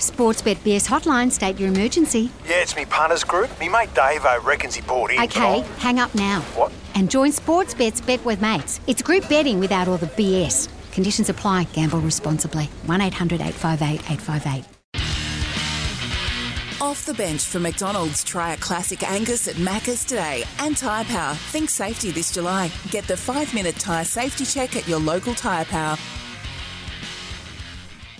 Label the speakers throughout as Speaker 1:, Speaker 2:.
Speaker 1: Sportsbet BS hotline, state your emergency.
Speaker 2: Yeah, it's me partner's group. Me mate Dave I reckons he bought in.
Speaker 1: Okay,
Speaker 2: but
Speaker 1: hang up now.
Speaker 2: What?
Speaker 1: And join Sportsbet's Bet with Mates. It's group betting without all the BS. Conditions apply. Gamble responsibly. 1 800 858 858.
Speaker 3: Off the bench for McDonald's, try a classic Angus at Macca's today. And Tyre Power, think safety this July. Get the five minute tyre safety check at your local Tyre Power.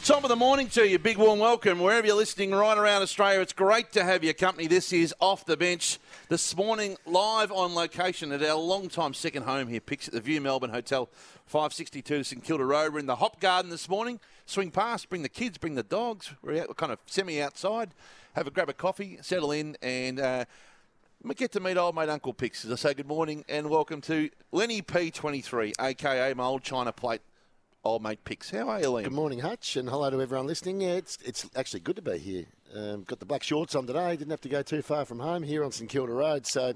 Speaker 4: Top of the morning to you. Big warm welcome wherever you're listening right around Australia. It's great to have your company. This is Off the Bench this morning, live on location at our long-time second home here, Picks at the View Melbourne Hotel, 562 St Kilda Road. We're in the Hop Garden this morning. Swing past, bring the kids, bring the dogs. We're, out, we're kind of semi outside. Have a grab a coffee, settle in, and uh, we get to meet old mate Uncle Picks. As I say, good morning and welcome to Lenny P23, aka my old China plate. Old mate Picks. How are you, Liam?
Speaker 5: Good morning, Hutch, and hello to everyone listening. Yeah, it's it's actually good to be here. Um, got the black shorts on today. Didn't have to go too far from home here on St Kilda Road, so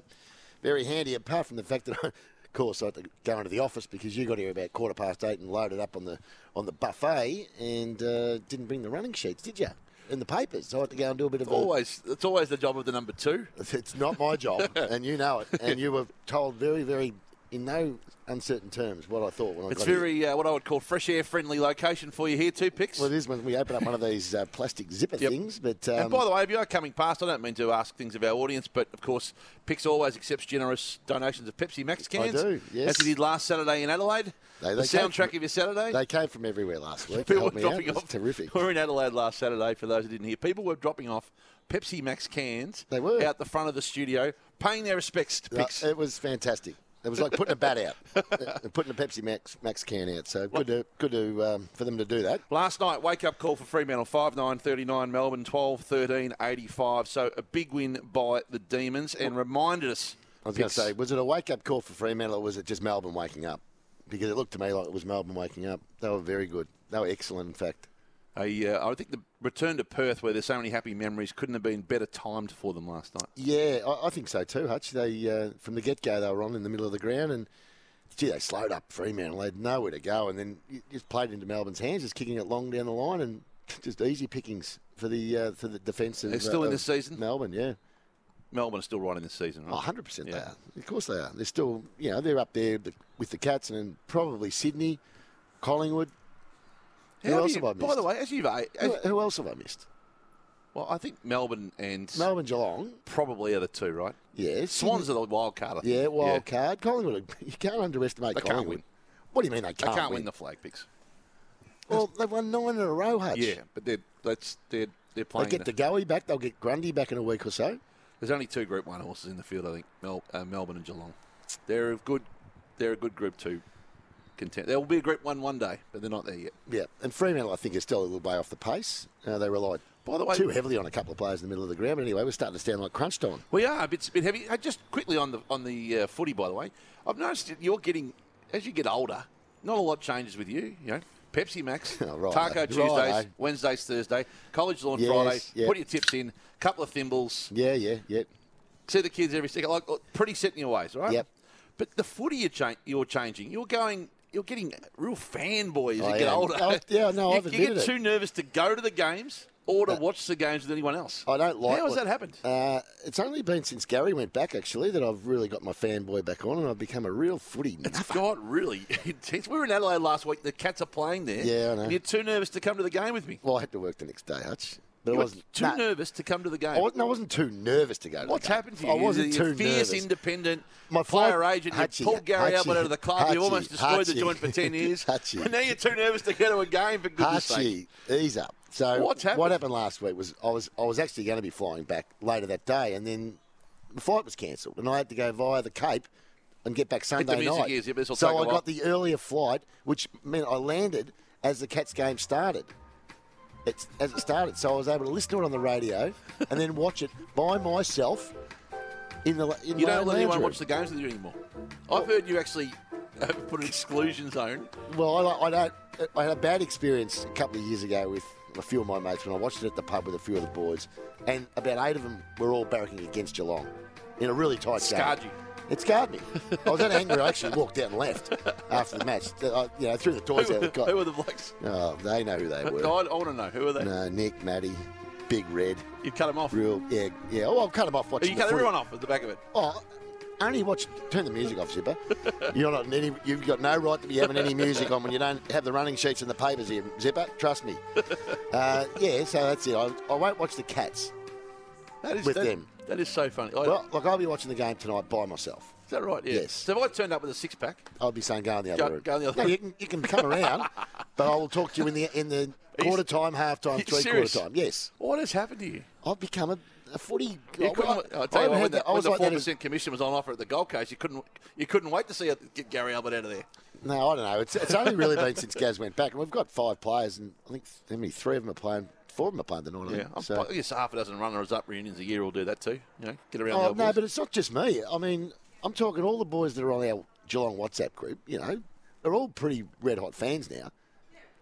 Speaker 5: very handy. Apart from the fact that, I, of course, I had to go into the office because you got here about quarter past eight and loaded up on the on the buffet and uh, didn't bring the running sheets, did you? In the papers, so I had to go and do a bit of
Speaker 4: It's always, it's always the job of the number two.
Speaker 5: a. It's not my job, and you know it. And you were told very, very, in no uncertain terms, what I thought when I
Speaker 4: It's
Speaker 5: got here.
Speaker 4: very uh, what I would call fresh air friendly location for you here too, Picks.
Speaker 5: Well, it is when we open up one of these uh, plastic zipper
Speaker 4: Yep.
Speaker 5: things, but um,
Speaker 4: and by the way, if you are coming past, I don't mean to ask things of our audience, but of course, Pix always accepts generous donations of Pepsi Max cans.
Speaker 5: do, yes.
Speaker 4: As he did last Saturday in Adelaide.
Speaker 5: They- they
Speaker 4: the
Speaker 5: came
Speaker 4: soundtrack
Speaker 5: from-
Speaker 4: of your Saturday.
Speaker 5: They came from everywhere last week. to
Speaker 4: People were
Speaker 5: help me out.
Speaker 4: dropping
Speaker 5: It was
Speaker 4: off.
Speaker 5: terrific.
Speaker 4: We were in Adelaide last Saturday, for those who didn't hear. People were dropping off Pepsi Max cans
Speaker 5: They were.
Speaker 4: out the front of the studio, paying their respects to
Speaker 5: Uh,
Speaker 4: Pix.
Speaker 5: it was fantastic. It was like putting a bat out, uh, putting a Pepsi Max Max can out. So good to good to um, for them to do that.
Speaker 4: Last night, wake up call for Fremantle 5 9 39, Melbourne 12 13 85. So a big win by the Demons and reminded us.
Speaker 5: I was going
Speaker 4: Pix,
Speaker 5: to say, was it a wake up call for Fremantle, or was it just Melbourne waking up? Because it looked to me like it was Melbourne waking up. They were very good. They were excellent, in fact.
Speaker 4: a, uh, I think the return to Perth, where there's so many happy memories, couldn't have been better timed for them last night.
Speaker 5: Yeah, I, I think so too, Hutch. They uh, from the get go they were on in the middle of the ground, and gee, they slowed up Fremantle. They had nowhere to go, and then you just played into Melbourne's hands, just kicking it long down the line, and just easy pickings for the uh, for the defence. of,
Speaker 4: They're still
Speaker 5: uh,
Speaker 4: in
Speaker 5: of
Speaker 4: this season?
Speaker 5: Melbourne. Yeah,
Speaker 4: Melbourne are still riding this season, right?
Speaker 5: oh, 100 percent. They
Speaker 4: Yeah.
Speaker 5: are. Of course they are. They're still, you know, they're up there th- with the Cats, and then probably Sydney, Collingwood. Who
Speaker 4: How do
Speaker 5: else
Speaker 4: you-
Speaker 5: have
Speaker 4: By
Speaker 5: I
Speaker 4: the
Speaker 5: missed? uh,
Speaker 4: way, as you've. As,
Speaker 5: Who, who else have I missed?
Speaker 4: well, I think Melbourne and
Speaker 5: Melbourne, Geelong.
Speaker 4: probably are the two, right?
Speaker 5: Yeah,
Speaker 4: Swans are the wild card. I think.
Speaker 5: Yeah, wild card. Collingwood. You can't underestimate
Speaker 4: They can't
Speaker 5: Collingwood.
Speaker 4: win.
Speaker 5: What do you mean they
Speaker 4: They
Speaker 5: can't,
Speaker 4: can't, win. the flag picks.
Speaker 5: Well, they've won nine in a row, Hutch.
Speaker 4: Yeah, but they're, that's, they're, they're
Speaker 5: They
Speaker 4: playing.
Speaker 5: get the Goey back. They'll get Grundy back in a week or so.
Speaker 4: There's only two Group One horses in the field, I think. Mel- uh, Melbourne and Geelong. They're a good. They're a good Group Two. Content. There will be a Group One one day, but they're not there yet.
Speaker 5: Yeah, and Fremantle, I think, is still a little way off the pace. Uh, they relied
Speaker 4: By the way-
Speaker 5: too heavily on a couple of players in the middle of the ground. But anyway, we're starting to sound like crunch time.
Speaker 4: We are a bit, bit heavy. Uh, just quickly on the on the uh, footy, by the way, I've noticed that you're getting as you get older. Not a lot changes with you. You know, Pepsi Max,
Speaker 5: Oh, right.
Speaker 4: Taco
Speaker 5: Right,
Speaker 4: Tuesdays,
Speaker 5: eh?
Speaker 4: Wednesdays, Thursday, College Lawn
Speaker 5: Yes,
Speaker 4: Friday.
Speaker 5: yeah.
Speaker 4: Put your tips in. Couple of thimbles.
Speaker 5: Yeah, yeah, yeah.
Speaker 4: See the kids every second. Like look, pretty set in your ways, right?
Speaker 5: Yep.
Speaker 4: But the footy you're, cha- you're changing. You're going. You're getting real fanboy as you
Speaker 5: I
Speaker 4: get
Speaker 5: am.
Speaker 4: older.
Speaker 5: Oh, yeah, no,
Speaker 4: you,
Speaker 5: I've
Speaker 4: you
Speaker 5: admitted
Speaker 4: get
Speaker 5: it.
Speaker 4: too nervous to go to the games or to watch the games with anyone else.
Speaker 5: I don't like.
Speaker 4: How has
Speaker 5: what-
Speaker 4: that happened?
Speaker 5: Uh, it's only been since Gary went back, actually, that I've really got my fanboy back on, and I've become a real footy.
Speaker 4: It's got really intense. We were in Adelaide last week. The Cats are playing there.
Speaker 5: Yeah, I know.
Speaker 4: And you're too nervous to come to the game with me.
Speaker 5: Well, I had to work the next day, Hutch. But
Speaker 4: You
Speaker 5: I
Speaker 4: were
Speaker 5: wasn't
Speaker 4: too
Speaker 5: nah,
Speaker 4: nervous to come to the game.
Speaker 5: I wasn't, I wasn't too nervous to go. To
Speaker 4: What's
Speaker 5: the game.
Speaker 4: happened to you?
Speaker 5: I wasn't
Speaker 4: You're
Speaker 5: too
Speaker 4: a fierce,
Speaker 5: nervous.
Speaker 4: independent
Speaker 5: My
Speaker 4: player
Speaker 5: flight-
Speaker 4: agent.
Speaker 5: Hutchie,
Speaker 4: you pulled Gary
Speaker 5: Hutchie,
Speaker 4: Albert out of the club. you
Speaker 5: Hutchie,
Speaker 4: almost destroyed the
Speaker 5: Hutchie.
Speaker 4: joint for 10 years.
Speaker 5: Hutchie.
Speaker 4: And now you're too nervous to go to a game, for goodness sake.
Speaker 5: Hachi, ease up. So
Speaker 4: What's happened?
Speaker 5: what happened last week was I was I was actually going to be flying back later that day, and then the flight was cancelled, and I had to go via the Cape and get back Sunday
Speaker 4: music
Speaker 5: night.
Speaker 4: is, yeah, this'll
Speaker 5: so
Speaker 4: take a
Speaker 5: I
Speaker 4: while.
Speaker 5: got the earlier flight, which meant I landed as the Cats game started. it's, as it started. So I was able to listen to it on the radio and then watch it by myself in the in
Speaker 4: You
Speaker 5: my
Speaker 4: don't
Speaker 5: own
Speaker 4: let
Speaker 5: lounge
Speaker 4: anyone
Speaker 5: room.
Speaker 4: watch the games with you anymore. I've heard you actually uh, put an exclusion zone.
Speaker 5: Well, I, I don't. I had a bad experience a couple of years ago with a few of my mates when I watched it at the pub with a few of the boys, and about eight of them were all barracking against Geelong in a really tight game.
Speaker 4: Scarred you.
Speaker 5: It scarred me. I was that angry. I actually walked out and left after the match. I, you know, threw the toys
Speaker 4: Who,
Speaker 5: out.
Speaker 4: were-
Speaker 5: and got-
Speaker 4: who were the blokes?
Speaker 5: oh, they know who they
Speaker 4: I,
Speaker 5: were.
Speaker 4: want to know who are they?
Speaker 5: No, Nick, Matty, Big Red,
Speaker 4: You cut them off.
Speaker 5: real yeah, yeah. Oh, I'll cut them off. Watching
Speaker 4: you
Speaker 5: the
Speaker 4: cut
Speaker 5: footy.
Speaker 4: everyone off at the back of it.
Speaker 5: Oh, only watch. Turn the music off, Zipper. You're not on any. You've got no right to be having any music on when you don't have the running sheets and the papers here, Zipper. Trust me. Uh, yeah, so that's it. I, I won't watch the Cats.
Speaker 4: That is
Speaker 5: With
Speaker 4: that-
Speaker 5: them.
Speaker 4: That is so funny. I-
Speaker 5: Well, like I'll be watching the game tonight by myself.
Speaker 4: is that right? Yeah.
Speaker 5: yes.
Speaker 4: So if I turned up with a six pack,
Speaker 5: I'll be saying go in the other
Speaker 4: Go-
Speaker 5: room.
Speaker 4: go in the other
Speaker 5: no,
Speaker 4: room.
Speaker 5: you can you can come around, but I will talk to you in the in the
Speaker 4: you
Speaker 5: quarter
Speaker 4: s-
Speaker 5: time, half time,
Speaker 4: You
Speaker 5: three quarter
Speaker 4: serious?
Speaker 5: time. Yes,
Speaker 4: what has happened to you?
Speaker 5: I've become a, a footy.
Speaker 4: You
Speaker 5: I-
Speaker 4: couldn't,
Speaker 5: I-
Speaker 4: I'll tell you what,
Speaker 5: I haven't
Speaker 4: when
Speaker 5: had
Speaker 4: the,
Speaker 5: that- I
Speaker 4: when
Speaker 5: was
Speaker 4: the
Speaker 5: like
Speaker 4: four
Speaker 5: that as-
Speaker 4: percent commission was on offer at the Gold Coast, you couldn't you couldn't wait to see it, get Gary Albert out of there.
Speaker 5: No, I don't know. It's, it's only really been since Gaz went back, and we've got five players, and I think how many? Three of them are playing. Four of them are playing tonight. I
Speaker 4: Yeah,
Speaker 5: think.
Speaker 4: I'm,
Speaker 5: So-
Speaker 4: I guess half a dozen runners up reunions a year will do that too. You know, get around.
Speaker 5: oh
Speaker 4: the
Speaker 5: no,
Speaker 4: elbows.
Speaker 5: but it's not just me. I mean, I'm talking all the boys that are on our Geelong WhatsApp group. You know, they're all pretty red hot fans now.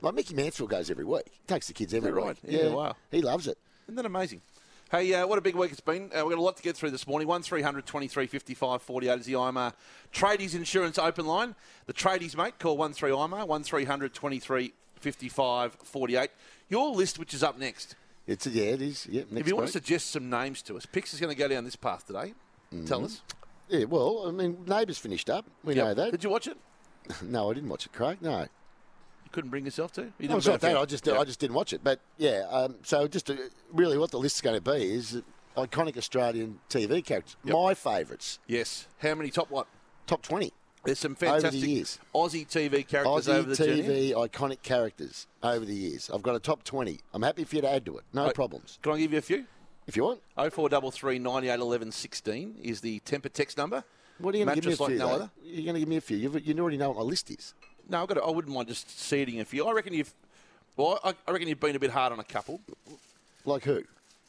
Speaker 5: Like Mickey Mansfield goes every week. He takes the kids every
Speaker 4: that right?
Speaker 5: week.
Speaker 4: Yeah, wow.
Speaker 5: He loves it.
Speaker 4: Isn't that amazing? Hey, uh, what a big week it's been. Uh, we've got a lot to get through this morning. 1300 23 55 48 is the IMA Tradies Insurance Open Line. The Tradies, mate, call 13 IMA 1300 23 55 48. Your list, which is up next.
Speaker 5: It's yeah, it is. Yeah, next
Speaker 4: if you want to
Speaker 5: week.
Speaker 4: suggest some names to us, Pix is going to go down this path today.
Speaker 5: Mm-hmm.
Speaker 4: Tell us.
Speaker 5: yeah, well, I mean, neighbours finished up. We
Speaker 4: Yep.
Speaker 5: know that.
Speaker 4: Did you watch it?
Speaker 5: No, I didn't watch it, Craig. No.
Speaker 4: You couldn't bring yourself to? You
Speaker 5: No,
Speaker 4: didn't
Speaker 5: it's not
Speaker 4: benefit.
Speaker 5: that. I just
Speaker 4: Yeah.
Speaker 5: I just didn't watch it. But yeah, um, so just uh really, what the list's going to be is iconic Australian TV characters.
Speaker 4: Yep.
Speaker 5: My favourites,
Speaker 4: Yes. How many top what?
Speaker 5: top twenty
Speaker 4: There's some
Speaker 5: Over the
Speaker 4: fantastic
Speaker 5: years.
Speaker 4: Aussie TV characters
Speaker 5: Aussie
Speaker 4: over the
Speaker 5: TV
Speaker 4: journey.
Speaker 5: iconic characters over the years. I've got a top twenty. I'm happy for you to add to it. No problems
Speaker 4: Can I give you a few?
Speaker 5: if you want.
Speaker 4: 0433 98 11 16 is the temper text number.
Speaker 5: What are you going to give me a
Speaker 4: Mattress like
Speaker 5: few?
Speaker 4: no
Speaker 5: though?
Speaker 4: other.
Speaker 5: You're going to give me a few. You've, you already know what my list is.
Speaker 4: No, I've got. To, I wouldn't mind just seeding a few. I reckon you've. Well, I, I reckon you've been a bit hard on a couple.
Speaker 5: Like who?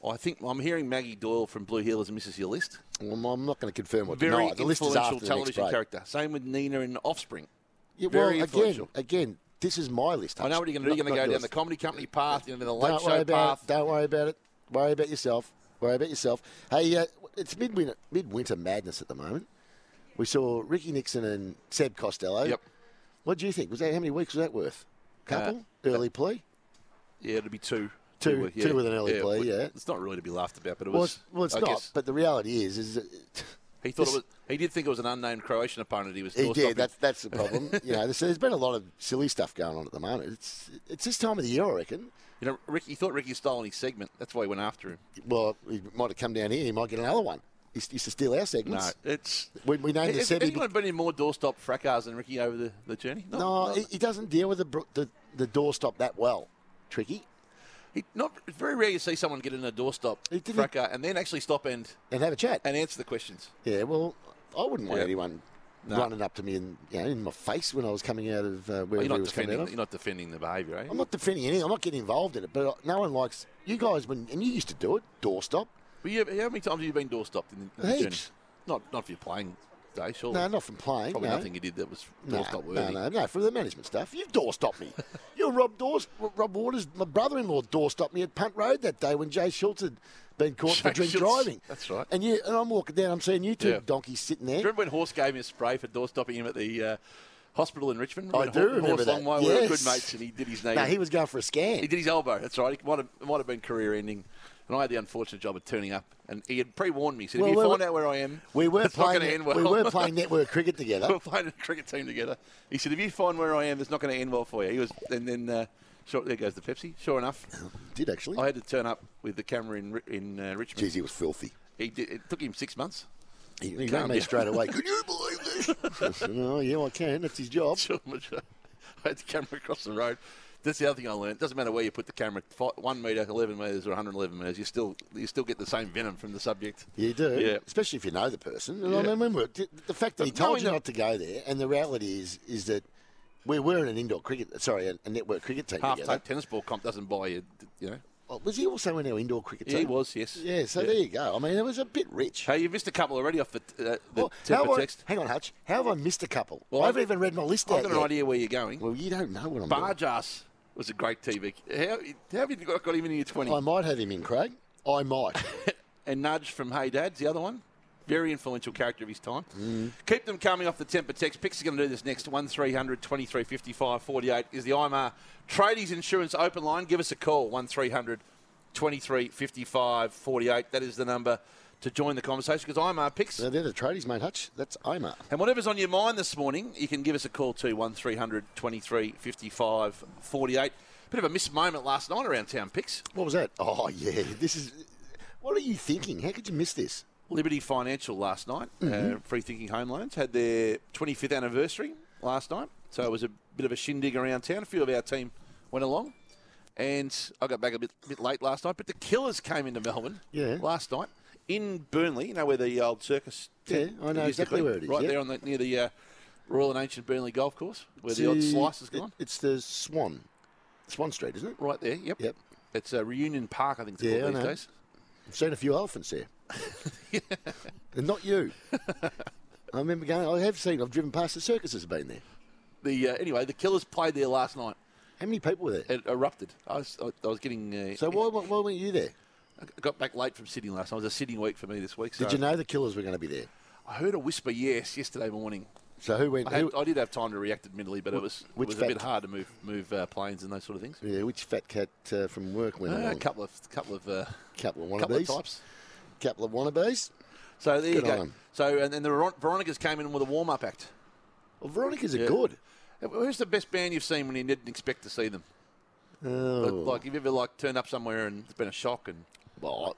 Speaker 4: I think I'm hearing Maggie Doyle from Blue Heelers misses your list.
Speaker 5: Well, I'm- I'm not going to confirm what.
Speaker 4: Very
Speaker 5: no, the list is
Speaker 4: influential
Speaker 5: after the next
Speaker 4: television
Speaker 5: break.
Speaker 4: character. Same with Nina in Offspring.
Speaker 5: Yeah, well,
Speaker 4: Very
Speaker 5: again,
Speaker 4: influential.
Speaker 5: again, this is my list.
Speaker 4: I know what you're going to do. You're going
Speaker 5: Not-
Speaker 4: to
Speaker 5: not
Speaker 4: go down
Speaker 5: yours.
Speaker 4: the comedy company path, into the late
Speaker 5: Don't worry
Speaker 4: show
Speaker 5: about
Speaker 4: path.
Speaker 5: it. Don't worry about it. Worry about yourself. Worry about yourself. Hey, uh, it's midwinter, midwinter madness at the moment. We saw Ricky Nixon and Seb Costello.
Speaker 4: Yep. Uh,
Speaker 5: What do you think? Was that how many weeks was that worth? Couple early plea.
Speaker 4: Yeah, it'll be two.
Speaker 5: Two-
Speaker 4: with-
Speaker 5: two with an early play,
Speaker 4: but
Speaker 5: yeah.
Speaker 4: it's not really to be laughed about, but it
Speaker 5: Well,
Speaker 4: was.
Speaker 5: it's, well, it's
Speaker 4: I
Speaker 5: not.
Speaker 4: guess.
Speaker 5: But the reality is, is that
Speaker 4: he thought
Speaker 5: this-
Speaker 4: it was. He did think it was an unnamed Croatian opponent. He was.
Speaker 5: He
Speaker 4: doorstopping.
Speaker 5: did. That's that's the problem. you know, there's, there's been a lot of silly stuff going on at the moment. It's it's this time of the year, I reckon.
Speaker 4: You know, Ricky he thought Ricky stole his segment. That's why he went after him.
Speaker 5: Well, he might have come down here. He might get another one. He used to steal our segments.
Speaker 4: No, it's.
Speaker 5: We- we named
Speaker 4: Has
Speaker 5: the Sebi-
Speaker 4: anyone been in more doorstop fracas than Ricky over the, the journey? Not,
Speaker 5: No,
Speaker 4: not,
Speaker 5: he, he doesn't deal with the, bro- the the doorstop that well. Tricky,
Speaker 4: he- not- It's very rare you see someone get in a doorstop
Speaker 5: He didn't-
Speaker 4: fracas and then actually stop and
Speaker 5: and have a chat.
Speaker 4: and answer the questions.
Speaker 5: yeah, well, I wouldn't want
Speaker 4: Yeah.
Speaker 5: anyone running up to me and you know, in my face when I was coming out of uh, wherever
Speaker 4: You're
Speaker 5: he
Speaker 4: not
Speaker 5: was coming
Speaker 4: defending.
Speaker 5: out of.
Speaker 4: You're not defending the behaviour, eh?
Speaker 5: I'm not defending anything. I'm not getting involved in it. But uh, no one likes you guys when and you used to do it doorstop.
Speaker 4: Well, you, how many times have you been doorstopped in the, in the journey?
Speaker 5: Heaps.
Speaker 4: Not not for your playing day, surely.
Speaker 5: No, not from playing.
Speaker 4: Probably
Speaker 5: no.
Speaker 4: nothing you did that was
Speaker 5: No,
Speaker 4: doorstop worthy.
Speaker 5: no, no, no, from the management stuff. You doorstopped me. you Rob Doors, Rob Waters, my brother-in-law doorstopped me at Punt Road that day when Jay Schultz had been caught for
Speaker 4: Jay
Speaker 5: drink
Speaker 4: Schultz,
Speaker 5: driving.
Speaker 4: that's right.
Speaker 5: And you and I'm walking down. I'm seeing you two
Speaker 4: Yeah.
Speaker 5: donkeys sitting there.
Speaker 4: Do you remember when Horse gave me a spray for doorstopping him at the uh, hospital in Richmond?
Speaker 5: I
Speaker 4: When
Speaker 5: do
Speaker 4: Hor-
Speaker 5: remember
Speaker 4: Horse
Speaker 5: that.
Speaker 4: Longway were
Speaker 5: Yes.
Speaker 4: good mates, and he did his knee.
Speaker 5: No, he was going for a scan.
Speaker 4: He did his elbow. That's right. It might have, it might have been career ending. And I had the unfortunate job of turning up. And he had pre warned me. He said,
Speaker 5: Well,
Speaker 4: if you
Speaker 5: we
Speaker 4: find
Speaker 5: were-
Speaker 4: out where I am,
Speaker 5: We were
Speaker 4: it's not
Speaker 5: playing.
Speaker 4: going to end well.
Speaker 5: We were playing network cricket
Speaker 4: We
Speaker 5: together.
Speaker 4: were playing a cricket team together. He said, if you find where I am, it's not going to end well for you. He was, and then, uh, sure, there goes the Pepsi. Sure enough,
Speaker 5: Did actually.
Speaker 4: I had to turn up with the camera in, Ri- in uh, Richmond.
Speaker 5: Jeez, he was filthy.
Speaker 4: He did, it took him six months.
Speaker 5: He, he rang me
Speaker 4: yeah.
Speaker 5: straight away. Can you believe this? I said, oh, yeah, I can. That's his job.
Speaker 4: uh, I had the camera across the road. That's the other thing I learned. It doesn't matter where you put the camera, fi- one metre, 11 metres, or 111 metres, you still you still get the same venom from the subject.
Speaker 5: You do,
Speaker 4: Yeah.
Speaker 5: especially if you know the person. And I
Speaker 4: Yeah.
Speaker 5: mean, when we're- the fact that he
Speaker 4: But knowing
Speaker 5: told you
Speaker 4: that-
Speaker 5: not to go there, and the reality is, is that We were in an indoor cricket, sorry, a, a network cricket team
Speaker 4: Half
Speaker 5: together.
Speaker 4: take tennis ball comp doesn't buy you, you know.
Speaker 5: Well, was he also in our indoor cricket
Speaker 4: Yeah, he
Speaker 5: team?
Speaker 4: was, yes.
Speaker 5: Yeah, so
Speaker 4: Yeah.
Speaker 5: there you go. I mean, it was a bit rich.
Speaker 4: Hey, you've missed a couple already off the, uh, the
Speaker 5: Well,
Speaker 4: temper
Speaker 5: how have I-
Speaker 4: text.
Speaker 5: hang on, Hutch. How have I missed a couple?
Speaker 4: Well,
Speaker 5: I haven't
Speaker 4: I've-
Speaker 5: even read my list
Speaker 4: I've
Speaker 5: out
Speaker 4: got
Speaker 5: yet.
Speaker 4: an idea where you're going.
Speaker 5: Well, you don't know what I'm
Speaker 4: Barge Ass was a great TV. How, how have you got, got him in your 20?
Speaker 5: doing. I might have him in, Craig. I might.
Speaker 4: and Nudge from Hey Dad's the other one. Very influential character of his time.
Speaker 5: Mm.
Speaker 4: Keep them coming off the temper text. Picks are going to do this next. 1300 2355 48 is the IMAR Tradies Insurance Open Line. Give us a call. 1300 2355 48. That is the number to join the conversation because IMAR picks.
Speaker 5: so they're the tradies, mate, Hutch. That's Omar.
Speaker 4: And whatever's on your mind this morning, you can give us a call to 1300 23 55 48. Bit of a missed moment last night around town picks.
Speaker 5: What was that? Oh, yeah. This is. What are you thinking? How could you miss this? Mm-hmm.
Speaker 4: Liberty Financial last night, uh, Free Thinking Home Loans, had their 25th anniversary last night. So it was a bit of a shindig around town. A few of our team went along. And I got back a bit, bit late last night, but the Killers came into Melbourne
Speaker 5: Yeah.
Speaker 4: last night in Burnley. You know where the uh, old circus? tent
Speaker 5: Yeah, I know
Speaker 4: used to
Speaker 5: exactly
Speaker 4: be?
Speaker 5: where it is,
Speaker 4: Right
Speaker 5: yeah.
Speaker 4: there on the, near the uh, Royal and Ancient Burnley Golf Course, where the odd slice has
Speaker 5: It-
Speaker 4: gone.
Speaker 5: it's the Swan. Swan Street, isn't it?
Speaker 4: Right there. Yep.
Speaker 5: Yep.
Speaker 4: It's a Reunion Park, I think it's
Speaker 5: Yeah, I
Speaker 4: called these
Speaker 5: know.
Speaker 4: days.
Speaker 5: I've seen a few elephants there. And not you. I remember going, I have seen, I've driven past the circus has been there.
Speaker 4: The uh, anyway, the Killers played there last night.
Speaker 5: How many people were there?
Speaker 4: It erupted. I was, I, I was getting. Uh,
Speaker 5: So why, why, why weren't you there?
Speaker 4: I got back late from Sydney last night. It was a Sydney week for me this week. So
Speaker 5: Did you know the killers were going to be there?
Speaker 4: I heard a whisper yes yesterday morning.
Speaker 5: So who went?
Speaker 4: I, had,
Speaker 5: who-
Speaker 4: I did have time to react, admittedly, but it was it
Speaker 5: which
Speaker 4: was a
Speaker 5: fact?
Speaker 4: bit hard to move move uh, planes and those sort of things.
Speaker 5: yeah, which fat cat uh, from work went
Speaker 4: Uh,
Speaker 5: along?
Speaker 4: a couple of couple of uh,
Speaker 5: couple of
Speaker 4: couple of
Speaker 5: wannabes.
Speaker 4: types.
Speaker 5: Couple of wannabes.
Speaker 4: So there
Speaker 5: Good
Speaker 4: you go.
Speaker 5: on 'em.
Speaker 4: So and then the Veron- Veronicas came in with a warm up act. Uh,
Speaker 5: Well, Veronica's are good.
Speaker 4: Who's the best band you've seen when you didn't expect to see them?
Speaker 5: Oh,
Speaker 4: Like, like have you ever like turned up somewhere and it's been a shock and
Speaker 5: well,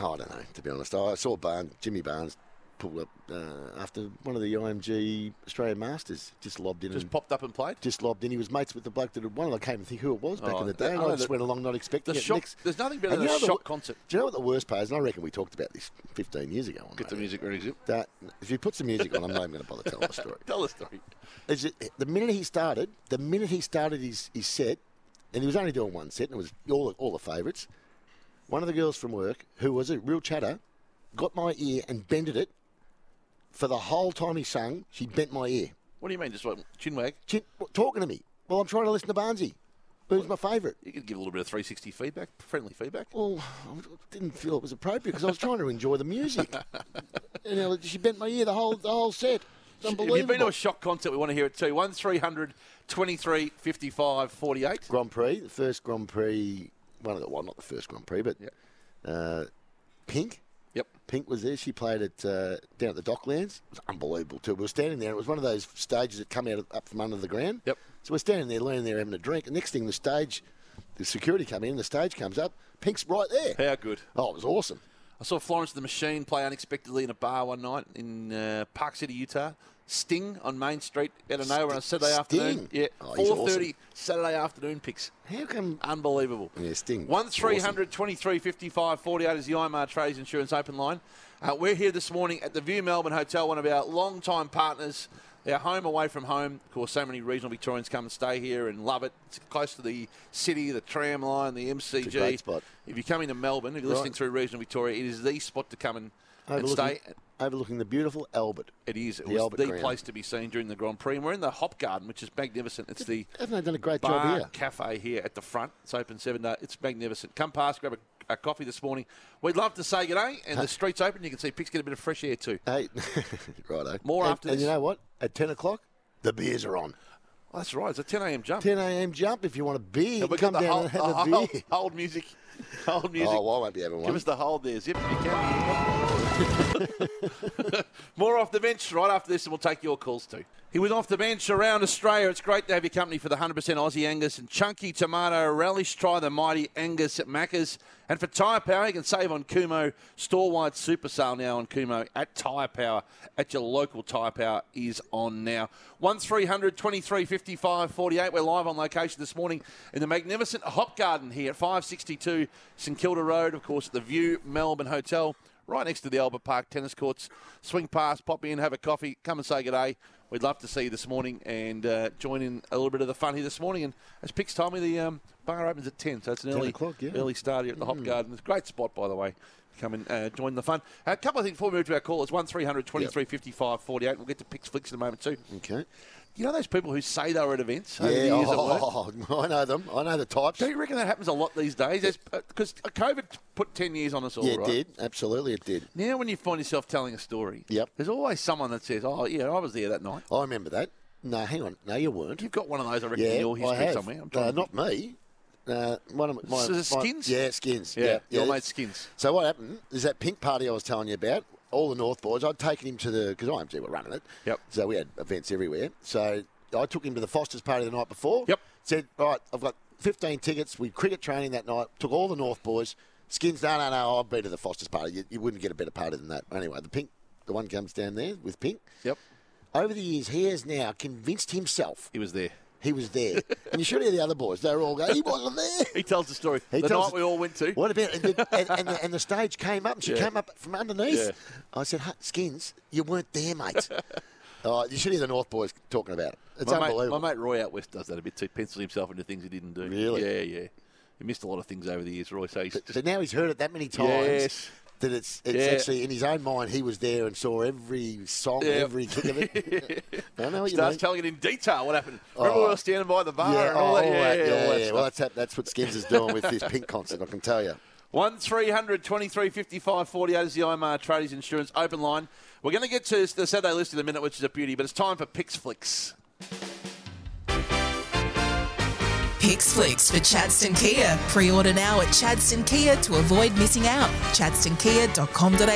Speaker 5: I, I don't know. To be honest, I saw Barnes, Jimmy Barnes pulled up uh, after one of the IMG Australian Masters. Just lobbed in.
Speaker 4: just
Speaker 5: and,
Speaker 4: popped up and played?
Speaker 5: just lobbed in. He was mates with the bloke that had won. And I can't even think who it was back
Speaker 4: Oh,
Speaker 5: in the day.
Speaker 4: I
Speaker 5: And
Speaker 4: know
Speaker 5: I just
Speaker 4: the-
Speaker 5: went along not expecting
Speaker 4: the
Speaker 5: it.
Speaker 4: shock-
Speaker 5: Next-
Speaker 4: there's nothing better
Speaker 5: And
Speaker 4: than a
Speaker 5: you know the
Speaker 4: shock
Speaker 5: wo-
Speaker 4: concert.
Speaker 5: Do you know what the worst part is? And I reckon we talked about this 15 years ago. on
Speaker 4: Get the
Speaker 5: radio.
Speaker 4: music ready. Zip.
Speaker 5: That, if you put some music on, I'm not even going to bother telling the story.
Speaker 4: Tell the story.
Speaker 5: Is it, the minute he started, the minute he started his, his set, and he was only doing one set, and it was all all the favourites. One of the girls from work, who was a real chatter, got my ear and bended it. For the whole time he sung, she bent my ear.
Speaker 4: What do you mean? Just like chin wag?
Speaker 5: She, talking to me. Well, I'm trying to listen to Barnsey, who's my favourite.
Speaker 4: You could give a little bit of 360 feedback, friendly feedback.
Speaker 5: Well, I didn't feel it was appropriate because I was trying to enjoy the music. you know, she bent my ear the whole the whole set. It's
Speaker 4: If you've been to
Speaker 5: unbelievable.
Speaker 4: a shock concert, we want to hear it too. 1 300 23 55 48.
Speaker 5: Grand Prix, the first Grand Prix, one of the well, not the first Grand Prix, but
Speaker 4: Yep.
Speaker 5: uh, Pink.
Speaker 4: Yep.
Speaker 5: Pink was there. She played it uh, down at the Docklands. It was unbelievable too. We were standing there. It was one of those stages that come out of, up from under the ground.
Speaker 4: Yep.
Speaker 5: So we're standing there, laying there, having a drink. And next thing, the stage, the security come in. The stage comes up. Pink's right there.
Speaker 4: How good.
Speaker 5: Oh, it was awesome.
Speaker 4: I saw Florence and the Machine play unexpectedly in a bar one night in uh, Park City, Utah. Sting on Main Street out of nowhere on a Saturday afternoon.
Speaker 5: Sting?
Speaker 4: Yeah,
Speaker 5: Oh, he's
Speaker 4: 4.30 Saturday afternoon picks.
Speaker 5: How come
Speaker 4: Unbelievable.
Speaker 5: Yeah, Sting.
Speaker 4: 1 300 23 55 48 is the IMR Trades Insurance Open Line. Uh, we're here this morning at the View Melbourne Hotel, one of our long-time partners, our home away from home. Of course, so many regional Victorians come and stay here and love it. It's close to the city, the tram line, the MCG.
Speaker 5: It's a great spot.
Speaker 4: If you're coming to Melbourne, if you're listening
Speaker 5: Right.
Speaker 4: through regional Victoria, it is the spot to come and, and
Speaker 5: overlooking,
Speaker 4: stay.
Speaker 5: overlooking the beautiful Albert?
Speaker 4: It is. It
Speaker 5: The
Speaker 4: was
Speaker 5: Albert
Speaker 4: the
Speaker 5: Ground.
Speaker 4: place to be seen during the Grand Prix. And we're in the Hop Garden, which is magnificent. It's the
Speaker 5: Haven't they done a great
Speaker 4: bar
Speaker 5: job here?
Speaker 4: cafe here at the front. It's open seven day. It's magnificent. Come past, grab a, a coffee this morning. We'd love to say good day, and the street's open. You can see Picks get a bit of fresh air too.
Speaker 5: Hey, righto.
Speaker 4: More
Speaker 5: and,
Speaker 4: after
Speaker 5: And
Speaker 4: this.
Speaker 5: you know what? At 10 o'clock, the beers are on.
Speaker 4: Oh, that's right. It's a 10 a.m. jump.
Speaker 5: 10 a.m. jump if you want a beer.
Speaker 4: And we
Speaker 5: come
Speaker 4: got the
Speaker 5: down
Speaker 4: whole,
Speaker 5: and have a
Speaker 4: whole-
Speaker 5: beer.
Speaker 4: whole music. Old music.
Speaker 5: Oh, well, I won't be having
Speaker 4: Give
Speaker 5: one.
Speaker 4: us the hold there, Zip, if you can. More off the bench right after this, and we'll take your calls too. He was off the bench around Australia. It's great to have your company for the 100% Aussie Angus and Chunky Tomato Relish. Try the mighty Angus at Macca's. And for Tyre Power, you can save on Kumo store-wide super sale now on Kumo at Tyre Power. At your local Tyre Power is on now. 1300 23 55 48. We're live on location this morning in the magnificent Hop Garden here at 562 St Kilda Road, of course, at the View Melbourne Hotel. right next to the Albert Park tennis courts. Swing past, pop in, have a coffee, come and say good day. We'd love to see you this morning and uh, join in a little bit of the fun here this morning. And as Pix told me, the um, bar opens at 10, so it's an
Speaker 5: 10
Speaker 4: early,
Speaker 5: o'clock, yeah. Hmm.
Speaker 4: early start here at the Hop Garden. It's a great spot, by the way. Come and uh, join the fun. A couple of things before we move to our callers. 1300 23 55 48. We'll get to Pix Flicks in a moment, too.
Speaker 5: Okay.
Speaker 4: You know those people who say they were at events over the
Speaker 5: Yeah,
Speaker 4: years at work?
Speaker 5: oh, I know them. I know the types.
Speaker 4: Do you reckon that happens a lot these days? Because COVID put 10 years on us all,
Speaker 5: yeah, it
Speaker 4: right?
Speaker 5: did. Absolutely, it did.
Speaker 4: Now, when you find yourself telling a story,
Speaker 5: Yep.
Speaker 4: there's always someone that says, oh, yeah, I was there that night.
Speaker 5: I remember that. No, hang on. No, you weren't.
Speaker 4: You've got one of those, I reckon,
Speaker 5: yeah,
Speaker 4: in your
Speaker 5: I
Speaker 4: history
Speaker 5: have.
Speaker 4: somewhere. I'm trying
Speaker 5: uh,
Speaker 4: to
Speaker 5: not me. Uh, one of my,
Speaker 4: So
Speaker 5: my-
Speaker 4: the Skins?
Speaker 5: yeah, skins.
Speaker 4: Yeah,
Speaker 5: Yeah,
Speaker 4: your
Speaker 5: yeah.
Speaker 4: mate Skins.
Speaker 5: So what happened is that pink party I was telling you about. All the North boys, I'd taken him to the because IMG were running it.
Speaker 4: Yep.
Speaker 5: So we had events everywhere. So I took him to the Foster's party the night before.
Speaker 4: Yep.
Speaker 5: Said, all right, I've got 15 tickets. We cricket training that night. Took all the North boys. Skins, no, no, no. I've been to the Foster's party. You, you wouldn't get a better party than that. Anyway, the pink, the one comes down there with pink.
Speaker 4: Yep.
Speaker 5: Over the years, he has now convinced himself
Speaker 4: He was there.
Speaker 5: he was there. and you should hear the other boys. They were all going, he wasn't there.
Speaker 4: He tells the story.
Speaker 5: He
Speaker 4: the
Speaker 5: tells
Speaker 4: night we all went to.
Speaker 5: What about, and the, and, and the, and the stage came up and she
Speaker 4: Yeah.
Speaker 5: came up from underneath.
Speaker 4: Yeah.
Speaker 5: I said, "Huh, Skins, you weren't there, mate. oh, you should hear the North boys talking about it. It's
Speaker 4: my mate,
Speaker 5: unbelievable.
Speaker 4: my mate Roy out west does that a bit too. Pencils himself into things he didn't do.
Speaker 5: Really?
Speaker 4: Yeah, yeah. He missed a lot of things over the years, Roy. So he's just,
Speaker 5: but now he's heard it that many times
Speaker 4: Yes.
Speaker 5: that it's, it's
Speaker 4: Yeah.
Speaker 5: actually in his own mind he was there and saw every song,
Speaker 4: Yeah.
Speaker 5: every kick of it. I know what
Speaker 4: starts
Speaker 5: you mean. Oh.
Speaker 4: telling it in detail what happened. Remember we were standing by the bar
Speaker 5: yeah,
Speaker 4: and all
Speaker 5: oh,
Speaker 4: that. Yeah, yeah, all that
Speaker 5: yeah.
Speaker 4: stuff.
Speaker 5: Well, that's, that's what Skins is doing with this pink concert, I can tell you.
Speaker 4: 1300 23 55 48 is the IMR Traders Insurance open line. We're going to get to the Saturday list in a minute, which is a beauty, but it's time for Picks Flicks.
Speaker 3: Pix Flicks for Chadston Kia. Pre order now at Chadston Kia to avoid missing out. ChadstonKia.com.au.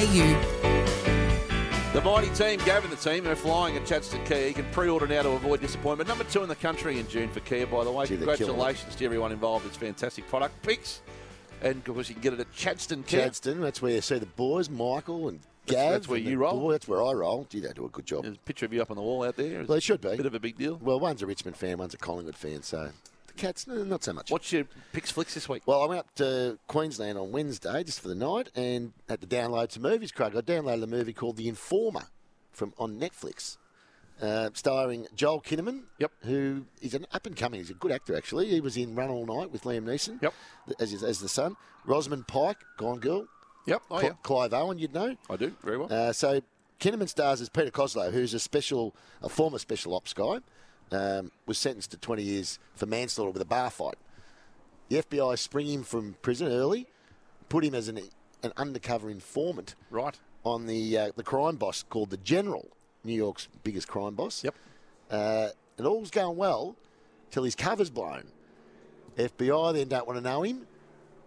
Speaker 4: The mighty team, Gavin the team, are flying at Chadston Kia. You can pre-order now to avoid disappointment. Number two in the country in June for Kia, by the way.
Speaker 5: Gee, they're killing it.
Speaker 4: Congratulations to everyone involved. It's a fantastic product. Picks. And, of course, you can get it at Chadston Kia.
Speaker 5: Chadston. That's where you see the boys, Michael and
Speaker 4: That's-
Speaker 5: Gav.
Speaker 4: that's where
Speaker 5: and the
Speaker 4: you roll.
Speaker 5: boy- that's where I roll. Gee, they do a good job.
Speaker 4: There's a picture of you up on the wall out there.
Speaker 5: Well, they should be.
Speaker 4: Bit of a big deal.
Speaker 5: Well, one's a Richmond fan, one's a Collingwood fan, so the Cats, no, not so much.
Speaker 4: What's your Picks Flicks this week?
Speaker 5: Well, I went up to Queensland on Wednesday just for the night and had to download some movies, Craig. I downloaded a movie called The Informer from on Netflix, uh, starring Joel Kinnaman.
Speaker 4: Yep.
Speaker 5: Who is an up and coming. He's a good actor actually. He was in Run All Night with Liam Neeson.
Speaker 4: Yep.
Speaker 5: As his- as the son, Rosamund Pike, Gone Girl.
Speaker 4: Yep. Oh,
Speaker 5: Cl-
Speaker 4: yeah.
Speaker 5: Clive Owen, you'd know.
Speaker 4: I do. Very well.
Speaker 5: Uh, so Kinnaman stars as Peter Coslow, who's a special, a former special ops guy, um, was sentenced to 20 years for manslaughter with a bar fight. The FBI spring him from prison early, put him as an an undercover informant
Speaker 4: right.
Speaker 5: on the uh, the crime boss called the General, New York's biggest crime boss.
Speaker 4: Yep.
Speaker 5: Uh, and all's going well till his cover's blown. FBI then don't want to know him.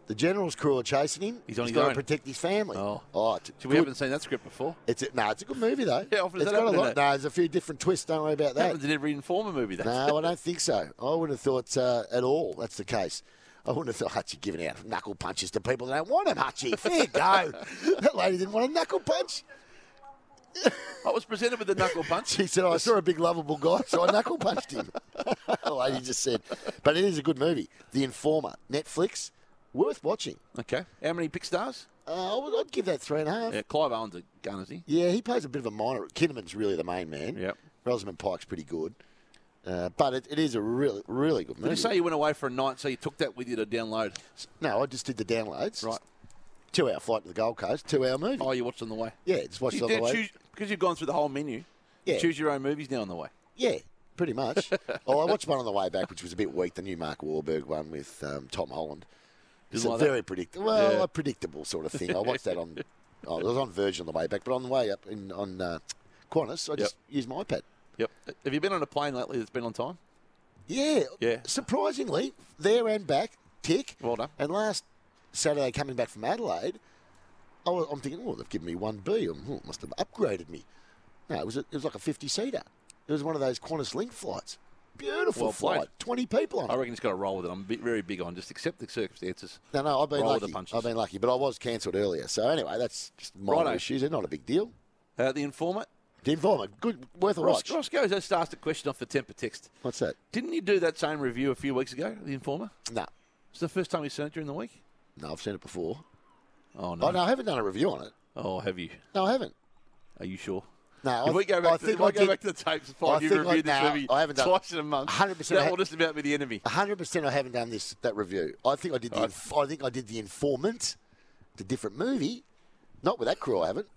Speaker 5: The General's crew are chasing him.
Speaker 4: He's on his
Speaker 5: got
Speaker 4: own.
Speaker 5: to protect his family.
Speaker 4: Oh.
Speaker 5: oh it's
Speaker 4: So
Speaker 5: good.
Speaker 4: we haven't seen that script before.
Speaker 5: It's a, no, it's a good movie though.
Speaker 4: Yeah, often does
Speaker 5: it's
Speaker 4: that
Speaker 5: got a
Speaker 4: happen,
Speaker 5: lot.
Speaker 4: doesn't it?
Speaker 5: No, there's a few different twists. Don't worry about that.
Speaker 4: happens in every Informer movie. That.
Speaker 5: no, I don't think so. I wouldn't have thought uh, at all that's the case. I wouldn't have thought Hutchie giving out knuckle punches to people that don't want them. Hutchie, fair go. that lady didn't want a knuckle punch.
Speaker 4: I was presented with a knuckle punch.
Speaker 5: She said, "I saw a big lovable guy, so I knuckle punched him." the lady just said, but it is a good movie. The Informer, Netflix, worth watching.
Speaker 4: Okay. How many pick stars?
Speaker 5: Uh, I would, I'd give that three and a half.
Speaker 4: Yeah, Clive Owen's a gun, is he?
Speaker 5: Yeah, he plays a bit of a minor. Kinnaman's really the main man.
Speaker 4: Yep.
Speaker 5: Rosamund Pike's pretty good. Uh, but it, it is a really, really good movie.
Speaker 4: Did you say you went away for a night, so you took that with you to download?
Speaker 5: No, I just did the downloads.
Speaker 4: Right.
Speaker 5: Two hour flight to the Gold Coast, two hour movie.
Speaker 4: Oh, you watched on the way.
Speaker 5: yeah, just watched
Speaker 4: You
Speaker 5: it on the
Speaker 4: did
Speaker 5: way.
Speaker 4: choose- because you've gone through the whole menu. you
Speaker 5: Yeah.
Speaker 4: choose your own movies now on the way.
Speaker 5: Yeah, pretty much. oh, I watched one on the way back, which was a bit weak, the new Mark Wahlberg one with um, Tom Holland. It's
Speaker 4: Didn't
Speaker 5: a
Speaker 4: like that?
Speaker 5: very predictable, well,
Speaker 4: Yeah.
Speaker 5: a predictable sort of thing. I watched that on, oh, I was on Virgin on the way back, but on the way up in, on uh, Qantas, I just used my iPad.
Speaker 4: Yep. Have you been on a plane lately that's been on time?
Speaker 5: Yeah.
Speaker 4: Yeah.
Speaker 5: Surprisingly, there and back, tick.
Speaker 4: Well done.
Speaker 5: And last Saturday, coming back from Adelaide, I was, I'm thinking, oh, they've given me one B. Um, Oh, it must have upgraded me. No, it was a, it was like a 50 seater. It was one of those Qantas Link flights. Beautiful
Speaker 4: Well played.
Speaker 5: flight. 20 people on
Speaker 4: I
Speaker 5: it.
Speaker 4: reckon it's got to roll with it. I'm a bit, very big on just accept the circumstances.
Speaker 5: No, no, I've been
Speaker 4: Roll with the
Speaker 5: lucky.
Speaker 4: punches.
Speaker 5: I've been lucky, but I was cancelled earlier. So anyway, that's just minor
Speaker 4: Righto.
Speaker 5: issues. They're not a big deal.
Speaker 4: Uh, the Informer.
Speaker 5: The environment, good, worth a
Speaker 4: Ros-
Speaker 5: watch.
Speaker 4: Roscoe just asked a question off the temper text.
Speaker 5: What's that?
Speaker 4: Didn't you do that same review a few weeks ago, The Informer?
Speaker 5: No,
Speaker 4: It's the first time you've seen it during the week?
Speaker 5: no, I've seen it before.
Speaker 4: Oh,
Speaker 5: Oh
Speaker 4: no.
Speaker 5: no, I haven't done a review on it.
Speaker 4: Oh, have you?
Speaker 5: No, I haven't.
Speaker 4: Are you sure?
Speaker 5: No,
Speaker 4: If
Speaker 5: I-
Speaker 4: we go back,
Speaker 5: I
Speaker 4: to,
Speaker 5: think
Speaker 4: if I
Speaker 5: I
Speaker 4: go
Speaker 5: did-
Speaker 4: back to the tapes and
Speaker 5: I
Speaker 4: find you
Speaker 5: think I-
Speaker 4: reviewed this
Speaker 5: no,
Speaker 4: movie
Speaker 5: I haven't done-
Speaker 4: twice in a month,
Speaker 5: 100% I
Speaker 4: that
Speaker 5: ha-
Speaker 4: will just about be the enemy.
Speaker 5: hundred percent. I haven't done this that review. I think I did. The, inf- I think I did the informant, the different movie. Not with that crew, I haven't.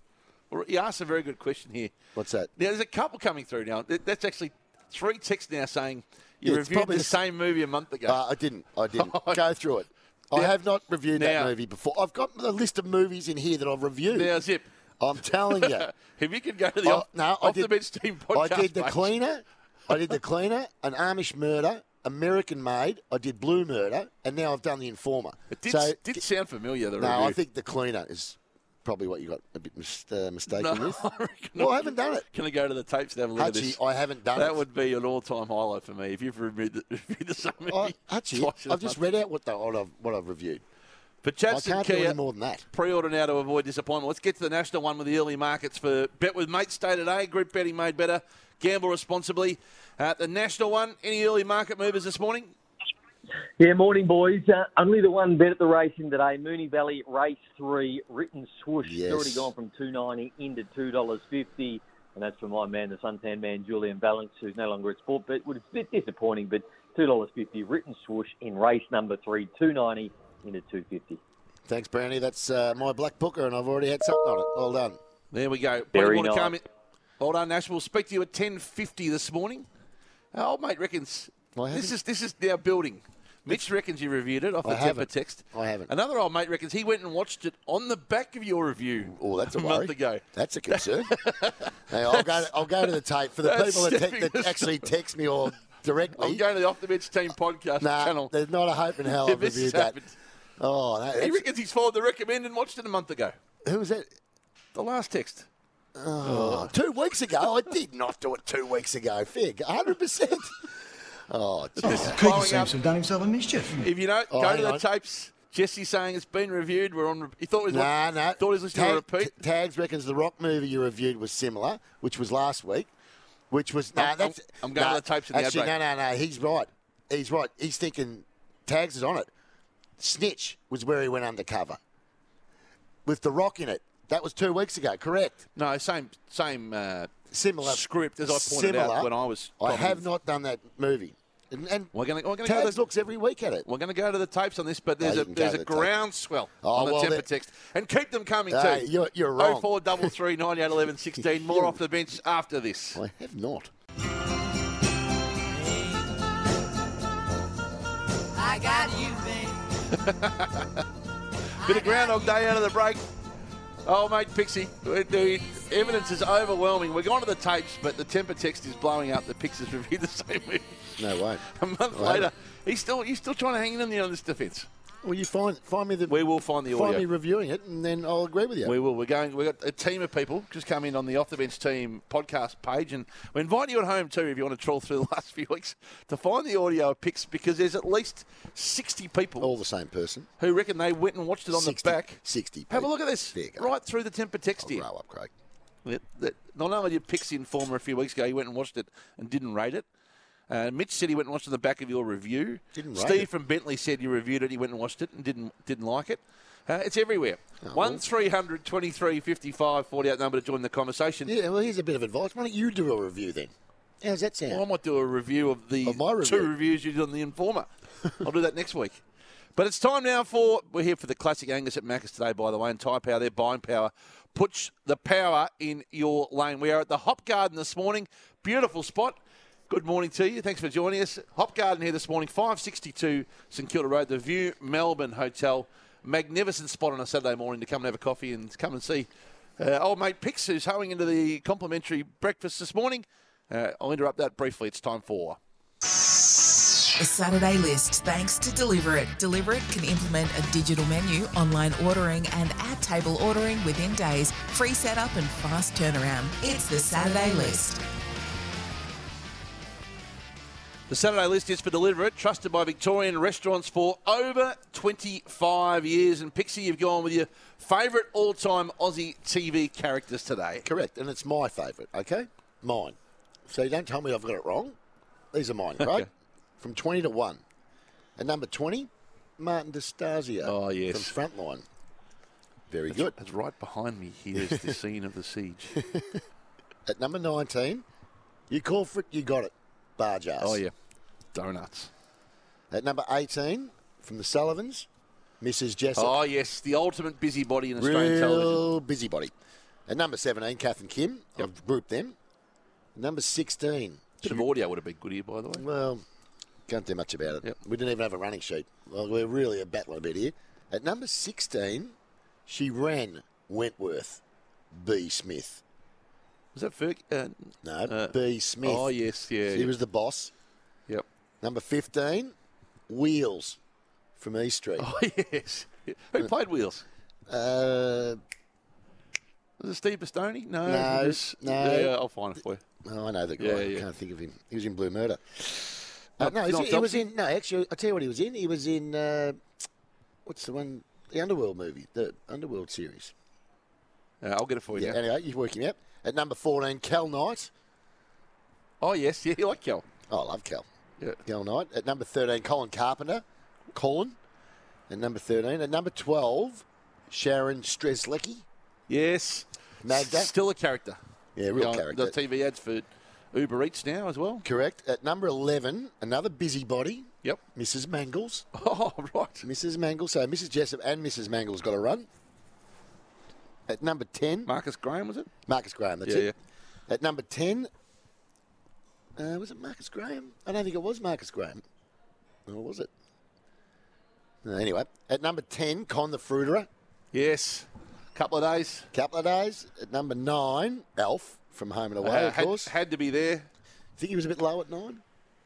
Speaker 4: Well, You asked a very good question here.
Speaker 5: What's that?
Speaker 4: Now, there's a couple coming through now. Th- That's actually three texts now saying you
Speaker 5: Yeah, it's
Speaker 4: reviewed
Speaker 5: probably
Speaker 4: the
Speaker 5: the-
Speaker 4: same movie a month ago.
Speaker 5: Uh, I didn't. I didn't go through it. I
Speaker 4: Now-
Speaker 5: have not reviewed that
Speaker 4: now-
Speaker 5: movie before. I've got a list of movies in here that I've reviewed.
Speaker 4: now, Zip,
Speaker 5: I'm telling you.
Speaker 4: if you could go to the
Speaker 5: Oh, I-
Speaker 4: off, off the bench team podcast,
Speaker 5: I did the
Speaker 4: page.
Speaker 5: cleaner. I did the cleaner, an Amish murder, American Made. I did Blue Murder, and now I've done the Informer.
Speaker 4: It did,
Speaker 5: so
Speaker 4: did sound familiar. The
Speaker 5: no,
Speaker 4: review.
Speaker 5: I think the cleaner is probably what you got a bit mis- uh, mistaken
Speaker 4: No,
Speaker 5: with.
Speaker 4: I reckon
Speaker 5: well, I
Speaker 4: I-
Speaker 5: haven't done it.
Speaker 4: Can I go to the tapes and have a look at
Speaker 5: Hutchie,
Speaker 4: this?
Speaker 5: I haven't done
Speaker 4: that
Speaker 5: it.
Speaker 4: would be an all-time highlight for me if you've reviewed the, reviewed the same movie.
Speaker 5: I, Hutchie,
Speaker 4: twice in a
Speaker 5: Oh, I've just
Speaker 4: month.
Speaker 5: read out what, the, what, I've, what I've reviewed.
Speaker 4: But
Speaker 5: I
Speaker 4: Chadson
Speaker 5: can't do
Speaker 4: Kia-
Speaker 5: any more than that.
Speaker 4: Pre-order now to avoid disappointment. Let's get to the national one with the early markets for Bet with Mates Day today. Group betting made better. Gamble responsibly. Uh, the national one. Any early market movers this morning?
Speaker 6: Yeah, morning, boys. Uh, only the one bet at the racing today, Mooney Valley Race 3, written swoosh.
Speaker 5: Yes.
Speaker 6: It's already gone from two ninety into $2.50. And that's for my man, the suntan man, Julian Balance, who's no longer at Sport Bet. Well, it's a bit disappointing, but $2.50 written swoosh in race number 3, 290 into 250
Speaker 5: Thanks, Brownie. That's uh, my black booker, and I've already had something on it. Well done.
Speaker 4: There we go.
Speaker 6: Very
Speaker 4: Bloody water
Speaker 6: nice.
Speaker 4: in. Hold on, Nash. We'll speak to you at ten fifty this morning. Our old mate reckons this
Speaker 5: I haven't.
Speaker 4: is this is now building. Mitch reckons you reviewed it off
Speaker 5: I
Speaker 4: the temper
Speaker 5: haven't.
Speaker 4: text.
Speaker 5: I haven't.
Speaker 4: Another old mate reckons he went and watched it on the back of your review.
Speaker 5: Oh, that's a, worry.
Speaker 4: month ago.
Speaker 5: That's a concern. Now, I'll go. I'll go to the tape for the
Speaker 4: That's
Speaker 5: people that,
Speaker 4: stepping
Speaker 5: te- that
Speaker 4: this-
Speaker 5: actually text me or directly.
Speaker 4: I'm going to the Off the Bench Team podcast
Speaker 5: nah,
Speaker 4: channel.
Speaker 5: there's not a hope in hell I've
Speaker 4: If this has
Speaker 5: reviewed that.
Speaker 4: happened.
Speaker 5: Oh, that,
Speaker 4: He
Speaker 5: that's-
Speaker 4: reckons he's followed the recommend and watched it a month ago.
Speaker 5: who was that?
Speaker 4: The last text.
Speaker 5: Oh, two weeks ago, I did not do it. Two weeks ago, fig, hundred percent. Oh, gee.
Speaker 4: This is
Speaker 7: Peter
Speaker 4: blowing up.
Speaker 7: seems to have done himself a mischief.
Speaker 4: If you don't
Speaker 5: Oh,
Speaker 4: go
Speaker 5: hang
Speaker 4: to the
Speaker 5: on.
Speaker 4: tapes, Jesse's saying it's been reviewed. We're on. re- He thought he was.
Speaker 5: nah,
Speaker 4: wa-
Speaker 5: nah.
Speaker 4: Thought he was listening
Speaker 5: Tag-
Speaker 4: to a repeat.
Speaker 5: T- Tags reckons the rock movie you reviewed was similar, which was last week, which was
Speaker 4: I'm-
Speaker 5: nah.
Speaker 4: I'm-
Speaker 5: That's
Speaker 4: I'm going to
Speaker 5: nah,
Speaker 4: the tapes in the ad
Speaker 5: Actually,
Speaker 4: break.
Speaker 5: no, no, no. He's right. He's right. He's thinking Tags is on it. Snitch was where he went undercover with the rock in it. That was two weeks ago. Correct.
Speaker 4: no, same same uh,
Speaker 5: Similar
Speaker 4: script as I pointed
Speaker 5: similar.
Speaker 4: out when I was.
Speaker 5: I have
Speaker 4: commenting.
Speaker 5: not done that movie, and, and
Speaker 4: We're going to. We're going to go
Speaker 5: Tags
Speaker 4: to.
Speaker 5: looks every week at it.
Speaker 4: We're going to go to the tapes on this, but there's
Speaker 5: Oh, you
Speaker 4: a
Speaker 5: can go
Speaker 4: there's
Speaker 5: to
Speaker 4: a
Speaker 5: the tape.
Speaker 4: groundswell
Speaker 5: Oh,
Speaker 4: on the
Speaker 5: well,
Speaker 4: temper
Speaker 5: there-
Speaker 4: text, and keep them coming
Speaker 5: Hey,
Speaker 4: too.
Speaker 5: you're- you're wrong.
Speaker 4: 0433 98 11 16. More off the bench after this.
Speaker 5: I have not.
Speaker 4: Bit of Groundhog Day out of the break. Oh, mate, Pixie, the- the evidence is overwhelming. We're going to the tapes, but the temper text is blowing up. The Pixies reviewed the same movie
Speaker 5: No way.
Speaker 4: a month
Speaker 5: Well,
Speaker 4: later. He's still he's still trying to hang in there on this defence.
Speaker 5: Well, you find find me the.
Speaker 4: We will find the
Speaker 5: Find
Speaker 4: audio.
Speaker 5: me reviewing it, and then I'll agree with you.
Speaker 4: We will. We're going. We've got a team of people just come in on the Off the Bench Team podcast page, and we invite you at home too if you want to trawl through the last few weeks to find the audio of picks because there's at least 60 people
Speaker 5: All the same person.
Speaker 4: who reckon they went and watched it on
Speaker 5: 60
Speaker 4: the back.
Speaker 5: 60
Speaker 4: Have a
Speaker 5: people.
Speaker 4: look at this.
Speaker 5: There you go.
Speaker 4: Right through the temper text here.
Speaker 5: Grow up, Craig.
Speaker 4: That, that not only did Pixie Informer a few weeks ago, he went and watched it and didn't rate it. Uh, Mitch said he went and watched it on the back of your review.
Speaker 5: Didn't rate
Speaker 4: Steve
Speaker 5: it.
Speaker 4: from Bentley said you reviewed it. He went and watched it and didn't didn't like it. Uh, it's everywhere.
Speaker 5: Oh,
Speaker 4: One 300 23 55 48 number to join the conversation.
Speaker 5: Yeah, well, here's a bit of advice. Why don't you do a review then? How's that sound?
Speaker 4: Well, I might do a review of the
Speaker 5: Of my review.
Speaker 4: two reviews you did on the Informer. I'll do that next week. But it's time now for we're here for the classic Angus at Macca's today, by the way, and Tyre Power, their buying power. Puts the power in your lane. We are at the Hop Garden this morning. Beautiful spot. Good morning to you. Thanks for joining us. Hop Garden here this morning, 562 St Kilda Road, the View Melbourne Hotel. Magnificent spot on a Saturday morning to come and have a coffee and come and see uh, old mate Pix, who's hoeing into the complimentary breakfast this morning. Uh, I'll interrupt that briefly. It's time for.
Speaker 3: The Saturday list, thanks to Deliver It. Deliver It can implement a digital menu, online ordering, and at table ordering within days. Free setup and fast turnaround. It's the Saturday list.
Speaker 4: The Saturday list is for Deliver It, trusted by Victorian restaurants for over 25 years. And Pixie, you've gone with your favourite all time Aussie TV characters today.
Speaker 5: Correct, and it's my favourite, okay? Mine. So you don't tell me I've got it wrong. These are mine, right? From 20 to 1. At number 20, Martin D'Estasio
Speaker 4: Oh, yes.
Speaker 5: from Frontline. Very
Speaker 4: That's,
Speaker 5: good.
Speaker 4: that's right behind me here is the scene of the siege.
Speaker 5: At number 19, you call for it, you got it. Bar jars.
Speaker 4: Oh, yeah. Donuts.
Speaker 5: At number 18, from the Sullivans, Mrs. Jessup.
Speaker 4: Oh, yes. The ultimate busybody in Australian television.
Speaker 5: Real busybody. At number 17, Kath and Kim. I've grouped them. Number 16.
Speaker 4: Bit of audio would have been good here, by the way.
Speaker 5: Well, can't do much about it.
Speaker 4: Yep.
Speaker 5: We didn't even have a running sheet. Well, we're really a battle a bit here. At number 16, she ran Wentworth. B. Smith.
Speaker 4: Was that Ferg? Uh,
Speaker 5: No,
Speaker 4: Uh,
Speaker 5: B. Smith.
Speaker 4: Oh, yes. Yeah.
Speaker 5: He was the boss.
Speaker 4: Yep.
Speaker 5: Number 15, Wheels from East Street.
Speaker 4: Oh, yes. Who played Wheels?
Speaker 5: Uh,
Speaker 4: Was it Steve Bastoni? No.
Speaker 5: No,
Speaker 4: it was-
Speaker 5: no.
Speaker 4: Yeah, I'll find it for you.
Speaker 5: oh, I know the guy.
Speaker 4: Yeah, yeah.
Speaker 5: I can't think of him. He was in Blue Murder. Uh,
Speaker 4: Not-
Speaker 5: no, he's
Speaker 4: not
Speaker 5: in- he was
Speaker 4: Dobson?
Speaker 5: in. No, actually, I'll tell you what he was in. He was in. Uh, what's the one? The Underworld movie, the Underworld series.
Speaker 4: Uh, I'll get it for you.
Speaker 5: Yeah.
Speaker 4: now.
Speaker 5: Anyway, you work him out. At number 14, Cal Knight.
Speaker 4: Oh, yes. Yeah, you like Cal.
Speaker 5: Oh, I love Cal.
Speaker 4: Yeah.
Speaker 5: Cal Knight. At number 13, Colin Carpenter. Colin. At number 13. At number 12, Sharon Streslecki.
Speaker 4: Yes.
Speaker 5: Magda.
Speaker 4: S- Still a character.
Speaker 5: Yeah, real
Speaker 4: Yeah, The
Speaker 5: character.
Speaker 4: TV ads for Uber Eats now as well.
Speaker 5: Correct. At number 11, another busybody,
Speaker 4: Yep.
Speaker 5: Mrs. Mangles.
Speaker 4: Oh, right.
Speaker 5: Mrs. Mangles. So Mrs. Jessup and Mrs. Mangles got a run. At number 10,
Speaker 4: Marcus Graham, was it?
Speaker 5: Marcus Graham, that's
Speaker 4: Yeah,
Speaker 5: it. At number 10, uh, was it Marcus Graham? I don't think it was Marcus Graham. Or was it? No, anyway, at number 10, Con the Fruiterer,
Speaker 4: Yes. Couple of days.
Speaker 5: couple of days. At number 9, Alf from Home and Away,
Speaker 4: Uh,
Speaker 5: of
Speaker 4: had,
Speaker 5: course.
Speaker 4: had to be there.
Speaker 5: think he was a bit low at 9?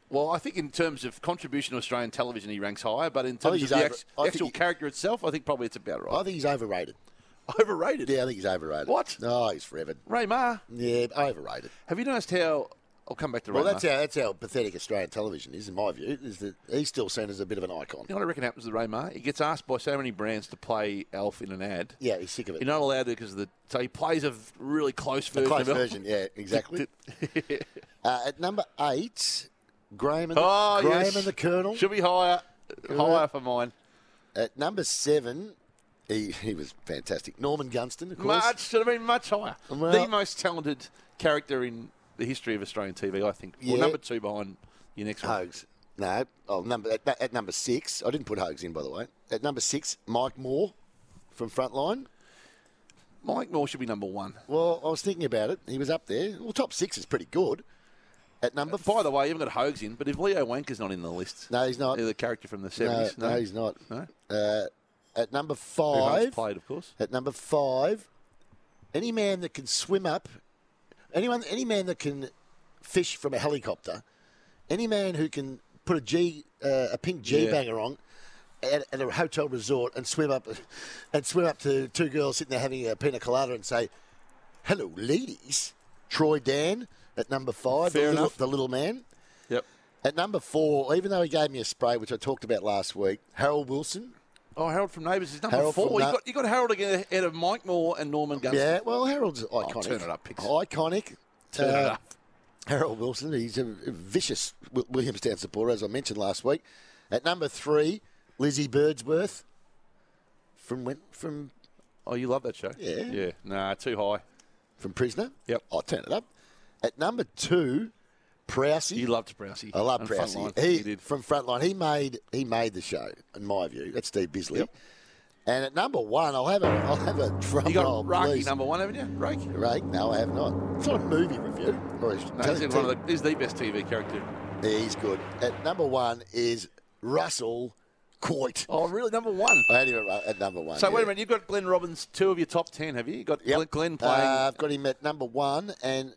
Speaker 4: Well, I think in terms of contribution to Australian television, he ranks higher. But in
Speaker 5: I think
Speaker 4: terms of
Speaker 5: he's
Speaker 4: the
Speaker 5: over-
Speaker 4: act-
Speaker 5: I think
Speaker 4: actual
Speaker 5: he-
Speaker 4: character itself, I think probably it's about
Speaker 5: I
Speaker 4: right.
Speaker 5: think he's overrated.
Speaker 4: Overrated.
Speaker 5: Yeah, I think he's overrated.
Speaker 4: What?
Speaker 5: Oh, he's forever.
Speaker 4: Ray Maher.
Speaker 5: Yeah, overrated.
Speaker 4: Have you noticed how? I'll come back to
Speaker 5: Well,
Speaker 4: Ray
Speaker 5: that's
Speaker 4: Maher.
Speaker 5: how that's how pathetic Australian television is, in my view. Is that he's still seen as a bit of an icon?
Speaker 4: You know what I reckon happens with Ray Maher? He gets asked by so many brands to play Alf in an ad.
Speaker 5: Yeah, he's sick of it.
Speaker 4: You're not allowed to because of the. So he plays a v- really close version.
Speaker 5: Close
Speaker 4: of Alf.
Speaker 5: version, yeah, exactly. uh, at number eight, Graham and the,
Speaker 4: Oh,
Speaker 5: Graham
Speaker 4: yes.
Speaker 5: and the Colonel.
Speaker 4: Should be higher. Higher for mine.
Speaker 5: At number seven, he, he was fantastic. Norman Gunston, of course.
Speaker 4: Much should have been much higher.
Speaker 5: Well-
Speaker 4: the most talented character in the history of Australian TV, I think. Well,
Speaker 5: Yeah.
Speaker 4: number two behind your next one.
Speaker 5: Hogs. No, oh, number at, at number six, I didn't put Hogs in by the way. At number six, Mike Moore from Frontline.
Speaker 4: Mike Moore should be number one.
Speaker 5: Well, I was thinking about it. He was up there. Well, top six is pretty good. At number
Speaker 4: By the way, you haven't got Hogs in, but if Leo Wanker's not in the list,
Speaker 5: No, he's not.
Speaker 4: the character from the
Speaker 5: No,
Speaker 4: seventies.
Speaker 5: no, he's not.
Speaker 4: No,
Speaker 5: Uh, at number
Speaker 4: Who Hogs
Speaker 5: five,
Speaker 4: played, of course.
Speaker 5: at number five, any man that can swim up, anyone, any man that can fish from a helicopter, any man who can put a G, uh, a pink G
Speaker 4: Yeah.
Speaker 5: banger on. At, at a hotel resort and swim up, and swim up to two girls sitting there having a pina colada and say, "Hello, ladies." Troy Dan at number five, the
Speaker 4: Fair
Speaker 5: little,
Speaker 4: enough.
Speaker 5: the little man.
Speaker 4: Yep.
Speaker 5: At number four, even though he gave me a spray, which I talked about last week, Harold Wilson.
Speaker 4: Oh, Harold from Neighbours is number
Speaker 5: Harold from
Speaker 4: four. You
Speaker 5: Na-
Speaker 4: got you got Harold again ahead of Mike Moore and Norman Gunston.
Speaker 5: Yeah, well, Harold's iconic.
Speaker 4: Oh, turn it up, Pix.
Speaker 5: Iconic. uh,
Speaker 4: Turn it up.
Speaker 5: Harold Wilson, he's a vicious Wi- Williamstown supporter, as I mentioned last week. At number three, Lizzie Birdsworth from Wen- from
Speaker 4: Oh, you love that show.
Speaker 5: Yeah.
Speaker 4: Yeah. Nah, too high.
Speaker 5: from Prisoner.
Speaker 4: Yep.
Speaker 5: I'll turn it up. At number two, Prousey.
Speaker 4: You loved Prousey.
Speaker 5: I love
Speaker 4: And
Speaker 5: Prousey.
Speaker 4: Frontline.
Speaker 5: He,
Speaker 4: You did.
Speaker 5: from Frontline. He made he made the show, in my view. That's Steve Bisley. And at number one, I'll have a I'll have a drum
Speaker 4: You got
Speaker 5: roll,
Speaker 4: Rocky
Speaker 5: please.
Speaker 4: number one, haven't you? Rocky.
Speaker 5: Right? No, I have not. It's not a movie review. Or it's
Speaker 4: No, he's, in one of the, he's the best TV character.
Speaker 5: Yeah, he's good. At number one is Russell Coit.
Speaker 4: Oh, really? Number one.
Speaker 5: I had him at, at number one.
Speaker 4: So
Speaker 5: yeah.
Speaker 4: wait a minute, you've got Glenn Robbins, two of your top ten, have you? You got
Speaker 5: Yep.
Speaker 4: Glenn playing.
Speaker 5: Uh, I've got him at number one and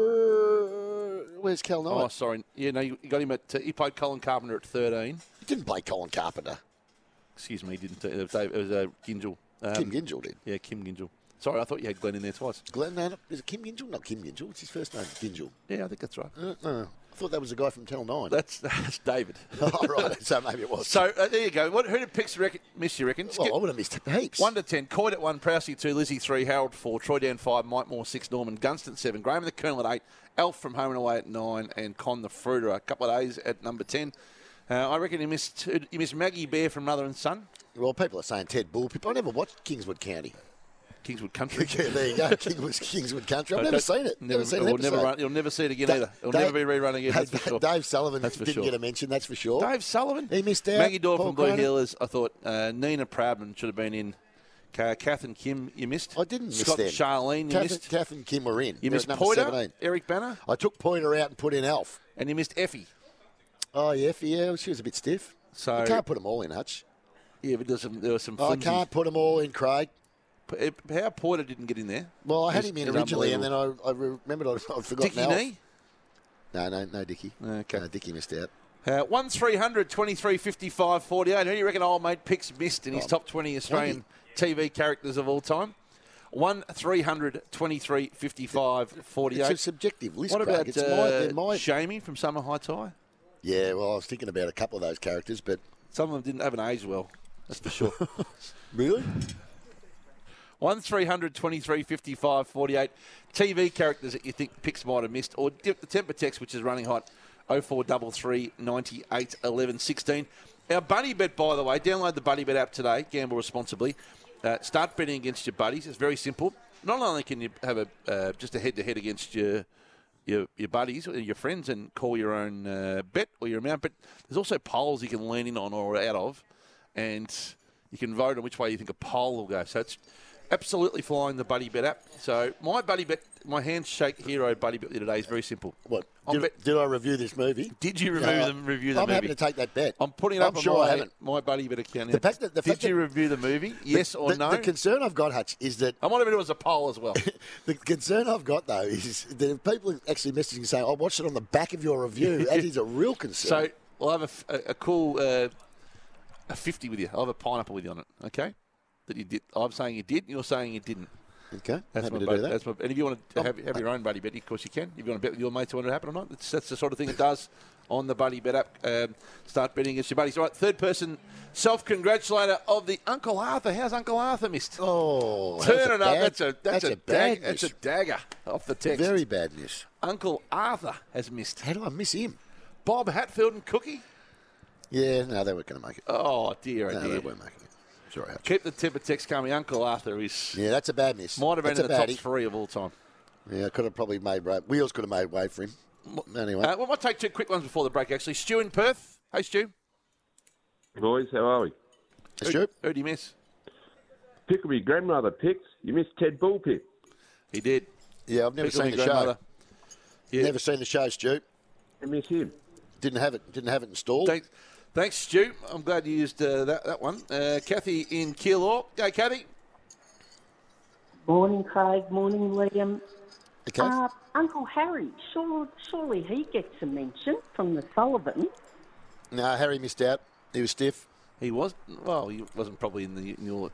Speaker 5: number. Where's Cal Knight?
Speaker 4: oh, sorry. Yeah, no, you you got him at. uh, He played Colin Carpenter at thirteen.
Speaker 5: He didn't play Colin Carpenter.
Speaker 4: Excuse me, didn't. It was, Dave- it was uh, Gingell. Um,
Speaker 5: Kim Gingell did.
Speaker 4: Yeah, Kim Gingell. Sorry, I thought you had Glenn in there twice.
Speaker 5: Glenn, no, no, is it Kim Gingell? Not Kim Gingell. It's his first name, Gingell.
Speaker 4: Yeah, I think that's right.
Speaker 5: Uh, uh, I thought that was the guy from Channel 9.
Speaker 4: That's that's David.
Speaker 5: oh, right, so maybe it was.
Speaker 4: so uh, there you go. What, who did picks reckon, miss? You reckon? Just
Speaker 5: well,
Speaker 4: get
Speaker 5: I would have missed heaps.
Speaker 4: One to ten. Coyd at one. Prousey two. Lizzie three. Harold four. Troy Dan five. Mike Moore six. Norman Gunston seven. Graham the Colonel at eight. Alf from Home and Away at nine. And Con the Fruiterer a couple of days at number ten. Uh, I reckon you missed you missed Maggie Bear from Mother and Son.
Speaker 5: Well, people are saying Ted Bullpip. I never watched Kingswood County.
Speaker 4: Kingswood Country.
Speaker 5: yeah, there you go. Kingswood, Kingswood Country. I've never seen it. Never, seen
Speaker 4: we'll
Speaker 5: it.
Speaker 4: never run, You'll never see it again either. It'll never be rerun again. that's for
Speaker 5: Dave,
Speaker 4: sure.
Speaker 5: Dave Sullivan
Speaker 4: That's for
Speaker 5: didn't
Speaker 4: sure.
Speaker 5: get a mention. That's for sure.
Speaker 4: Dave Sullivan.
Speaker 5: He missed out.
Speaker 4: Maggie Dorr
Speaker 5: Paul
Speaker 4: from Blue
Speaker 5: Cronin.
Speaker 4: Heelers. I thought uh, Nina Proudman should have been in. Ka- Kath and Kim, you missed.
Speaker 5: I didn't miss
Speaker 4: Scott
Speaker 5: them.
Speaker 4: and Charlene, you
Speaker 5: Kath,
Speaker 4: missed.
Speaker 5: Kath and Kim were in.
Speaker 4: you
Speaker 5: They're
Speaker 4: missed
Speaker 5: at number
Speaker 4: Poyter,
Speaker 5: 17.
Speaker 4: Eric Banner,
Speaker 5: I took Pointer out and put in Alf.
Speaker 4: and you missed Effie.
Speaker 5: Oh, yeah, for- yeah, she was a bit stiff.
Speaker 4: So-
Speaker 5: I can't put them all in, Hutch.
Speaker 4: Yeah, but there's some, there were some.
Speaker 5: I
Speaker 4: flimsy-
Speaker 5: can't put them all in, Craig.
Speaker 4: P- eh, How Porter didn't get in there?
Speaker 5: Well, I had
Speaker 4: Is-
Speaker 5: him in
Speaker 4: is
Speaker 5: originally, and then
Speaker 4: unbelievable.
Speaker 5: I, I remembered I'd, I'd forgotten
Speaker 4: Dickie
Speaker 5: Alf.
Speaker 4: Knee.
Speaker 5: No, no, no, Dickie.
Speaker 4: Okay.
Speaker 5: No, Dickie missed out.
Speaker 4: Uh, 1300, 23, 55, 48. Who do you reckon old mate picks missed in his top 20 Australian TV characters of all time? 1 300, 23, 55, 48.
Speaker 5: It's a subjective list,
Speaker 4: what
Speaker 5: Craig.
Speaker 4: about
Speaker 5: it's my,
Speaker 4: uh,
Speaker 5: my,
Speaker 4: Jamie from Summer High Tie?
Speaker 5: Yeah, well, I was thinking about a couple of those characters, but
Speaker 4: Some of them didn't have an age well, that's for sure.
Speaker 5: really,
Speaker 4: 1 300, 23, 55, 48. TV characters that you think picks might have missed, or dip the temper text, which is running oh hot 0433 98 11 16. Our bunny bet, by the way, download the bunny bet app today, gamble responsibly. Uh, start betting against your buddies. It's very simple. Not only can you have a uh, just a head to head against your your, your buddies or your friends and call your own uh, bet or your amount. But there's also polls you can lean in on or out of, and you can vote on which way you think a poll will go. So it's absolutely flying the buddy bet app. So my buddy bet, my handshake hero buddy bet today is very simple.
Speaker 5: what
Speaker 4: I'm
Speaker 5: did,
Speaker 4: bet-
Speaker 5: did I review this movie?
Speaker 4: did you review
Speaker 5: No,
Speaker 4: the review the
Speaker 5: I'm
Speaker 4: movie?
Speaker 5: happy to take that bet.
Speaker 4: I'm putting it
Speaker 5: I'm
Speaker 4: up on
Speaker 5: sure
Speaker 4: my,
Speaker 5: I haven't.
Speaker 4: my buddy bet account.
Speaker 5: The
Speaker 4: now.
Speaker 5: fact that- the
Speaker 4: Did
Speaker 5: fact
Speaker 4: you
Speaker 5: that-
Speaker 4: review the movie? Yes or
Speaker 5: the,
Speaker 4: no?
Speaker 5: The concern I've got, Hutch, is that
Speaker 4: I might even do it as a poll as well.
Speaker 5: the concern I've got though is that if people are actually messaging saying, "I watched it on the back of your review," that is a real concern.
Speaker 4: So we'll have a f- a, a cool uh, a fifty with you. I'll have a pineapple with you on it. Okay, that you did. I'm saying you did. You're saying you didn't.
Speaker 5: okay,
Speaker 4: That's
Speaker 5: happy
Speaker 4: my
Speaker 5: to
Speaker 4: buddy.
Speaker 5: do that. Oh,
Speaker 4: That's my, and if you want to have, have your own buddy bet, of course you can. If you want to bet with your mates, on it to happen or not, that's, that's the sort of thing it does on the buddy bet app. Um, start betting against your buddies. All right, third person self congratulator of the Uncle Arthur. How's Uncle Arthur missed?
Speaker 5: oh, that was
Speaker 4: Turn
Speaker 5: a
Speaker 4: it up.
Speaker 5: bad-
Speaker 4: That's a that's, a,
Speaker 5: bad
Speaker 4: dag- that's a
Speaker 5: miss.
Speaker 4: dagger off the text.
Speaker 5: very bad miss.
Speaker 4: Uncle Arthur has missed.
Speaker 5: How do I miss him?
Speaker 4: Bob Hatfield and Cookie.
Speaker 5: Yeah, no, they weren't going to make it.
Speaker 4: Oh dear, oh
Speaker 5: no,
Speaker 4: dear.
Speaker 5: they weren't making it. Sorry, Hutch.
Speaker 4: Keep the temper text coming. Uncle Arthur is
Speaker 5: Yeah, that's a bad miss.
Speaker 4: might have been
Speaker 5: that's
Speaker 4: in the
Speaker 5: a
Speaker 4: top
Speaker 5: baddie.
Speaker 4: three of all time.
Speaker 5: Yeah, could have probably made way. Wheels could have made way for him. Anyway,
Speaker 4: Uh, we might take two quick ones before the break. Actually, Stu in Perth. Hey, Stu.
Speaker 7: Boys, how are we?
Speaker 5: Stu,
Speaker 4: Who do you miss?
Speaker 7: Pickle, your grandmother picked. You missed Ted Bullpip.
Speaker 4: He did.
Speaker 5: yeah, I've never
Speaker 4: Pickle
Speaker 5: seen
Speaker 4: me
Speaker 5: the show.
Speaker 4: Yeah.
Speaker 5: Never seen the show, Stu.
Speaker 7: You missed him.
Speaker 5: Didn't have it. Didn't have it installed.
Speaker 4: Thanks, thanks, Stu. I'm glad you used uh, that that one. Uh, Kathy in Keilor. Go, Kathy.
Speaker 8: Morning, Craig. Morning, Liam.
Speaker 5: okay.
Speaker 8: Uh, Uncle Harry, sure, surely he gets a mention from the Sullivan.
Speaker 5: no, Harry missed out. He was stiff.
Speaker 4: He was well. He wasn't probably in the in your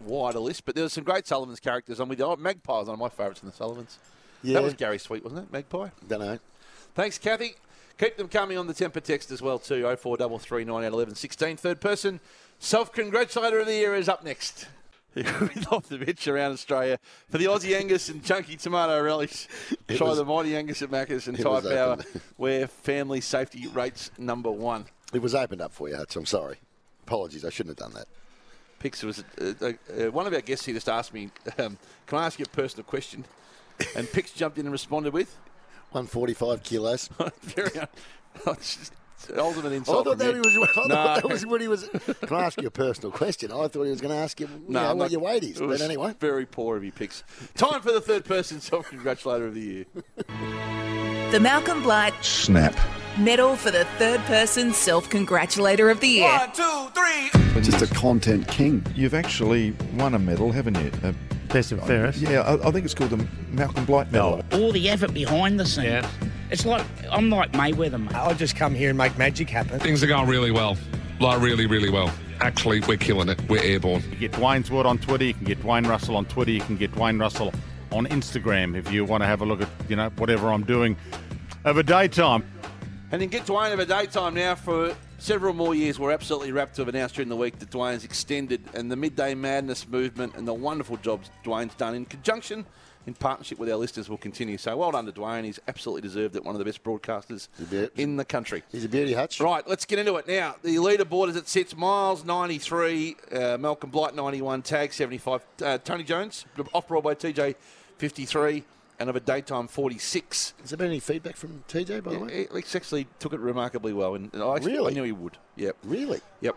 Speaker 4: wider list, but there was some great Sullivan's characters on with you. Oh, Magpie was one of my favourites in the Sullivans.
Speaker 5: Yeah,
Speaker 4: That was Gary Sweet, wasn't it? Magpie.
Speaker 5: don't know.
Speaker 4: Thanks, Kathy. Keep them coming on the temper text as well too. Oh four double three nine eight eleven sixteen. Third person self congratulator of the year is up next. With off the bench around Australia for the Aussie Angus and Chunky Tomato Rallies. Try
Speaker 5: was-
Speaker 4: the mighty Angus at Macca's and
Speaker 5: it
Speaker 4: Thai
Speaker 5: was
Speaker 4: Power,
Speaker 5: open.
Speaker 4: where family safety rates number one.
Speaker 5: It was opened up for you, Hutch. I'm sorry. Apologies. I shouldn't have done that.
Speaker 4: Pix was uh, uh, uh, one of our guests here just asked me, um, "Can I ask you a personal question?" And Pix jumped in and responded with,
Speaker 5: 145 kilos. I
Speaker 4: "Very, it's just ultimate insult."
Speaker 5: thought
Speaker 4: from
Speaker 5: that
Speaker 4: you.
Speaker 5: he was. Oh, I thought
Speaker 4: No.
Speaker 5: that was what he was. Can I ask you a personal question? I thought he was going to ask you, you know,
Speaker 4: I'm
Speaker 5: what
Speaker 4: not-
Speaker 5: your weight is.
Speaker 4: it was
Speaker 5: But anyway,
Speaker 4: very poor of you, Pix. Time for the third person self congratulator of the year.
Speaker 3: The Malcolm Blight
Speaker 9: Snap.
Speaker 3: medal for the third person self congratulator of the year.
Speaker 2: two, three.
Speaker 9: Just a content king. You've actually won a medal, haven't you? Uh,
Speaker 10: Best and fairest.
Speaker 9: yeah, I, I think it's called the Malcolm Blight
Speaker 11: Oh.
Speaker 9: Medal.
Speaker 12: all the effort behind the scenes. It's like I'm like Mayweather, mate.
Speaker 10: I'll just come here and make magic happen.
Speaker 7: Things are going really well. Like, really, really well. Actually, we're killing it. We're airborne.
Speaker 10: You get Dwayne's Word on Twitter. You can get Dwayne Russell on Twitter. You can get Dwayne Russell on Instagram if you want to have a look at you know whatever I'm doing over daytime.
Speaker 4: and then get Dwayne of a daytime now for several more years were absolutely wrapped to have announced during the week that Dwayne's extended and the midday madness movement and the wonderful jobs Dwayne's done in conjunction in partnership with our listeners will continue. So well done to Dwayne. He's absolutely deserved it. One of the best broadcasters in the country.
Speaker 5: He's a beauty, Hutch.
Speaker 4: Right, let's get into it now. The leaderboard as it sits: Miles ninety three, uh, Malcolm Blight ninety one, Tag seventy five, uh, Tony Jones off Broadway, TJ fifty three. And of a daytime 46.
Speaker 5: Has there been any feedback from TJ, by the way?
Speaker 4: He actually took it remarkably well, and and I, actually,
Speaker 5: Really?
Speaker 4: I knew he would. Yep.
Speaker 5: Really?
Speaker 4: Yep.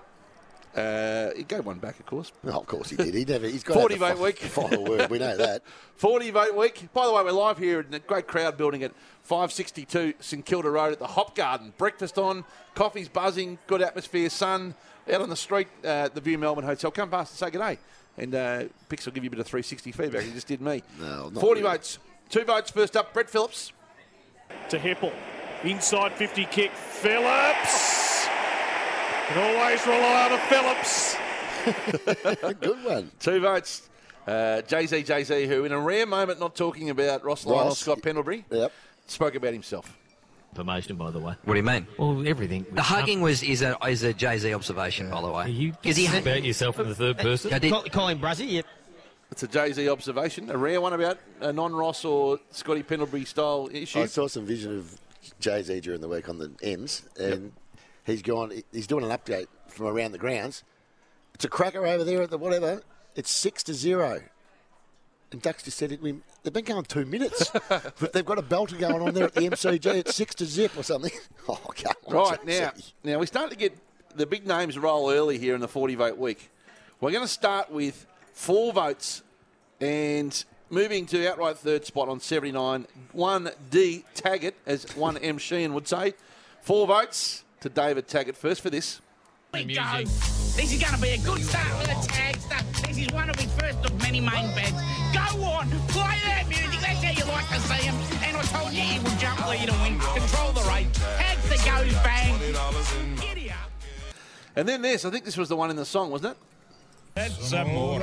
Speaker 4: Uh, he gave one back, of course.
Speaker 5: Oh, of course he did. He never. He's got to
Speaker 4: 40
Speaker 5: have the
Speaker 4: vote
Speaker 5: fi-
Speaker 4: week.
Speaker 5: Final word. We know that.
Speaker 4: 40 vote week. By the way, we're live here in a great crowd building at 562 St Kilda Road at the Hop Garden. Breakfast on, coffee's buzzing, good atmosphere, sun out on the street uh, at the View Melbourne Hotel. Come past and say good day. And uh, Pix will give you a bit of 360 feedback. He just did me.
Speaker 5: No, not
Speaker 4: 40 votes. Two votes first up, Brett Phillips.
Speaker 2: to Hippel. Inside 50 kick, Phillips. Can always rely on a Phillips.
Speaker 5: Good one.
Speaker 4: Two votes. Uh, Jay-Z, Jay-Z, who in a rare moment not talking about Ross Lyle,
Speaker 13: Ross.
Speaker 4: Scott Pendlebury,
Speaker 5: yep.
Speaker 4: spoke about himself.
Speaker 13: Information, by the way. What do you mean? Well, everything. The hugging was is a is a Jay Z observation, by the way. You
Speaker 14: about yourself in the third person?
Speaker 13: I did.
Speaker 14: Call, call him Brazzy, yep.
Speaker 4: It's a Jay Z observation, a rare one about a non Ross or Scotty Pendlebury style issue.
Speaker 5: I saw some vision of Jay Z during the week on the ends, and he's gone. He's doing an update from around the grounds. It's a cracker over there at the whatever. It's six to zero. And Ducks just said it. We, they've been going two minutes, but they've got a belter going on there at E the MCG. It's six to zip or something. Oh, come on,
Speaker 4: Right
Speaker 5: Jay-Z.
Speaker 4: now, now we start to get the big names roll early here in the 40 vote week. We're going to start with four votes and moving to outright third spot on 79. 1D Taggart, as 1M Sheehan would say. Four votes to David Taggart first for this.
Speaker 15: We go. This is going to be a good start with the tag stuff. This is one of his first of many main bets. Go on, play that music. That's how you like to see him. And I told you he will jump lead and win. Control the race. Tag the goes bang. Giddy up.
Speaker 4: And then this, I think this was the one in the song, wasn't it?
Speaker 2: That's amore.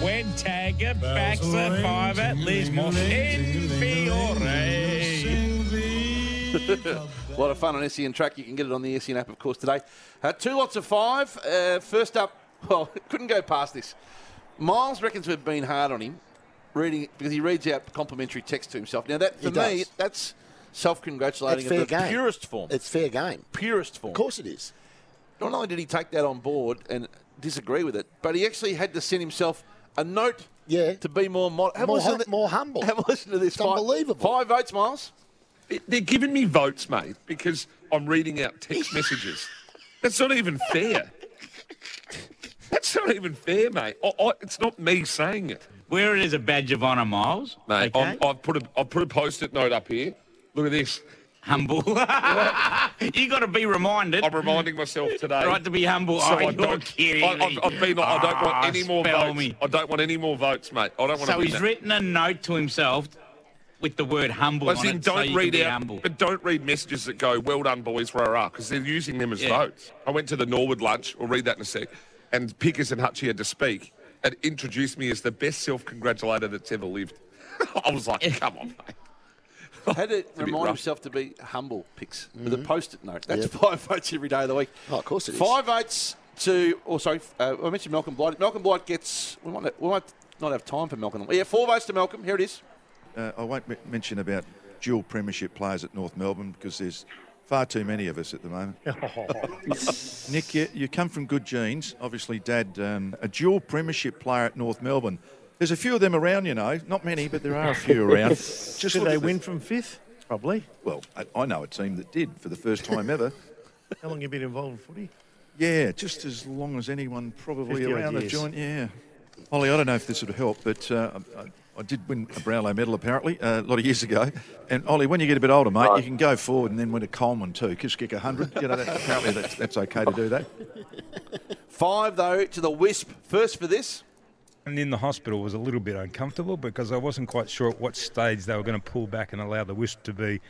Speaker 2: When Taggart backs the five at Lismore in Fiore.
Speaker 4: A lot of fun on SEN track. You can get it on the SEN app, of course, today. Uh, two lots of five. Uh, first up, well, couldn't go past this. Miles reckons we've been hard on him, reading because he reads out complimentary text to himself. Now that for
Speaker 5: He does.
Speaker 4: me, that's self-congratulating
Speaker 5: It's fair
Speaker 4: of the
Speaker 5: game.
Speaker 4: purest form.
Speaker 5: It's fair game.
Speaker 4: Purest form. Of
Speaker 5: course it is.
Speaker 4: Not only did he take that on board and disagree with it, but he actually had to send himself a note.
Speaker 5: Yeah.
Speaker 4: To be more mod- have a
Speaker 5: More
Speaker 4: listen
Speaker 5: hum-
Speaker 4: to thi-
Speaker 5: more humble.
Speaker 4: Have a listen to this.
Speaker 5: It's
Speaker 4: Five-
Speaker 5: unbelievable.
Speaker 4: Five votes, Miles.
Speaker 11: They're giving me votes, mate, because I'm reading out text messages. That's not even fair. That's not even fair, mate. I, I, it's not me saying it.
Speaker 15: Where it is a badge of honour, Miles.
Speaker 11: Mate, I'm, I've put a I've put a post-it note up here. Look at this.
Speaker 15: Humble. you got to be reminded.
Speaker 11: I'm reminding myself today.
Speaker 15: Right to be humble. Oh, you're kidding
Speaker 11: I, I've,
Speaker 15: me.
Speaker 11: I've been. Like, I don't
Speaker 15: Ah,
Speaker 11: want any more
Speaker 15: spell
Speaker 11: votes.
Speaker 15: me.
Speaker 11: I don't want any more votes, mate. I don't want
Speaker 15: So
Speaker 11: to.
Speaker 15: he's written a note to himself with the word humble
Speaker 11: As
Speaker 15: on
Speaker 11: in,
Speaker 15: it. so
Speaker 11: don't
Speaker 15: you can
Speaker 11: read
Speaker 15: be
Speaker 11: out,
Speaker 15: humble.
Speaker 11: but don't read messages that go, "Well done, boys, rah because they're using them as
Speaker 15: Yeah.
Speaker 11: votes. I went to the Norwood lunch. We'll read that in a sec. And Pickers and Hutchie had to speak and introduced me as the best self-congratulator that's ever lived. I was like, "Come on, mate."
Speaker 4: Had to
Speaker 11: bit
Speaker 4: remind
Speaker 11: rough.
Speaker 4: himself to be humble, picks with a post-it note. That's five votes every day of the week.
Speaker 5: Mm-hmm. Oh, of course it is.
Speaker 4: Five votes to, or sorry, uh, I mentioned Malcolm Blight. Malcolm Blight gets, we might, we might not have time for Malcolm. Yeah, four votes to Malcolm. Here it is.
Speaker 9: Uh, I won't m- mention about dual premiership players at North Melbourne because there's far too many of us at the moment. Nick, you, you come from good genes. Obviously, Dad, um, a dual premiership player at North Melbourne. There's a few of them around, you know. Not many, but there are a few around. Just
Speaker 16: Did
Speaker 9: look
Speaker 16: they
Speaker 9: at the-
Speaker 16: win from fifth? Probably.
Speaker 9: Well, I, I know a team that did for the first time ever.
Speaker 16: How long you been involved in footy?
Speaker 9: Yeah, just as long as anyone probably
Speaker 16: 50 odd
Speaker 9: around the
Speaker 16: years.
Speaker 9: joint. Yeah. Ollie, I don't know if this would help, but uh, I, I did win a Brownlow medal apparently uh, a lot of years ago. And Ollie, when you get a bit older, mate, you can go forward and then win a Coleman too. Just kick a hundred. You know, that, apparently that's, that's okay to do that.
Speaker 4: Five, though, to the Wisp. First for this.
Speaker 12: And in the hospital was a little bit uncomfortable because I wasn't quite sure at what stage they were going to pull back and allow the wisp to be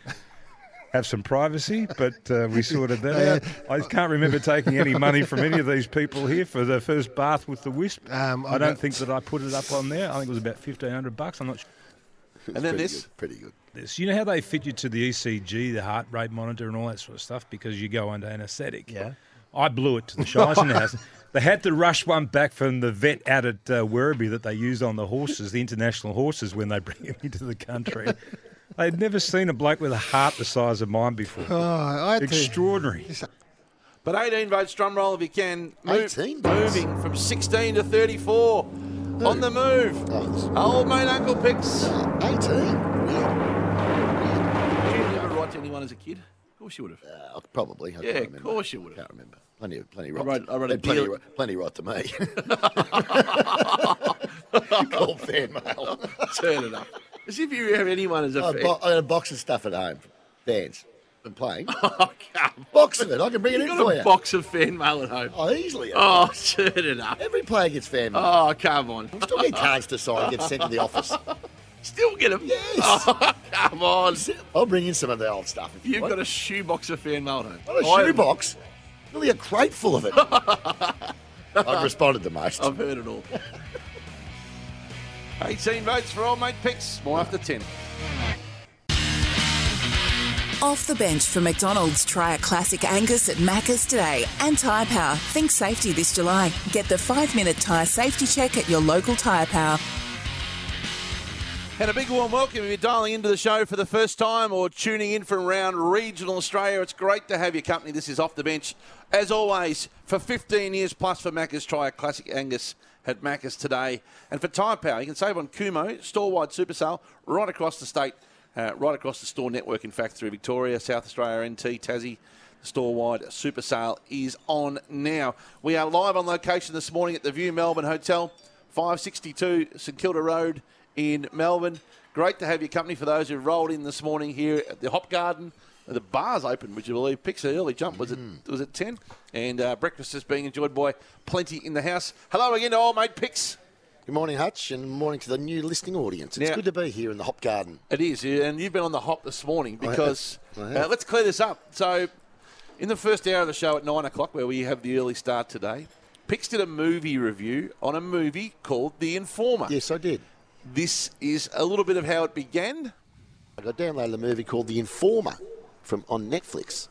Speaker 12: have some privacy. But uh, we sorted that out. I can't remember taking any money from any of these people here for the first bath with the wisp. I
Speaker 16: I'm
Speaker 12: don't
Speaker 16: not-
Speaker 12: think that I put it up on there. I think it was about fifteen hundred bucks. I'm not. sure.
Speaker 4: And then
Speaker 12: pretty
Speaker 4: this.
Speaker 5: Pretty good.
Speaker 17: this. You know how they fit you to the ECG, the heart rate monitor, and all that sort of stuff because you go under anaesthetic. Yeah. I blew it to the Shison House. They had to rush one back from the vet out at uh, Werribee that they use on the horses, the international horses, when they bring him into the country. They'd never seen a bloke with a heart the size of mine before.
Speaker 4: Oh, I tell you.
Speaker 17: Extraordinary.
Speaker 4: But 18 votes, drum roll if you can. Move,
Speaker 5: 18 votes?
Speaker 4: moving from 16 to 34. On the move.
Speaker 5: Oh,
Speaker 4: Old mate Uncle Picks.
Speaker 5: 18.
Speaker 4: Did you ever write to anyone as a kid? Of course you would have.
Speaker 5: Uh, Oh, Probably.
Speaker 4: yeah,
Speaker 5: I can't
Speaker 4: of
Speaker 5: remember.
Speaker 4: course you would have.
Speaker 5: Can't remember. Plenty, of, plenty
Speaker 4: I
Speaker 5: right.
Speaker 4: wrote- I wrote a
Speaker 5: had plenty,
Speaker 4: deal-
Speaker 5: ri- plenty right to me. Called fan mail.
Speaker 4: Turn it up. As if you have anyone as a
Speaker 5: I,
Speaker 4: fan.
Speaker 5: bo- I had a box of stuff at home, fans, and playing. box of it. I can bring it
Speaker 4: Oh, you
Speaker 5: in
Speaker 4: got
Speaker 5: for
Speaker 4: a
Speaker 5: you.
Speaker 4: box of fan mail at home.
Speaker 5: Oh, easily.
Speaker 4: Oh, turn it up.
Speaker 5: Every player gets fan mail.
Speaker 4: Oh, come on.
Speaker 5: We still get cards to sign and get sent to the office.
Speaker 4: Still get them?
Speaker 5: Yes.
Speaker 4: come on.
Speaker 5: I'll bring in some of the old stuff. If you
Speaker 4: You've
Speaker 5: want.
Speaker 4: got a shoebox of fan mail at home.
Speaker 5: Not a
Speaker 4: I-
Speaker 5: shoebox. Really a crate full of it. I've responded the most.
Speaker 4: I've heard it all. 18 votes for old mate Picks. More after 10.
Speaker 3: Off the bench for McDonald's, try a classic Angus at Macca's today. And Tyre Power, think safety this July. Get the five minute tyre safety check at your local Tyre Power.
Speaker 4: And a big warm welcome if you're dialing into the show for the first time or tuning in from around regional Australia. It's great to have your company. This is Off the Bench. As always, for 15 years plus for Macca's, try a classic Angus at Macca's today. And for Tyre Power, you can save on Kumo, store-wide super sale, right across the state, uh, right across the store network, in fact, through Victoria, South Australia, NT, Tassie. Store wide super sale is on now. We are live on location this morning at the View Melbourne Hotel, 562 St Kilda Road in Melbourne. Great to have your company for those who rolled in this morning here at the Hop Garden. The bar's open, would you believe? Picks an early jump. Was it was it ten? And uh, breakfast is being enjoyed by plenty in the house. Hello again to old mate Picks.
Speaker 5: Good morning, Hutch, and morning to the new listening audience. It's
Speaker 4: Now-
Speaker 5: good to be here in the Hop Garden.
Speaker 4: It is, yeah, and you've been on the hop this morning
Speaker 5: I have.
Speaker 4: because
Speaker 5: I have.
Speaker 4: uh, let's clear this up. So, in the first hour of the show at nine o'clock, where we have the early start today, Pix did a movie review on a movie called The Informer.
Speaker 5: Yes, I did.
Speaker 4: This is a little bit of how it began.
Speaker 5: I downloaded a movie called The Informer from on Netflix,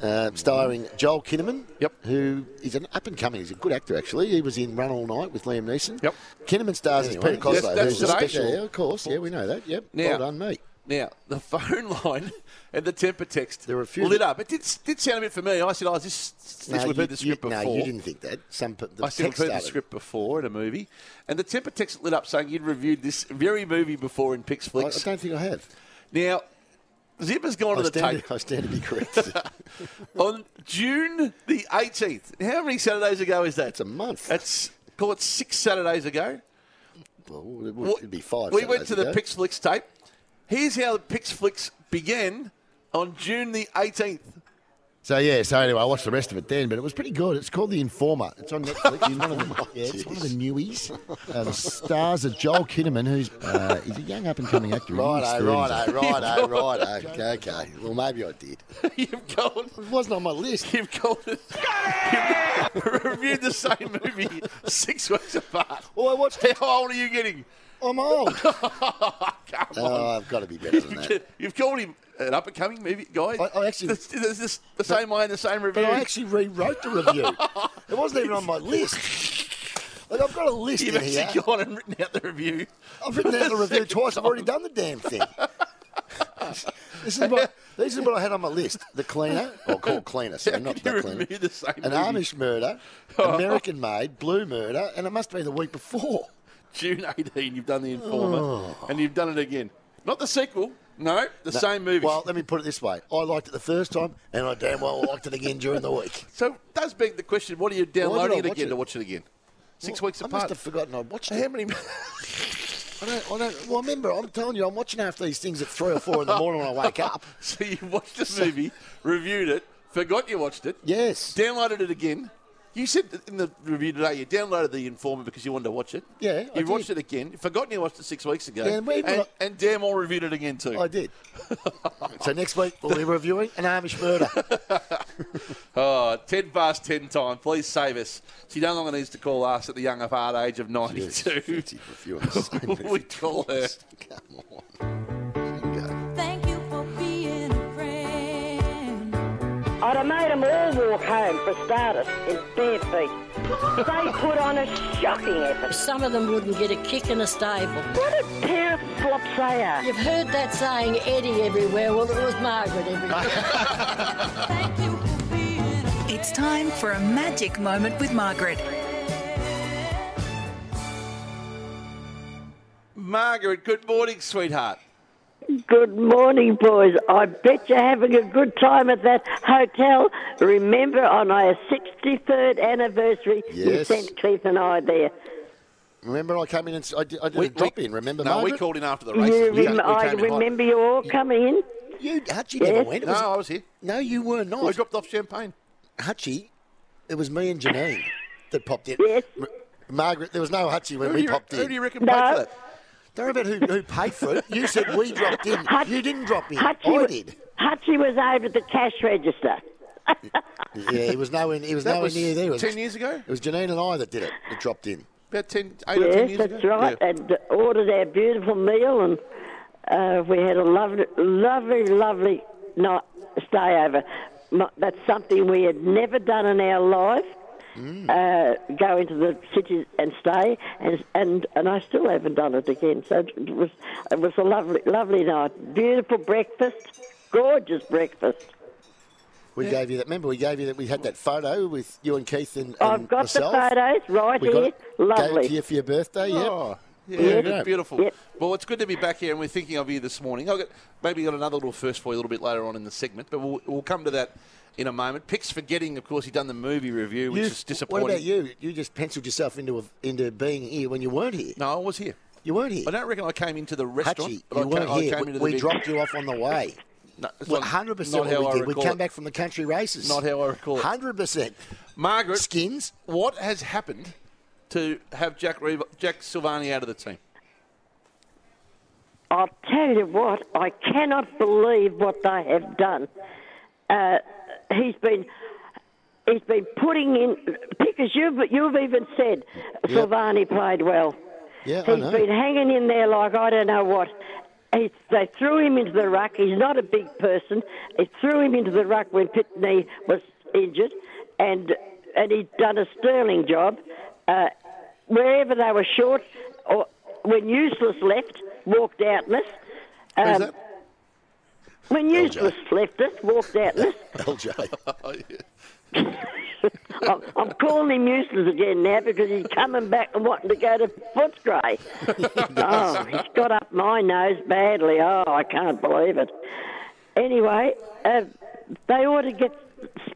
Speaker 5: uh, starring Joel Kinnaman. Yep. Who is an up and coming. He's a good actor actually. He was in Run All Night with Liam Neeson. Yep. Kinnaman stars
Speaker 4: Anyway,
Speaker 5: as Peter Coslow,
Speaker 4: yes, that's
Speaker 5: who's a
Speaker 4: today.
Speaker 5: special. Yeah, of course. Yeah, we know that. Yep.
Speaker 4: Now-
Speaker 5: well done, mate.
Speaker 4: Now, the phone line and the temper text there were a
Speaker 5: few-
Speaker 4: lit up. It did, did sound a bit familiar. I said, oh, is this, this we've
Speaker 5: you-
Speaker 4: heard the script
Speaker 5: you,
Speaker 4: before.
Speaker 5: No, you didn't think that. Some p- the
Speaker 4: I said I've
Speaker 5: text
Speaker 4: heard the
Speaker 5: started.
Speaker 4: script before in a movie, and the temper text lit up saying you'd reviewed this very movie before in Pix
Speaker 5: I, I
Speaker 4: Flicks.
Speaker 5: don't think I have.
Speaker 4: Now, Zipper's gone
Speaker 5: I
Speaker 4: to the
Speaker 5: stand,
Speaker 4: tape
Speaker 5: I stand to be corrected.
Speaker 4: on June the 18th. How many Saturdays ago is that? It's
Speaker 5: a month.
Speaker 4: That's call it six Saturdays ago.
Speaker 5: well, it
Speaker 4: Well,
Speaker 5: would be five.
Speaker 4: we went
Speaker 5: Saturdays
Speaker 4: to the
Speaker 5: ago.
Speaker 4: Pix Flicks tape. Here's how the Pix Flicks began on June the 18th.
Speaker 5: So yeah, so anyway, I watched the rest of it then, but it was pretty good. It's called The Informer. It's on Netflix. It's one of
Speaker 4: Oh,
Speaker 5: the, yeah, it's one of the newies. Uh, the stars are Joel Kinnaman, who's uh, he's a young up and coming actor.
Speaker 4: Righto, righto, righto, righto.
Speaker 5: Okay, okay. Well, maybe I did.
Speaker 4: You've gone.
Speaker 5: It wasn't on my list.
Speaker 4: You've gone. You've reviewed the same movie six weeks apart.
Speaker 5: Well, I watched.
Speaker 4: How old are you getting?
Speaker 5: I'm old.
Speaker 4: on.
Speaker 5: Oh, I've got to be better than that.
Speaker 4: You've called him an up and coming movie guy.
Speaker 5: I, I actually.
Speaker 4: This- this- this- the same way in the same review.
Speaker 5: But I actually rewrote the review. It wasn't even on my list. Like, I've got a list
Speaker 4: You've
Speaker 5: in
Speaker 4: actually
Speaker 5: here.
Speaker 4: gone and written out the review.
Speaker 5: I've written out the review twice. I've already done the damn thing. this is what this is what I had on my list: the cleaner, or called cleaner, so
Speaker 4: How
Speaker 5: not
Speaker 4: could you
Speaker 5: the cleaner.
Speaker 4: review the same
Speaker 5: An
Speaker 4: movie?
Speaker 5: Amish murder, American made, blue murder, and it must have been the week before.
Speaker 4: June 18, you've done The Informer,
Speaker 5: Oh.
Speaker 4: and you've done it again. Not the sequel, no, the
Speaker 5: No,
Speaker 4: same movie.
Speaker 5: Well, let me put it this way: I liked it the first time, and I damn well liked it again during the week.
Speaker 4: so does beg the question, what are you
Speaker 5: did I
Speaker 4: downloading it
Speaker 5: watch
Speaker 4: again
Speaker 5: it?
Speaker 4: to watch it again? Six
Speaker 5: Well,
Speaker 4: weeks
Speaker 5: I
Speaker 4: apart.
Speaker 5: must have forgotten I watched it.
Speaker 4: How many?
Speaker 5: I don't, I don't. Well, remember, I'm telling you, I'm watching half these things at three or four in the morning when I wake up.
Speaker 4: So you watched the movie, reviewed it, forgot you watched it.
Speaker 5: Yes.
Speaker 4: Downloaded it again. You said that in the review today you downloaded The Informer because you wanted to watch it.
Speaker 5: Yeah,
Speaker 4: You
Speaker 5: I did.
Speaker 4: watched it again, forgotten you watched it six weeks ago.
Speaker 5: Yeah, and when
Speaker 4: and,
Speaker 5: I-
Speaker 4: and damn well reviewed it again too.
Speaker 5: I did. so next week we'll be reviewing an Amish murder.
Speaker 4: Oh, 10 past 10 time. Please save us. She no longer needs to call us at the young of hard age of 92.
Speaker 5: If you're on the same
Speaker 4: we call her.
Speaker 5: Thank
Speaker 18: I'd have made them all walk home for starters in bare feet. They put on a shocking effort.
Speaker 19: Some of them wouldn't get a kick in a stable.
Speaker 18: What a pair of flops they are.
Speaker 19: You've heard that saying, Eddie everywhere. Well, it was Margaret everywhere.
Speaker 3: It's time for a magic moment with Margaret.
Speaker 4: Margaret, good morning, sweetheart.
Speaker 18: Good morning, boys. I bet you're having a good time at that hotel. Remember, on our 63rd anniversary, you
Speaker 5: Yes.
Speaker 18: sent Keith and I there.
Speaker 5: Remember, I came in and s- I did, I did
Speaker 18: We-
Speaker 5: a drop in. Remember,
Speaker 4: no, we
Speaker 5: Margaret?
Speaker 4: called in after the
Speaker 18: You rem- I remember you all coming in.
Speaker 5: You, Hutchie never went. It
Speaker 4: No, I was here.
Speaker 5: No, you were not. I dropped
Speaker 4: off champagne.
Speaker 5: Hutchie, it was me and Janine that popped in.
Speaker 18: Yes.
Speaker 5: Margaret, there was no Hutchie when
Speaker 4: Who do
Speaker 5: we
Speaker 4: you-
Speaker 5: popped in.
Speaker 4: who do you reckon No. paid for that?
Speaker 5: Don't worry about who, who paid for it. You said we dropped in. you didn't drop in.
Speaker 18: Hutchie,
Speaker 5: I
Speaker 18: wa-
Speaker 5: did.
Speaker 18: Hutchie was over at the cash register.
Speaker 5: Yeah, he was nowhere. He was
Speaker 18: That
Speaker 5: nowhere
Speaker 18: was
Speaker 5: near there. It was-
Speaker 18: 10
Speaker 4: years ago.
Speaker 5: It was Janine and I that did it. That dropped in.
Speaker 4: About 10,
Speaker 18: yes, that's right. And ordered our beautiful meal, and uh, we had a lovely, lovely, lovely night stay over. M- That's something we had never done in our life. Uh, go into the city and stay, and and and I still haven't done it again. So it was it was a lovely, lovely night. Beautiful breakfast, gorgeous breakfast.
Speaker 5: We gave you that. Remember, we gave you that. We had that photo with you and Keith and, and
Speaker 18: I've got
Speaker 5: myself.
Speaker 18: the photos right
Speaker 5: we got
Speaker 18: here.
Speaker 5: it. Gave it
Speaker 18: Lovely.
Speaker 5: to you for your birthday. Yep.
Speaker 4: Oh, yeah,
Speaker 5: There you
Speaker 4: good,
Speaker 5: go.
Speaker 4: beautiful. Well, it's good to be back here, and we're thinking of you this morning. I've got, maybe got another little first for you a little bit later on in the segment, but we'll, we'll come to that in a moment. Picks forgetting, of course, he done the movie review, which
Speaker 5: You-
Speaker 4: is disappointing.
Speaker 5: What about you? You just penciled yourself into a, into being here when you weren't here.
Speaker 4: No, I was here.
Speaker 5: You weren't here.
Speaker 4: I don't reckon I came into the restaurant.
Speaker 5: Hutchie,
Speaker 4: but
Speaker 5: you
Speaker 4: I
Speaker 5: weren't
Speaker 4: came, I
Speaker 5: here.
Speaker 4: came
Speaker 5: We-
Speaker 4: into the
Speaker 5: we
Speaker 4: big-
Speaker 5: dropped you off on the way.
Speaker 4: No, it's
Speaker 5: Well,
Speaker 4: not-
Speaker 5: hundred
Speaker 4: not
Speaker 5: percent.
Speaker 4: how
Speaker 5: We
Speaker 4: I
Speaker 5: did. We
Speaker 4: recall
Speaker 5: come
Speaker 4: it.
Speaker 5: back from the country races.
Speaker 4: Not how I recall it.
Speaker 5: Hundred percent.
Speaker 4: Margaret
Speaker 5: Skins.
Speaker 4: What has happened to have Jack Reeve, Jack Silvani out of the team?
Speaker 18: I'll tell you what, I cannot believe what they have done. Uh, he's been he's been putting in because you've you've even said Silvani played well.
Speaker 5: Yeah, I
Speaker 18: He's
Speaker 5: know.
Speaker 18: been hanging in there like I don't know what. He, they threw him into the ruck. He's not a big person. They threw him into the ruck when Pitney was injured, and and he'd done a sterling job. Uh, wherever they were short, or when useless left, walked out. Miss.
Speaker 4: Who's
Speaker 18: Um, when useless left us, walked out. Miss.
Speaker 4: LJ.
Speaker 18: I'm, I'm calling him useless again now because he's coming back and wanting to go to Footscray. oh, he's got up my nose badly. Oh, I can't believe it. Anyway, uh, they ought to get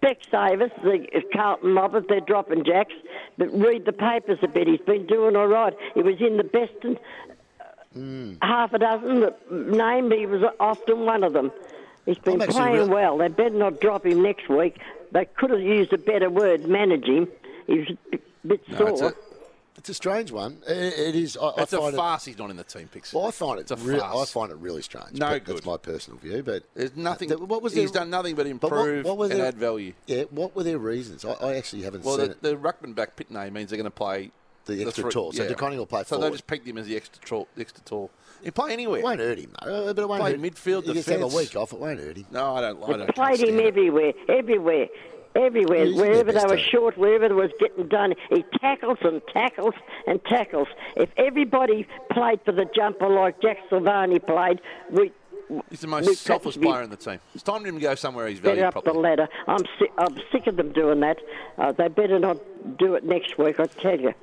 Speaker 18: Specsavers, the Carlton mobbers, they're dropping Jacks, but read the papers a bit. He's been doing all right. He was in the best and
Speaker 10: Hmm.
Speaker 18: half a dozen that named he was often one of them. He's been
Speaker 5: I'm actually
Speaker 18: playing
Speaker 5: real-
Speaker 18: well. They better not drop him next week. They could have used a better word, manage him. He's a bit
Speaker 5: No, it's
Speaker 18: sore.
Speaker 5: a- It's a strange one. I- it is. I,
Speaker 4: It's
Speaker 5: I
Speaker 4: a
Speaker 5: find
Speaker 4: farce. He's not in the team, Pixie.
Speaker 5: It, well, I find it.
Speaker 4: It's a
Speaker 5: real- I
Speaker 4: farce.
Speaker 5: find it really strange.
Speaker 4: No
Speaker 5: but
Speaker 4: good.
Speaker 5: That's my personal view. But
Speaker 4: There's nothing.
Speaker 5: Th- what was
Speaker 4: he's
Speaker 5: their-
Speaker 4: done nothing but
Speaker 5: But
Speaker 4: improve
Speaker 5: were
Speaker 4: and
Speaker 5: their-
Speaker 4: add value.
Speaker 5: Yeah. What were their reasons? I, I actually haven't
Speaker 4: Well,
Speaker 5: seen
Speaker 4: the,
Speaker 5: it.
Speaker 4: the ruckman back pit name means they're going to play
Speaker 5: The extra
Speaker 4: three-
Speaker 5: tall. So
Speaker 4: yeah.
Speaker 5: DeConning will play
Speaker 4: So they
Speaker 5: forward.
Speaker 4: just picked him as the extra tall. The extra tall. He can play anywhere.
Speaker 5: It won't hurt him. Though. Uh, But it won't
Speaker 4: play
Speaker 5: hurt.
Speaker 4: midfield.
Speaker 5: He
Speaker 4: defence.
Speaker 5: gets to have a week off. It won't hurt him.
Speaker 4: No, I don't. I
Speaker 18: They
Speaker 4: don't.
Speaker 18: played him everywhere, everywhere, everywhere.
Speaker 5: He's in
Speaker 18: wherever
Speaker 5: their
Speaker 18: they
Speaker 5: best
Speaker 18: were
Speaker 5: eight.
Speaker 18: short, wherever they was getting done, he tackles and tackles and tackles. If everybody played for the jumper like Jack Silvani played, we
Speaker 4: He's the
Speaker 18: we
Speaker 4: most selfish
Speaker 18: couldn't be
Speaker 4: player in the team. It's time for him to go somewhere he's
Speaker 18: Better
Speaker 4: valued
Speaker 18: up the
Speaker 4: properly.
Speaker 18: ladder. I'm sick. I'm sick of them doing that. Uh, they better not do it next week. I tell you.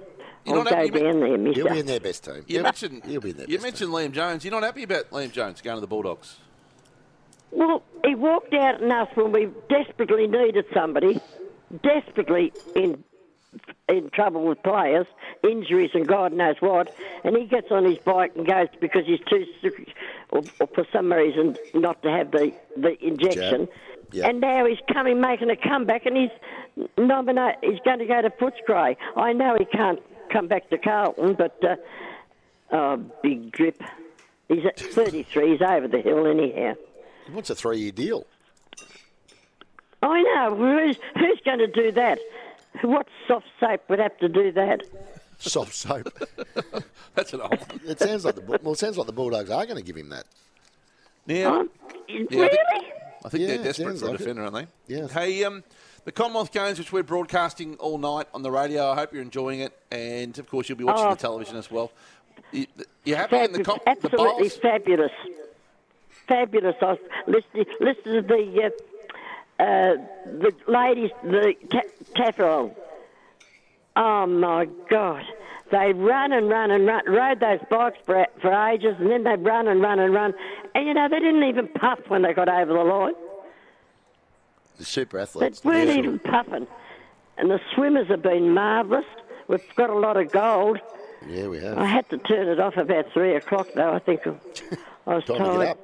Speaker 4: You're
Speaker 18: I'll
Speaker 4: not
Speaker 18: go
Speaker 4: happy- you
Speaker 18: down
Speaker 4: mean-
Speaker 18: there, Mister.
Speaker 5: He'll be in their best team.
Speaker 4: You
Speaker 5: He'll-
Speaker 4: mentioned
Speaker 5: He'll be in their
Speaker 4: you
Speaker 5: best
Speaker 4: mentioned Liam Jones. You're not happy about Liam Jones going to the Bulldogs.
Speaker 18: Well, he walked out on us when we desperately needed somebody, desperately in in trouble with players, injuries, and God knows what. And he gets on his bike and goes because he's too sick, or, or for some reason, not to have the the injection.
Speaker 20: Yeah.
Speaker 18: And now he's coming, making a comeback, and he's nominate. He's going to go to Footscray. I know he can't come back to Carlton, but uh, oh, big drip. He's at 33. He's over the hill anyhow.
Speaker 5: He wants a three-year deal.
Speaker 18: I know. Who's, who's going to do that? What soft soap would have to do that?
Speaker 5: Soft soap.
Speaker 4: That's an old one.
Speaker 5: It sounds like the Bull- well. It sounds like the Bulldogs are going to give him that.
Speaker 4: Now,
Speaker 18: Um, really?
Speaker 4: I think, I think
Speaker 5: Yeah,
Speaker 4: they're desperate
Speaker 5: sounds
Speaker 4: for a
Speaker 5: like it.
Speaker 4: defender, aren't they?
Speaker 5: Yeah.
Speaker 4: Hey, um, the Commonwealth Games, which we're broadcasting all night on the radio. I hope you're enjoying it, and of course you'll be watching the
Speaker 18: Oh.
Speaker 4: television as well. You, you happy in the, com- the
Speaker 18: absolutely
Speaker 4: bowls?
Speaker 18: fabulous, fabulous. I was listening, listening to the uh, uh, the ladies, the ca- Taffarel. Oh my God! They run and run and run, rode those bikes for, for ages, and then they'd run and run and run, and you know they didn't even puff when they got over the line.
Speaker 5: The super
Speaker 18: They
Speaker 5: athletes.
Speaker 18: weren't
Speaker 5: Yeah.
Speaker 18: even puffing, and the swimmers have been marvellous. We've got a lot of gold.
Speaker 5: Yeah, we have.
Speaker 18: I had to turn it off about three o'clock, though. I think I
Speaker 5: Time
Speaker 18: was
Speaker 5: to get
Speaker 18: tired.
Speaker 5: up.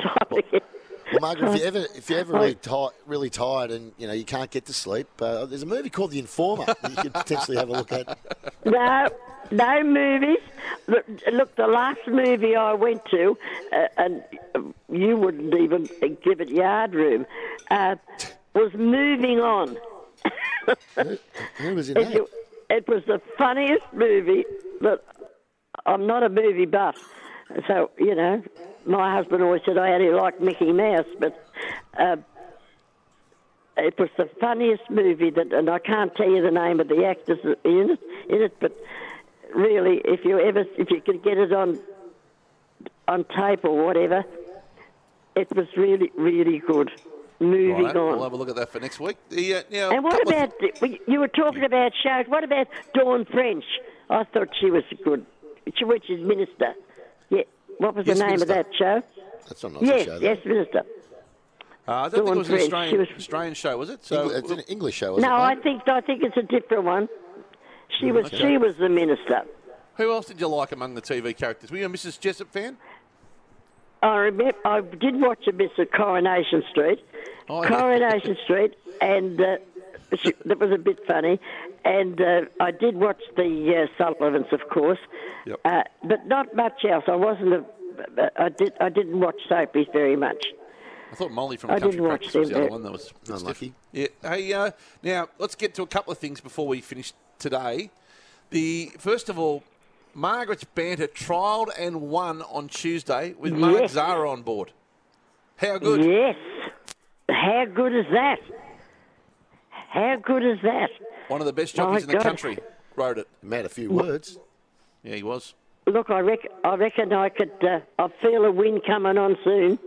Speaker 18: Time to get-
Speaker 5: Well, Margaret, if you ever if you ever really,
Speaker 18: Oh.
Speaker 5: ti really tired and you know you can't get to sleep, uh, there's a movie called The Informer that you could potentially have a look at.
Speaker 18: No, no movies. Look, look, the last movie I went to, uh, and you wouldn't even give it yard room, uh, was Moving On.
Speaker 5: Who was in
Speaker 18: It,
Speaker 5: that?
Speaker 18: it was the funniest movie that I'm not a movie buff. So, you know, my husband always said "Oh, I only like Mickey Mouse, but uh, it was the funniest movie that, and I can't tell you the name of the actors in it, in it but really, if you ever, if you could get it on, on tape or whatever, it was really, really good. Moving
Speaker 4: Right,
Speaker 18: on.
Speaker 4: I'll have a look at that for next week. The, uh, now,
Speaker 18: And what
Speaker 4: couple of-
Speaker 18: about the- you were talking about shows? What about Dawn French? I thought she was good. She was his minister. Yeah. What was
Speaker 4: Yes,
Speaker 18: the name
Speaker 4: Minister.
Speaker 18: of that show?
Speaker 5: That's not
Speaker 18: yes, yes, minister.
Speaker 4: Uh, I don't think
Speaker 18: Dawn
Speaker 4: it was an
Speaker 18: French,
Speaker 4: Australian,
Speaker 18: she was-
Speaker 4: Australian show, was it? So it's an
Speaker 5: English show,
Speaker 18: No, I think I think it's a different one. She was
Speaker 4: Mm, Okay.
Speaker 18: she was the minister.
Speaker 4: Who else did you like among the TV characters? Were you a Mrs. Jessup fan?
Speaker 18: I remember I did watch a bit of Coronation Street,
Speaker 4: Oh,
Speaker 18: Coronation Street, and uh, she, that was a bit funny. And uh, I did watch the uh, Sullivans, of course, uh, but not much else. I wasn't a, I did I didn't watch soapies very much.
Speaker 4: I thought Molly from
Speaker 18: I
Speaker 4: Country
Speaker 18: didn't watch
Speaker 4: Practice was the
Speaker 18: them,
Speaker 4: other
Speaker 18: but-
Speaker 4: one that was a bit
Speaker 5: Unlucky.
Speaker 4: stiff. Yeah. Hey, uh, now let's get to a couple of things before we finish today. The first of all, Margaret's banter trialled and won on Tuesday with Mark
Speaker 18: Yes.
Speaker 4: Zara on board. How good?
Speaker 18: Yes. How good is that? How good is that?
Speaker 4: One of the best
Speaker 18: Oh My
Speaker 4: jockeys in the
Speaker 18: God.
Speaker 4: country wrote it.
Speaker 5: Made a few words.
Speaker 4: Yeah, he was.
Speaker 18: Look, I reckon I reckon I could. Uh, I feel a wind coming on soon.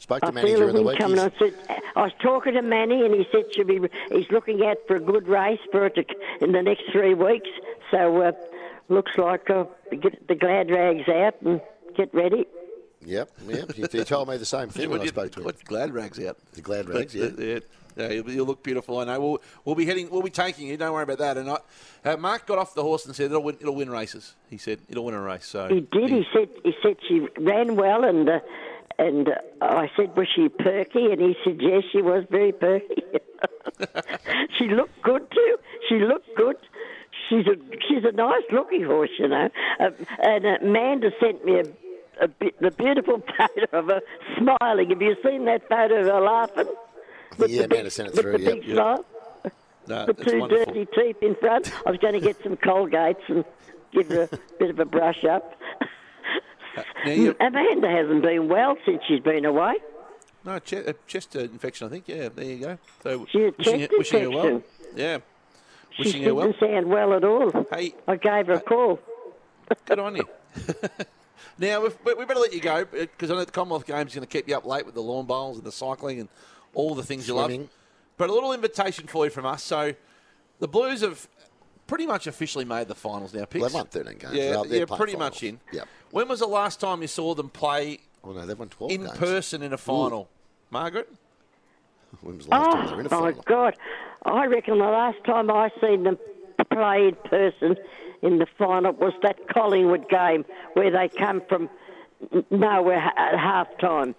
Speaker 5: Spoke to
Speaker 18: I feel
Speaker 5: manager
Speaker 18: a
Speaker 5: in the
Speaker 18: wind
Speaker 5: week.
Speaker 18: coming
Speaker 5: He's-
Speaker 18: on. I, said, I was talking to Manny, and he said she'll be, he's looking out for a good race for it to, in the next three weeks. So uh, looks like uh, get the glad rags out and get ready.
Speaker 5: Yep, yep. He, he told me the same thing when I spoke to him.
Speaker 4: What glad rags out?
Speaker 5: The glad
Speaker 4: But,
Speaker 5: rags, yeah.
Speaker 4: uh, yeah. Yeah, you'll, you'll look beautiful. I know. We'll, we'll be heading. We'll be taking you. Don't worry about that. And I, uh, Mark got off the horse and said, "It'll win. It'll win races." He said, "It'll win a race." So
Speaker 18: He did. He said he said she ran well, and uh, and uh, I said, was she perky? And he said, yes, she was very perky. she looked good too. She looked good. She's a she's a nice looking horse, you know. Uh, and Amanda sent me a, a bit, the beautiful photo of her smiling. Have you seen that photo of her laughing? With
Speaker 5: yeah,
Speaker 18: the big,
Speaker 5: Amanda sent it
Speaker 18: with
Speaker 5: through,
Speaker 18: the
Speaker 5: yep.
Speaker 18: big
Speaker 5: Yep.
Speaker 18: smile,
Speaker 4: No,
Speaker 18: the
Speaker 4: it's
Speaker 18: two
Speaker 4: Uh, wonderful.
Speaker 18: dirty teeth in front. I was going to get some Colgates and give her a bit of a brush up.
Speaker 4: Uh, Now you,
Speaker 18: Amanda hasn't been well since she's been away.
Speaker 4: no che- uh, chest uh, infection, I think. Yeah, there you go. So
Speaker 18: She had
Speaker 4: wishing,
Speaker 18: chest
Speaker 4: you- wishing you well.
Speaker 18: infection.
Speaker 4: Yeah,
Speaker 18: She
Speaker 4: wishing you
Speaker 18: didn't
Speaker 4: well.
Speaker 18: sound well at all.
Speaker 4: Hey, uh,
Speaker 18: I gave her a call.
Speaker 4: Good on you. now we've, we we better let you go because I know the Commonwealth Games going to keep you up late with the lawn bowls and the cycling and all the things you love.
Speaker 5: Swimming.
Speaker 4: But a little invitation for you from us. So the Blues have pretty much officially made the finals now. Picks.
Speaker 5: Well, they've won 13
Speaker 4: Yeah,
Speaker 5: games. They're- they're
Speaker 4: yeah,
Speaker 5: playing
Speaker 4: pretty
Speaker 5: finals.
Speaker 4: much in.
Speaker 5: Yep.
Speaker 4: When was the last time you saw them play
Speaker 5: Oh, no, they've won 12
Speaker 4: in
Speaker 5: games.
Speaker 4: person in a final, Margaret?
Speaker 5: When was the last time they were
Speaker 18: Oh,
Speaker 5: in a
Speaker 18: my
Speaker 5: final?
Speaker 18: God. I reckon the last time I seen them play in person in the final was that Collingwood game where they come from n- nowhere ha- at half time.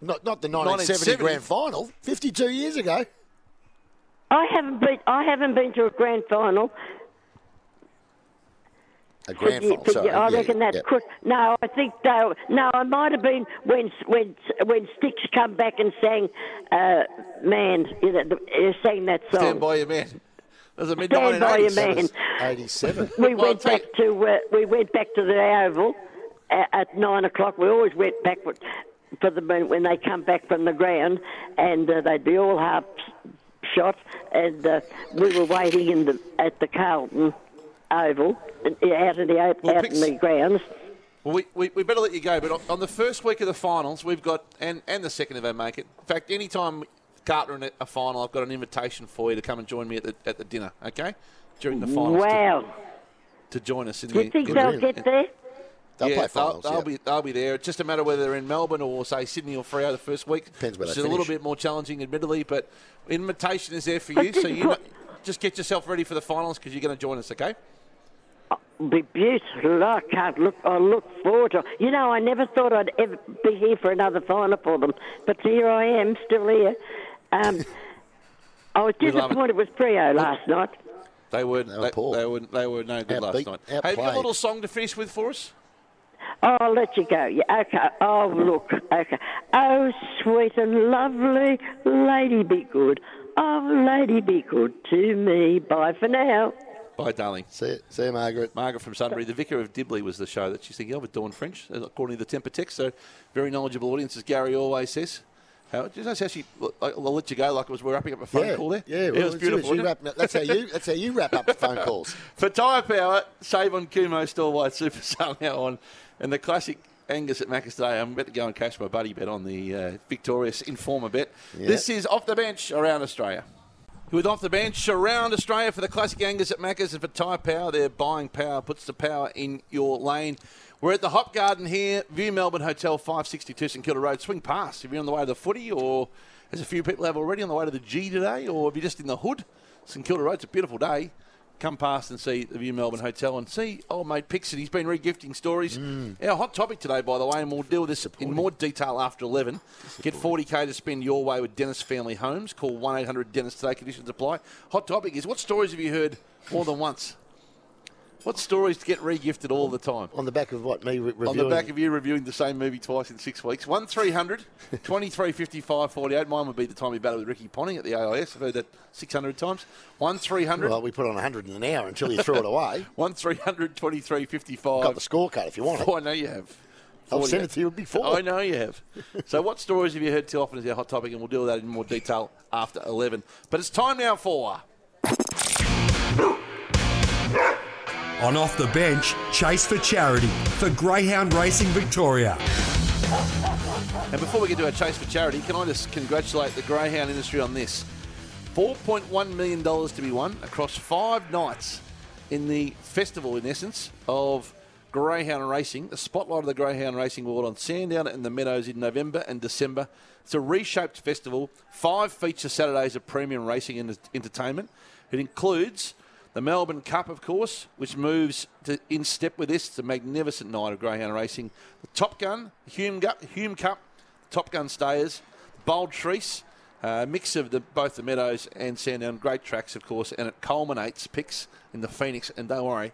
Speaker 5: Not, not the 1970 grand final, 52 years ago.
Speaker 18: I haven't been. I haven't been to a grand final.
Speaker 5: A grand
Speaker 18: Could you-
Speaker 5: final,
Speaker 18: could
Speaker 5: sorry.
Speaker 18: you- I
Speaker 5: yeah,
Speaker 18: reckon that
Speaker 5: yeah.
Speaker 18: could. No, I think though. No, I might have been when when when Sticks come back and sang, uh, man, you know, the, uh, sang that song.
Speaker 4: Stand by your man. That was a mid
Speaker 18: Stand by your man.
Speaker 5: 87.
Speaker 18: We
Speaker 4: Well,
Speaker 18: went back uh, to uh, we went back to the Oval at, at nine o'clock. We always went back. for the when when they come back from the ground, and uh, they'd be all half shot. And uh, we were waiting in the at the Carlton Oval, uh, out in the op-
Speaker 4: Well,
Speaker 18: out in the grounds.
Speaker 4: Well, we, we, we better let you go, but on- on the first week of the finals, we've got, and, and the second if they make it. In fact, any time Carter in a- a final, I've got an invitation for you to come and join me at the, at the dinner, okay? During the finals. to-
Speaker 18: Wow.
Speaker 4: To, join us in
Speaker 18: Do
Speaker 4: the.
Speaker 18: you think
Speaker 4: in
Speaker 18: they'll
Speaker 4: the-
Speaker 18: get there?
Speaker 5: They'll play finals,
Speaker 4: They'll,
Speaker 5: yeah.
Speaker 4: be, they'll be there. It's just a matter whether they're in Melbourne or, say, Sydney or Freo the first week. Depends
Speaker 5: where
Speaker 4: which
Speaker 5: they
Speaker 4: is a little
Speaker 5: finish.
Speaker 4: bit more challenging, admittedly, but invitation is there for
Speaker 18: But
Speaker 4: you. So
Speaker 18: didn't
Speaker 4: you know, just get yourself ready for the finals because you're going to join us, okay?
Speaker 18: Be beautiful. I can't look. I look forward to. You know, I never thought I'd ever be here for another final for them, but here I am, still here. Um, I was
Speaker 4: We love it.
Speaker 18: disappointed with Frio last night.
Speaker 4: They were, they, they were, they were no good last
Speaker 18: Outbeat,
Speaker 4: night. Hey, have you got a
Speaker 18: outplayed.
Speaker 4: little song to finish with for us?
Speaker 18: Oh, I'll let you go. Yeah, okay. Oh, look. Okay. Oh, sweet and lovely lady, be good. Oh, lady, be good to me. Bye for now.
Speaker 4: Bye, darling.
Speaker 5: See you, see you, Margaret.
Speaker 4: Margaret from Sunbury. The Vicar of Dibley was the show that she's thinking of with Dawn French, uh, according to the temper text. So, very knowledgeable audience, as Gary always says. How, do you know how she? I- I'll let you go like it was. We're wrapping up a phone
Speaker 5: yeah,
Speaker 4: call there.
Speaker 5: Yeah,
Speaker 4: it
Speaker 5: well,
Speaker 4: was
Speaker 5: it's-
Speaker 4: beautiful.
Speaker 5: you
Speaker 4: wasn't it?
Speaker 5: wrap- that's how you. That's how you wrap up the phone calls.
Speaker 4: For tyre power, save on Kumo Store White Super Somehow on, and the classic Angus at Macca's today. I'm about to go and cash my buddy bet on the uh, victorious Informer bet.
Speaker 20: Yeah.
Speaker 4: This is off the bench around Australia. With off the bench around Australia for the classic Angus at Macca's and for Tyre Power, their buying power puts the power in your lane. We're at the Hop Garden here, View Melbourne Hotel, 562 St Kilda Road. Swing past if you're on the way to the footy, or as a few people have already on the way to the G today, or if you're just in the hood, St Kilda Road. It's a beautiful day. Come past and see the View Melbourne Hotel and see old mate Pixie. He's been regifting stories. Our hot topic today, by the way, and we'll deal with this in more detail after 11. Get 40k to spend your way with Dennis Family Homes. Call 1 800 Dennis today. Conditions apply. Hot topic is what stories have you heard more than once? What stories get regifted all the time?
Speaker 5: On the back of what me re- reviewing.
Speaker 4: On the back of you reviewing the same movie twice in six weeks. 1 300 23 55 48. Mine would be the time we battled with Ricky Ponting at the AIS. I've heard that 600 times. 1 300.
Speaker 5: Well, we put on 100 in an hour until you threw it away.
Speaker 4: 1 300 23 55.
Speaker 5: Got the scorecard if you want it.
Speaker 4: Oh, I know you have.
Speaker 5: I've
Speaker 4: 48.
Speaker 5: sent it to you before.
Speaker 4: I know you have. so, what stories have you heard too often is our hot topic, and we'll deal with that in more detail after 11. But it's time now for.
Speaker 21: On Off the Bench, Chase for Charity for Greyhound Racing Victoria.
Speaker 4: And before we get to our chase for charity, can I just congratulate the greyhound industry on this? $4.1 million to be won across five nights in the festival, in essence, of greyhound racing, the spotlight of the greyhound racing world on Sandown and the Meadows in November and December. It's a reshaped festival, five feature Saturdays of premium racing and entertainment. It includes the Melbourne Cup, of course, which moves to, in step with this. It's a magnificent night of greyhound racing. The Top Gun, Hume, Gu- Hume Cup, Top Gun Stayers, Bold Trees, a mix of the, both the Meadows and Sandown. Great tracks, of course, and it culminates picks in the Phoenix. And don't worry,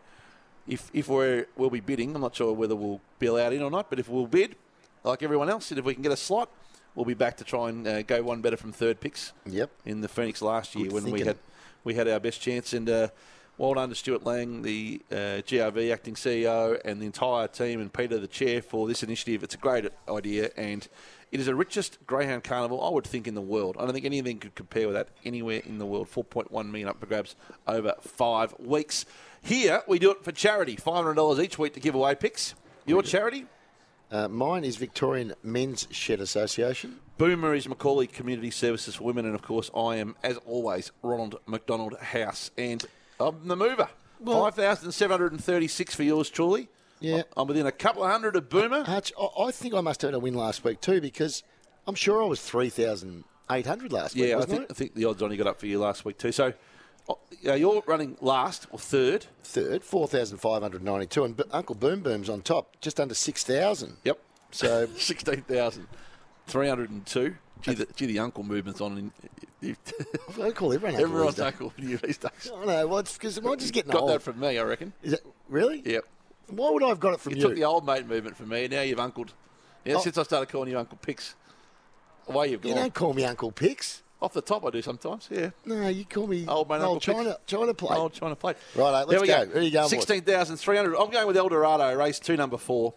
Speaker 4: if if we're we'll be bidding, I'm not sure whether we'll be allowed in or not, but if we'll bid, like everyone else, and if we can get a slot, we'll be back to try and uh, go one better from third picks.
Speaker 5: Yep.
Speaker 4: In the Phoenix last year
Speaker 5: Good
Speaker 4: when we
Speaker 5: thinking.
Speaker 4: had we had our best chance. And uh, well done to Stuart Lang, the uh, GRV acting CEO, and the entire team, and Peter, the chair, for this initiative. It's a great idea, and it is the richest greyhound carnival I would think in the world. I don't think anything could compare with that anywhere in the world. 4.1 million up for grabs over five weeks. Here we do it for charity, $500 each week to give away picks. Your charity?
Speaker 5: Uh, mine is Victorian Men's Shed Association.
Speaker 4: Boomer is Macaulay Community Services for Women, and of course, I am, as always, Ronald McDonald House, and I'm the mover.
Speaker 5: Well-
Speaker 4: 5,736 for yours truly.
Speaker 5: Yeah.
Speaker 4: I'm within a couple of hundred of Boomer.
Speaker 5: Hutch, I, I think I must have had a win last week too because I'm sure I was 3,800 last week.
Speaker 4: Yeah, I
Speaker 5: wasn't
Speaker 4: think, I think the odds on you got up for you last week, too. So uh, yeah, you're running last or third.
Speaker 5: Third, 4,592. And B- Uncle Boom Boom's on top, just under 6,000.
Speaker 4: Yep.
Speaker 5: So
Speaker 4: 16,302. Gee, the, gee, the uncle movement's on. In,
Speaker 5: I call everyone uncle
Speaker 4: Everyone's
Speaker 5: these days.
Speaker 4: uncle these days.
Speaker 5: I know, well, it's because I'm just getting
Speaker 4: got
Speaker 5: old.
Speaker 4: that from me, I reckon.
Speaker 5: Is that, really?
Speaker 4: Yep.
Speaker 5: Why would I have got it from
Speaker 4: you,
Speaker 5: you?
Speaker 4: took the old mate movement from me, and now you've uncled. Yeah,
Speaker 5: Oh.
Speaker 4: since I started calling you Uncle Pix, away you've gone.
Speaker 5: You don't call me Uncle Pix.
Speaker 4: Off the top, I do sometimes. Yeah.
Speaker 5: No, you call me
Speaker 4: Old mate, Uncle
Speaker 5: old
Speaker 4: Pix.
Speaker 5: China, China plate.
Speaker 4: Old China plate.
Speaker 5: Right, let's
Speaker 4: there we
Speaker 5: go. Who you going with?
Speaker 4: Sixteen thousand three hundred. I'm going with El Dorado, race two, number four.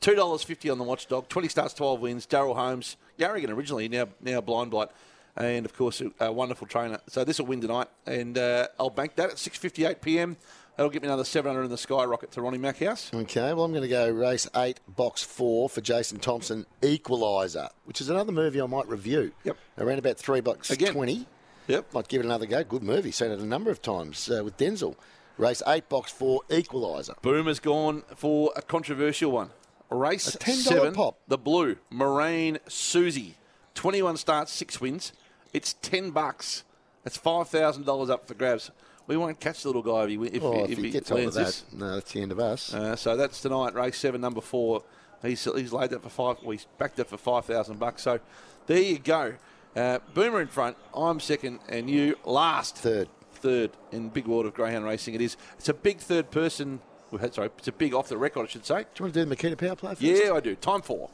Speaker 4: Two dollars fifty on the watchdog. Twenty starts, twelve wins. Daryl Holmes, Yarrigan originally, now now Blind Blight, and of course a wonderful trainer. So this will win tonight, and uh, I'll bank that at six fifty eight p.m. That'll get me another seven hundred in the skyrocket to Ronnie Mackhouse.
Speaker 5: Okay, well, I'm going to go race eight, box four for Jason Thompson, Equaliser, which is another movie I might review. Yep. Around about three bucks
Speaker 4: Again.
Speaker 5: twenty.
Speaker 4: Yep.
Speaker 5: Might give it another go. Good movie. Seen it a number of times uh, with Denzel. Race eight, box four, Equaliser.
Speaker 4: Boomer's gone for a controversial one. Race
Speaker 5: A $10
Speaker 4: seven,
Speaker 5: pop.
Speaker 4: the blue Moraine Susie, twenty-one starts, six wins. It's ten bucks. That's five thousand dollars up for grabs. We won't catch the little guy if he, if,
Speaker 5: oh,
Speaker 4: he-
Speaker 5: if,
Speaker 4: if
Speaker 5: he, gets hold
Speaker 4: lands
Speaker 5: of that,
Speaker 4: this.
Speaker 5: no, that's the end of us.
Speaker 4: Uh, so that's tonight, race seven, number four. He's, he's laid that for five. Well, he's backed it for five thousand bucks. So there you go. Uh, Boomer in front. I'm second, and you last.
Speaker 5: Third.
Speaker 4: Third in big world of greyhound racing. It is. It's a big third person. well, Sorry, it's a big off the record, I should say.
Speaker 5: Do you want to do the Makita power play? First?
Speaker 4: Yeah, I do. Time four.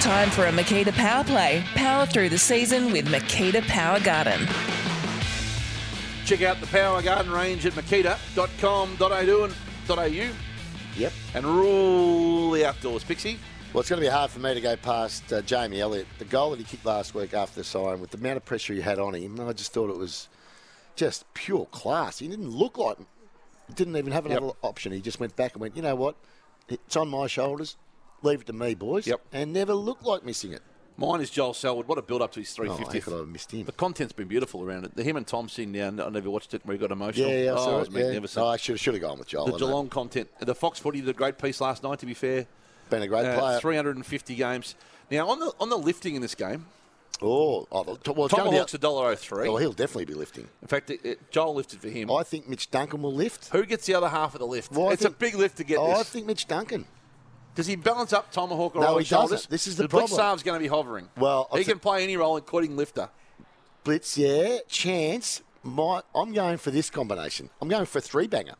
Speaker 3: Time for a Makita Power Play. Power through the season with Makita Power Garden.
Speaker 4: Check out the Power Garden Range at makita.com.au and .au.
Speaker 5: Yep.
Speaker 4: And rule the outdoors, Pixie.
Speaker 5: Well, it's going to be hard for me to go past uh, Jamie Elliott. The goal that he kicked last week after the sign, with the amount of pressure he had on him, I just thought it was just pure class. He didn't look like, didn't even have another option. He just went back and went, you know what? It's on my shoulders. Leave it to me, boys. Yep. And never looked like missing it. Oh,
Speaker 4: Mine is Joel Selwood. What a build up to his 350.
Speaker 5: could have missed him.
Speaker 4: The content's been beautiful around it. The him and Tom sitting down. I never watched it where he got emotional.
Speaker 5: Yeah, yeah, I
Speaker 4: oh,
Speaker 5: saw
Speaker 4: it was
Speaker 5: it, yeah.
Speaker 4: magnificent.
Speaker 5: No, I should should have gone with Joel.
Speaker 4: the
Speaker 5: on that.
Speaker 4: Geelong content. The Fox footy did a great piece last night, to be fair. Uh,
Speaker 5: Been a great player.
Speaker 4: 350 games. Now, on the on the lifting in this game.
Speaker 5: Oh, oh well, it's
Speaker 4: Tom
Speaker 5: gonna be a-
Speaker 4: Hawk's a dollar oh three.
Speaker 5: Oh, he'll definitely be lifting.
Speaker 4: In fact, it, it- Joel lifted for him.
Speaker 5: I think Mitch Duncan will lift.
Speaker 4: Who gets the other half of the lift?
Speaker 5: Well, I
Speaker 4: it's
Speaker 5: think-
Speaker 4: a big lift to get
Speaker 5: Oh,
Speaker 4: this.
Speaker 5: I think Mitch Duncan.
Speaker 4: Does he balance up Tomahawk or
Speaker 5: No,
Speaker 4: on
Speaker 5: he
Speaker 4: his shoulders?
Speaker 5: doesn't. This is the
Speaker 4: Blitz
Speaker 5: problem.
Speaker 4: Saab's going to be hovering.
Speaker 5: Well, I
Speaker 4: he
Speaker 5: thi-
Speaker 4: can play any role, including lifter.
Speaker 5: Blitz, yeah. Chance. My, I'm going for this combination. I'm going for a three banger.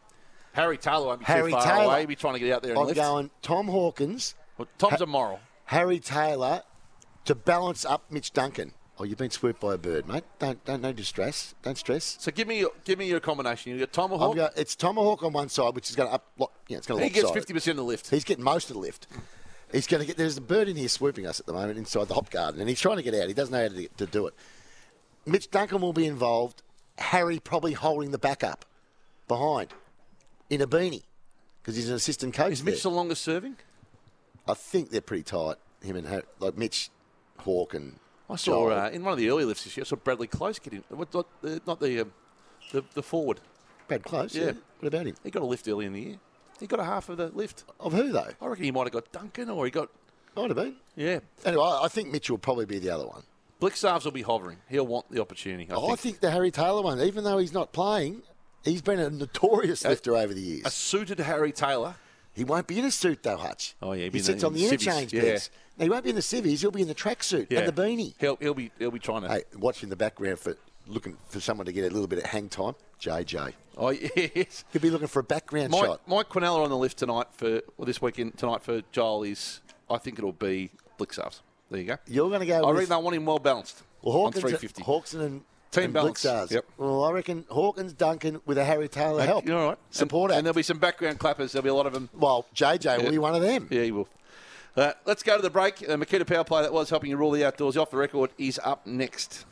Speaker 4: Harry Taylor won't be
Speaker 5: Harry
Speaker 4: too far
Speaker 5: Taylor.
Speaker 4: away. He'll be trying to get out there and
Speaker 5: I'm
Speaker 4: lift.
Speaker 5: going Tom Hawkins,
Speaker 4: Well, Tom's a moral.
Speaker 5: Harry Taylor to balance up Mitch Duncan. Oh, you've been swooped by a bird, mate. Don't don't no distress. Don't stress.
Speaker 4: So give me your, give me your combination. You got
Speaker 5: I'm
Speaker 4: Tomahawk.
Speaker 5: go, it's Tomahawk on one side, which is going to up. lo- Yeah, it's going to.
Speaker 4: He gets 50% of the lift.
Speaker 5: He's getting most of the lift. He's going to get. There's a bird in here swooping us at the moment inside the hop garden, and he's trying to get out. He doesn't know how to, to do it. Mitch Duncan will be involved. Harry probably holding the back up behind in a beanie because he's an assistant coach.
Speaker 4: Is Mitch
Speaker 5: there.
Speaker 4: the longest serving?
Speaker 5: I think they're pretty tight. Him and Harry, like Mitch, Hawk, and
Speaker 4: I saw
Speaker 5: Joel.
Speaker 4: uh, in one of the early lifts this year. I saw Bradley Close get in. What, not the not the, um, the the forward.
Speaker 5: Brad Close. Yeah. What about him?
Speaker 4: He got a lift early in the year. He got a half of the lift.
Speaker 5: Of who though?
Speaker 4: I reckon he might have got Duncan or he got.
Speaker 5: Might have been.
Speaker 4: Yeah.
Speaker 5: Anyway, I I think Mitch will probably be the other one.
Speaker 4: Blixarves will be hovering. He'll want the opportunity. I
Speaker 5: Oh,
Speaker 4: think.
Speaker 5: I think the Harry Taylor one, even though he's not playing, he's been a notorious lifter over the years.
Speaker 4: A suited Harry Taylor.
Speaker 5: He won't be in a suit though, Hutch.
Speaker 4: Oh yeah, he'll
Speaker 5: he
Speaker 4: be in
Speaker 5: sits
Speaker 4: the-
Speaker 5: on the
Speaker 4: in civvies,
Speaker 5: interchange
Speaker 4: yeah.
Speaker 5: beds. Now, he won't be in the civvies. He'll be in the tracksuit
Speaker 4: Yeah.
Speaker 5: and the beanie.
Speaker 4: He'll he'll be he'll be trying to.
Speaker 5: Hey, watch in the background for looking for someone to get a little bit of hang time. JJ.
Speaker 4: Oh yes.
Speaker 5: He'll be looking for a background
Speaker 4: Mike,
Speaker 5: shot.
Speaker 4: Mike Quinella on the lift tonight for well, this weekend tonight for Joel is I think it'll be Blixarves. There you go.
Speaker 5: You're going to go.
Speaker 4: I
Speaker 5: with,
Speaker 4: reckon they want him well balanced.
Speaker 5: well,
Speaker 4: on
Speaker 5: Hawkins,
Speaker 4: 350.
Speaker 5: Hawkson and
Speaker 4: Team
Speaker 5: and
Speaker 4: balance.
Speaker 5: Blixars.
Speaker 4: Yep.
Speaker 5: Well, I reckon Hawkins, Duncan with a Harry Taylor help.
Speaker 4: You're all right.
Speaker 5: Support
Speaker 4: and,
Speaker 5: act.
Speaker 4: and there'll be some background clappers. There'll be a lot of them.
Speaker 5: Well, JJ will be one of them.
Speaker 4: Yeah, he will. Uh, let's go to the break. Uh, Makita Power Play, that was helping you rule the outdoors. The Off the record is up next.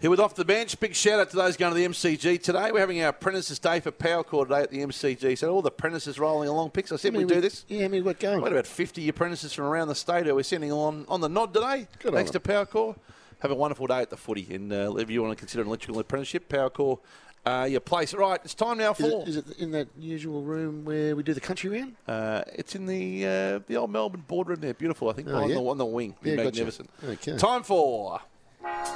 Speaker 4: Here with Off the Bench, big shout out to those going to the MCG today. We're having our Apprentices Day for Power Core today at the MCG. So all the apprentices rolling along. Picks, I said
Speaker 5: How many
Speaker 4: we do this.
Speaker 5: Yeah, I mean, we're going.
Speaker 4: What about 50 apprentices from around the state who we're sending on on the nod today?
Speaker 5: Good on
Speaker 4: Thanks to
Speaker 5: them.
Speaker 4: Power Core. Have a wonderful day at the footy. And uh, if you want to consider an electrical apprenticeship, Power Core, uh, your place. Right, it's time now
Speaker 5: Is
Speaker 4: for.
Speaker 5: it, is it in that usual room where we do the country round?
Speaker 4: Uh, it's in the uh, the old Melbourne boardroom there. Beautiful, I think.
Speaker 5: Oh,
Speaker 4: on,
Speaker 5: yeah?
Speaker 4: the, on the wing.
Speaker 5: Yeah, gotcha.
Speaker 4: Magnificent.
Speaker 5: Okay.
Speaker 4: Time for.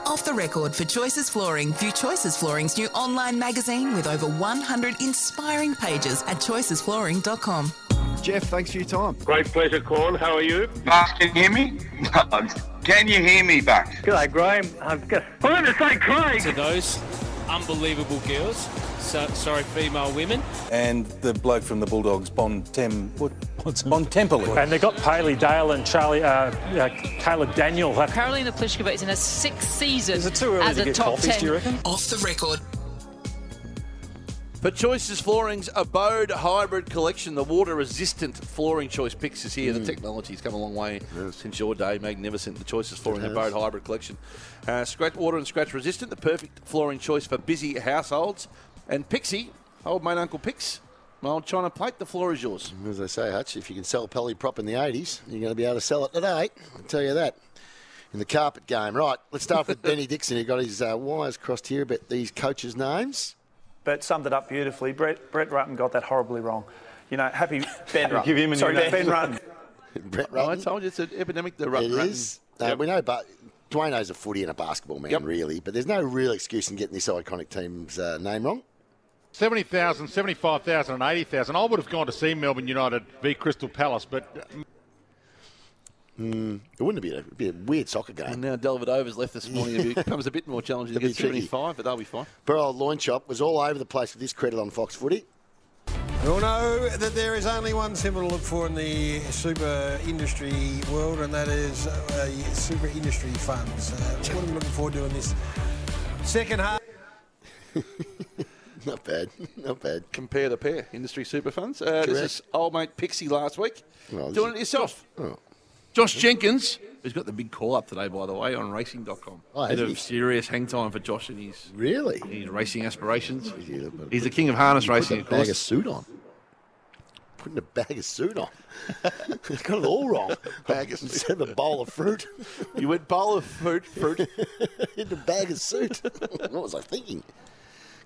Speaker 3: Off the record for Choices Flooring, view Choices Flooring's new online magazine with over 100 inspiring pages at choicesflooring.com.
Speaker 22: Jeff, thanks for your time.
Speaker 20: Great pleasure, Corn. How are you? Buck, can you hear me? can you hear me, Buck? G'day, Graham. I'm going to say Craig.
Speaker 13: To those unbelievable girls, so, sorry, female women.
Speaker 15: and the bloke from the Bulldogs, Bon Tem, what, what's Bon Temple.
Speaker 23: And they've got Paley Dale and Charlie, uh, uh, Caleb Daniel.
Speaker 24: Carolina Pliskova is in her sixth season
Speaker 23: Is it too early
Speaker 24: as
Speaker 23: to
Speaker 24: a
Speaker 23: get
Speaker 24: top
Speaker 23: coffees,
Speaker 24: ten.
Speaker 23: do you reckon?
Speaker 3: Off the record.
Speaker 4: For Choices Flooring's Abode Hybrid Collection, the water resistant flooring choice picks is
Speaker 5: Mm.
Speaker 4: here. The technology has come a long way since your day. Magnificent. The Choices Flooring
Speaker 22: has.
Speaker 4: Abode Hybrid Collection. Uh, scratch Water and scratch resistant, the perfect flooring choice for busy households. And Pixie, old mate Uncle Pix, my old China plate, the floor is yours.
Speaker 5: As I say, Hutch, if you can sell polyprop in the 80s, you're going to be able to sell it today. I'll tell you that. In the carpet game. Right, let's start with Benny Dixon, who got his uh, wires crossed here about these coaches' names.
Speaker 1: but summed it up beautifully. Brett, Brett Rutten got that horribly wrong. You know, happy Ben Rutten.
Speaker 5: Give him a new
Speaker 1: Sorry, no,
Speaker 5: name.
Speaker 1: Ben Rutten. Oh,
Speaker 5: Brett Rutten.
Speaker 4: I told you it's an epidemic, the rut.
Speaker 5: It is. Uh, We know, but Dwayno's a footy and a basketball man, really. But there's no real excuse in getting this iconic team's uh, name wrong.
Speaker 10: 70,000, 75,000, and 80,000. I would have gone to see Melbourne United v Crystal Palace, but uh,
Speaker 5: Mm, it wouldn't be a, it'd be a weird soccer game.
Speaker 4: And now Delvin Overs left this morning. It becomes a bit more challenging to
Speaker 5: It'll
Speaker 4: get
Speaker 5: be tricky.
Speaker 4: 75, but they'll be fine.
Speaker 5: Poor old Loin Chop was all over the place with his credit on Fox Footy.
Speaker 2: We all know that there is only one symbol to look for in the super industry world, and that is uh, super industry funds. Uh, what am I looking forward to in this second half?
Speaker 4: Not bad. Not bad. Compare the pair. Industry super funds. Uh, this
Speaker 5: Correct.
Speaker 4: is old mate Pixie last week.
Speaker 5: Well, this
Speaker 4: Doing it
Speaker 5: is-
Speaker 4: yourself.
Speaker 5: Oh.
Speaker 4: Josh Jenkins, who's got the big call up today, by the way, on racing.com.
Speaker 5: Oh, has
Speaker 4: Bit
Speaker 5: he?
Speaker 4: of serious hang time for Josh and his
Speaker 5: really
Speaker 4: his racing aspirations. He's the king of harness
Speaker 5: He put
Speaker 4: racing,
Speaker 5: a
Speaker 4: of
Speaker 5: Bag a
Speaker 4: course.
Speaker 5: suit on. Putting a bag of suit on. He's got it all wrong. bag of Instead of a bowl of fruit.
Speaker 4: you went bowl of fruit, fruit.
Speaker 5: In a bag of suit. what was I thinking?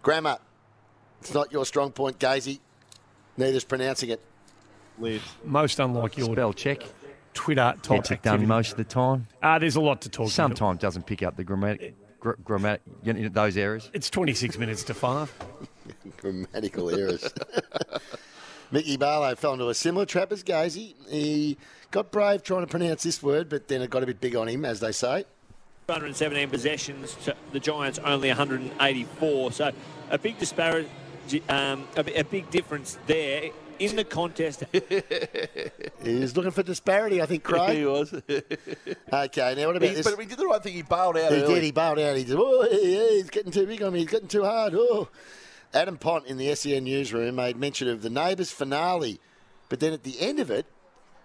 Speaker 5: Grammar. It's not your strong point, Gazy. Neither's pronouncing it.
Speaker 6: Most unlike your spell check.
Speaker 8: Twitter
Speaker 6: type
Speaker 8: Gets it done
Speaker 6: activity.
Speaker 8: most of the time.
Speaker 6: Ah, there's a lot to talk.
Speaker 8: Sometimes doesn't pick up the grammatic, gr- grammatic, you know, those errors.
Speaker 6: It's 26 minutes to five.
Speaker 5: Grammatical errors. Mickey Barlow fell into a similar trap as Gazy. He got brave trying to pronounce this word, but then it got a bit big on him, as they say.
Speaker 24: 117 possessions to the Giants only 184. So a big disparity, um, a, bi- a big difference there in the contest.
Speaker 5: He's looking for disparity, I think, Craig.
Speaker 24: He was.
Speaker 5: okay, now Uh, what about
Speaker 4: He-
Speaker 5: this?
Speaker 4: but he did the right thing. He bailed out
Speaker 5: He
Speaker 4: early.
Speaker 5: did. He bailed out. He did. Oh, hey, hey, he's getting too big on me. He's getting too hard. Oh. Adam Pont in the SEN newsroom made mention of the Neighbours finale, but then at the end of it,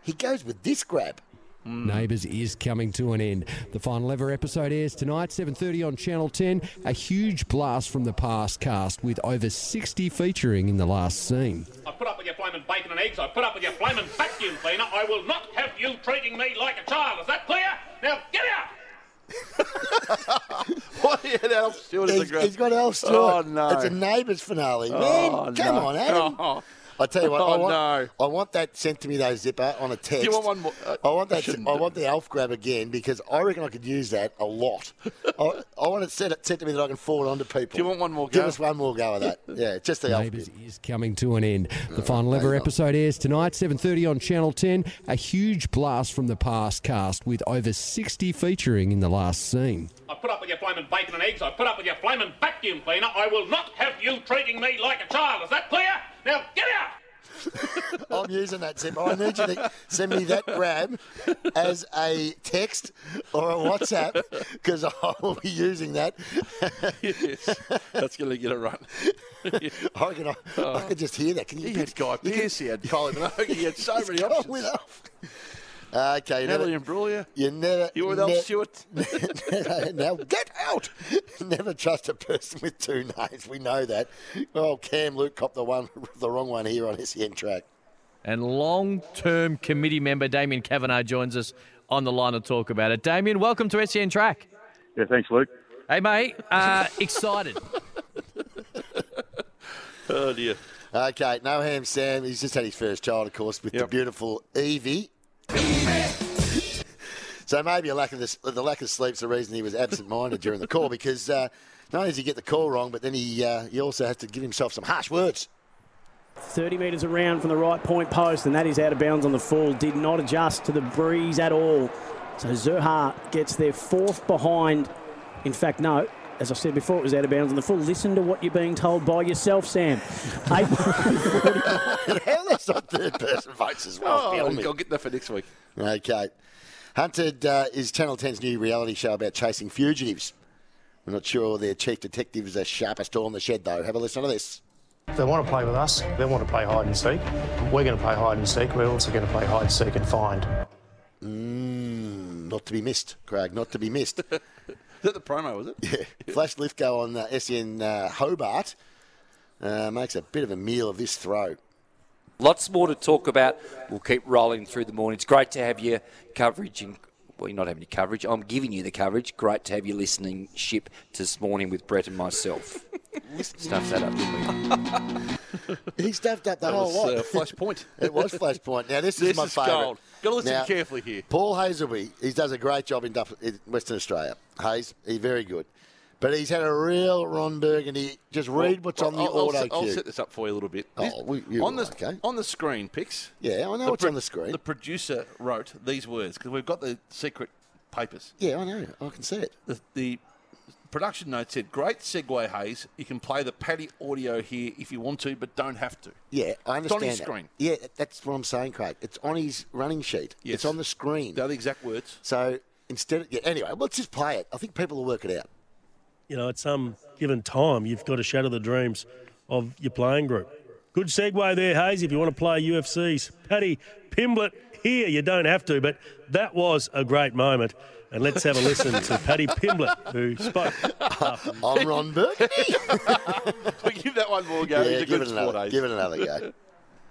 Speaker 5: he goes with this grab.
Speaker 25: Mm. Neighbours is coming to an end. The final ever episode airs tonight, 7:30 on Channel 10. A huge blast from the past cast with over 60 featuring in the last scene.
Speaker 26: I put up with your flaming bacon and eggs. I put up with your flaming vacuum cleaner. I will not have you treating me like a child. Is that clear? Now get out!
Speaker 4: What he had Alf Stewart as a
Speaker 5: He's-
Speaker 4: grab.
Speaker 5: he's got Alf Stewart.
Speaker 4: Oh, no.
Speaker 5: It's a Neighbours finale. Man,
Speaker 4: Oh,
Speaker 5: come
Speaker 4: no.
Speaker 5: on, Adam.
Speaker 4: Oh.
Speaker 5: I tell you what, I
Speaker 4: Oh,
Speaker 5: want,
Speaker 4: no.
Speaker 5: I want that sent to me though, Zipper, on a text.
Speaker 4: want one more? Uh,
Speaker 5: I want
Speaker 4: I
Speaker 5: that.
Speaker 4: shouldn't
Speaker 5: I
Speaker 4: do
Speaker 5: want the Alf grab again because I reckon I could use that a lot. I, I want it sent, it sent to me that I can forward on to people. Do you want
Speaker 4: one more?
Speaker 5: Give
Speaker 25: go?
Speaker 5: us one more go of that. Yeah, just the Alf.
Speaker 25: Neighbours is coming to an end. The final ever episode airs tonight, 7:30 on Channel 10. A huge blast from the past cast with over 60 featuring in the last scene.
Speaker 26: I put up with your flaming bacon and eggs. I put up with your flaming vacuum cleaner. I will not have you treating me like a child. Is that clear? Now get out!
Speaker 5: I'm using that, Zipper. I need you to send me that grab as a text or a WhatsApp because I will be using that.
Speaker 4: yes, that's going to get a run.
Speaker 5: I can, I, I can just hear that. Can you
Speaker 4: He
Speaker 5: pic-
Speaker 4: had Guy
Speaker 5: you can-
Speaker 4: Pearce, he had Kylie Minogue, he had so many
Speaker 5: Guy
Speaker 4: options.
Speaker 5: Okay, you
Speaker 4: Natalie
Speaker 5: never,
Speaker 4: Imbruglia.
Speaker 5: You never.
Speaker 4: You were with Alf
Speaker 5: Stewart. now get out. Never trust a person with two names. We know that. Well, Cam Luke copped the one, the wrong one here on SEN track.
Speaker 27: And long term committee member Damien Kavanagh joins us on the line to talk about it. Damien, welcome to SEN Track.
Speaker 28: Yeah, thanks, Luke.
Speaker 27: Hey, mate, uh, excited.
Speaker 4: Oh dear.
Speaker 5: Okay, no ham Sam. He's just had his first child, of course, with the beautiful Evie. so maybe a lack of this, the lack of sleep's the reason he was absent-minded during the call because uh, not only does he get the call wrong, but then he uh, he also has to give himself some harsh words.
Speaker 28: 30 metres around from the right point post, and that is out of bounds on the full. Did not adjust to the breeze at all. So Zerha gets their fourth behind. In fact, no. As I said before, it was out of bounds on the full. Listen to what you're being told by yourself, Sam. Eight-
Speaker 5: How that's not third person votes as well.
Speaker 4: Oh,
Speaker 5: Tell me.
Speaker 4: I'll get that for next week.
Speaker 5: Okay. Hunted uh, is Channel 10's new reality show about chasing fugitives. We're not sure their chief detectives are sharpest tool in the shed, though. Have a listen to this.
Speaker 29: They want to play with us. They want to play hide and seek. We're going to play hide and seek. We're also going to play hide and seek and find.
Speaker 5: Mm, not to be missed, Craig. Not to be missed.
Speaker 4: that
Speaker 5: Is
Speaker 4: the promo, was it?
Speaker 5: Yeah. Flash Lithgow on uh, SN uh, Hobart uh, makes a bit of a meal of this throw.
Speaker 13: Lots more to talk about. We'll keep rolling through the morning. It's great to have your coverage. In, well, you're not having your coverage. I'm giving you the coverage. Great to have you listening ship to this morning with Brett and myself. Stuff that up.
Speaker 5: He stuffed up the
Speaker 4: That
Speaker 5: whole
Speaker 4: was,
Speaker 5: lot.
Speaker 4: uh, Flashpoint.
Speaker 5: it was Flashpoint. Now this,
Speaker 4: This
Speaker 5: is my
Speaker 4: is
Speaker 5: favourite.
Speaker 4: gold. Gotta listen
Speaker 5: Now,
Speaker 4: carefully here.
Speaker 5: Paul Hazelby, he does a great job in Duff- in Western Australia. Hayes, he's very good, but he's had a real Ron Burgundy. Just read what's
Speaker 4: Well,
Speaker 5: on the
Speaker 4: I'll- I'll
Speaker 5: auto
Speaker 4: set- I'll,
Speaker 5: cue.
Speaker 4: set this up for you a little bit.
Speaker 5: Oh,
Speaker 4: This-
Speaker 5: we- you-
Speaker 4: on the on the screen, picks.
Speaker 5: Yeah, I know what's on the screen.
Speaker 4: The producer wrote these words because we've got the secret papers.
Speaker 5: Yeah, I know. I can see it.
Speaker 4: The, the production note said, "Great segue, Hayes. You can play the Paddy audio here if you want to, but don't have to."
Speaker 5: Yeah, I
Speaker 4: It's on
Speaker 5: understand.
Speaker 4: his
Speaker 5: that.
Speaker 4: screen.
Speaker 5: Yeah, that's what I'm saying, Craig. It's on his running sheet. It's on the screen. They're
Speaker 4: the exact words.
Speaker 5: So instead, of, yeah. Anyway, let's just play it. I think people will work it out.
Speaker 21: you know, at some given time, you've got to shatter the dreams of your playing group. Good segue there, Hayes, if you want to play UFC's Paddy Pimblett here. You don't have to, but that was a great moment. And let's have a listen to Paddy Pimblett, who spoke.
Speaker 5: I'm Ron Burgundy.
Speaker 4: we give that one more go.
Speaker 21: Yeah,
Speaker 4: He's a
Speaker 21: give
Speaker 4: good
Speaker 21: it
Speaker 4: sport,
Speaker 21: another-
Speaker 4: Hayes.
Speaker 21: give it another go.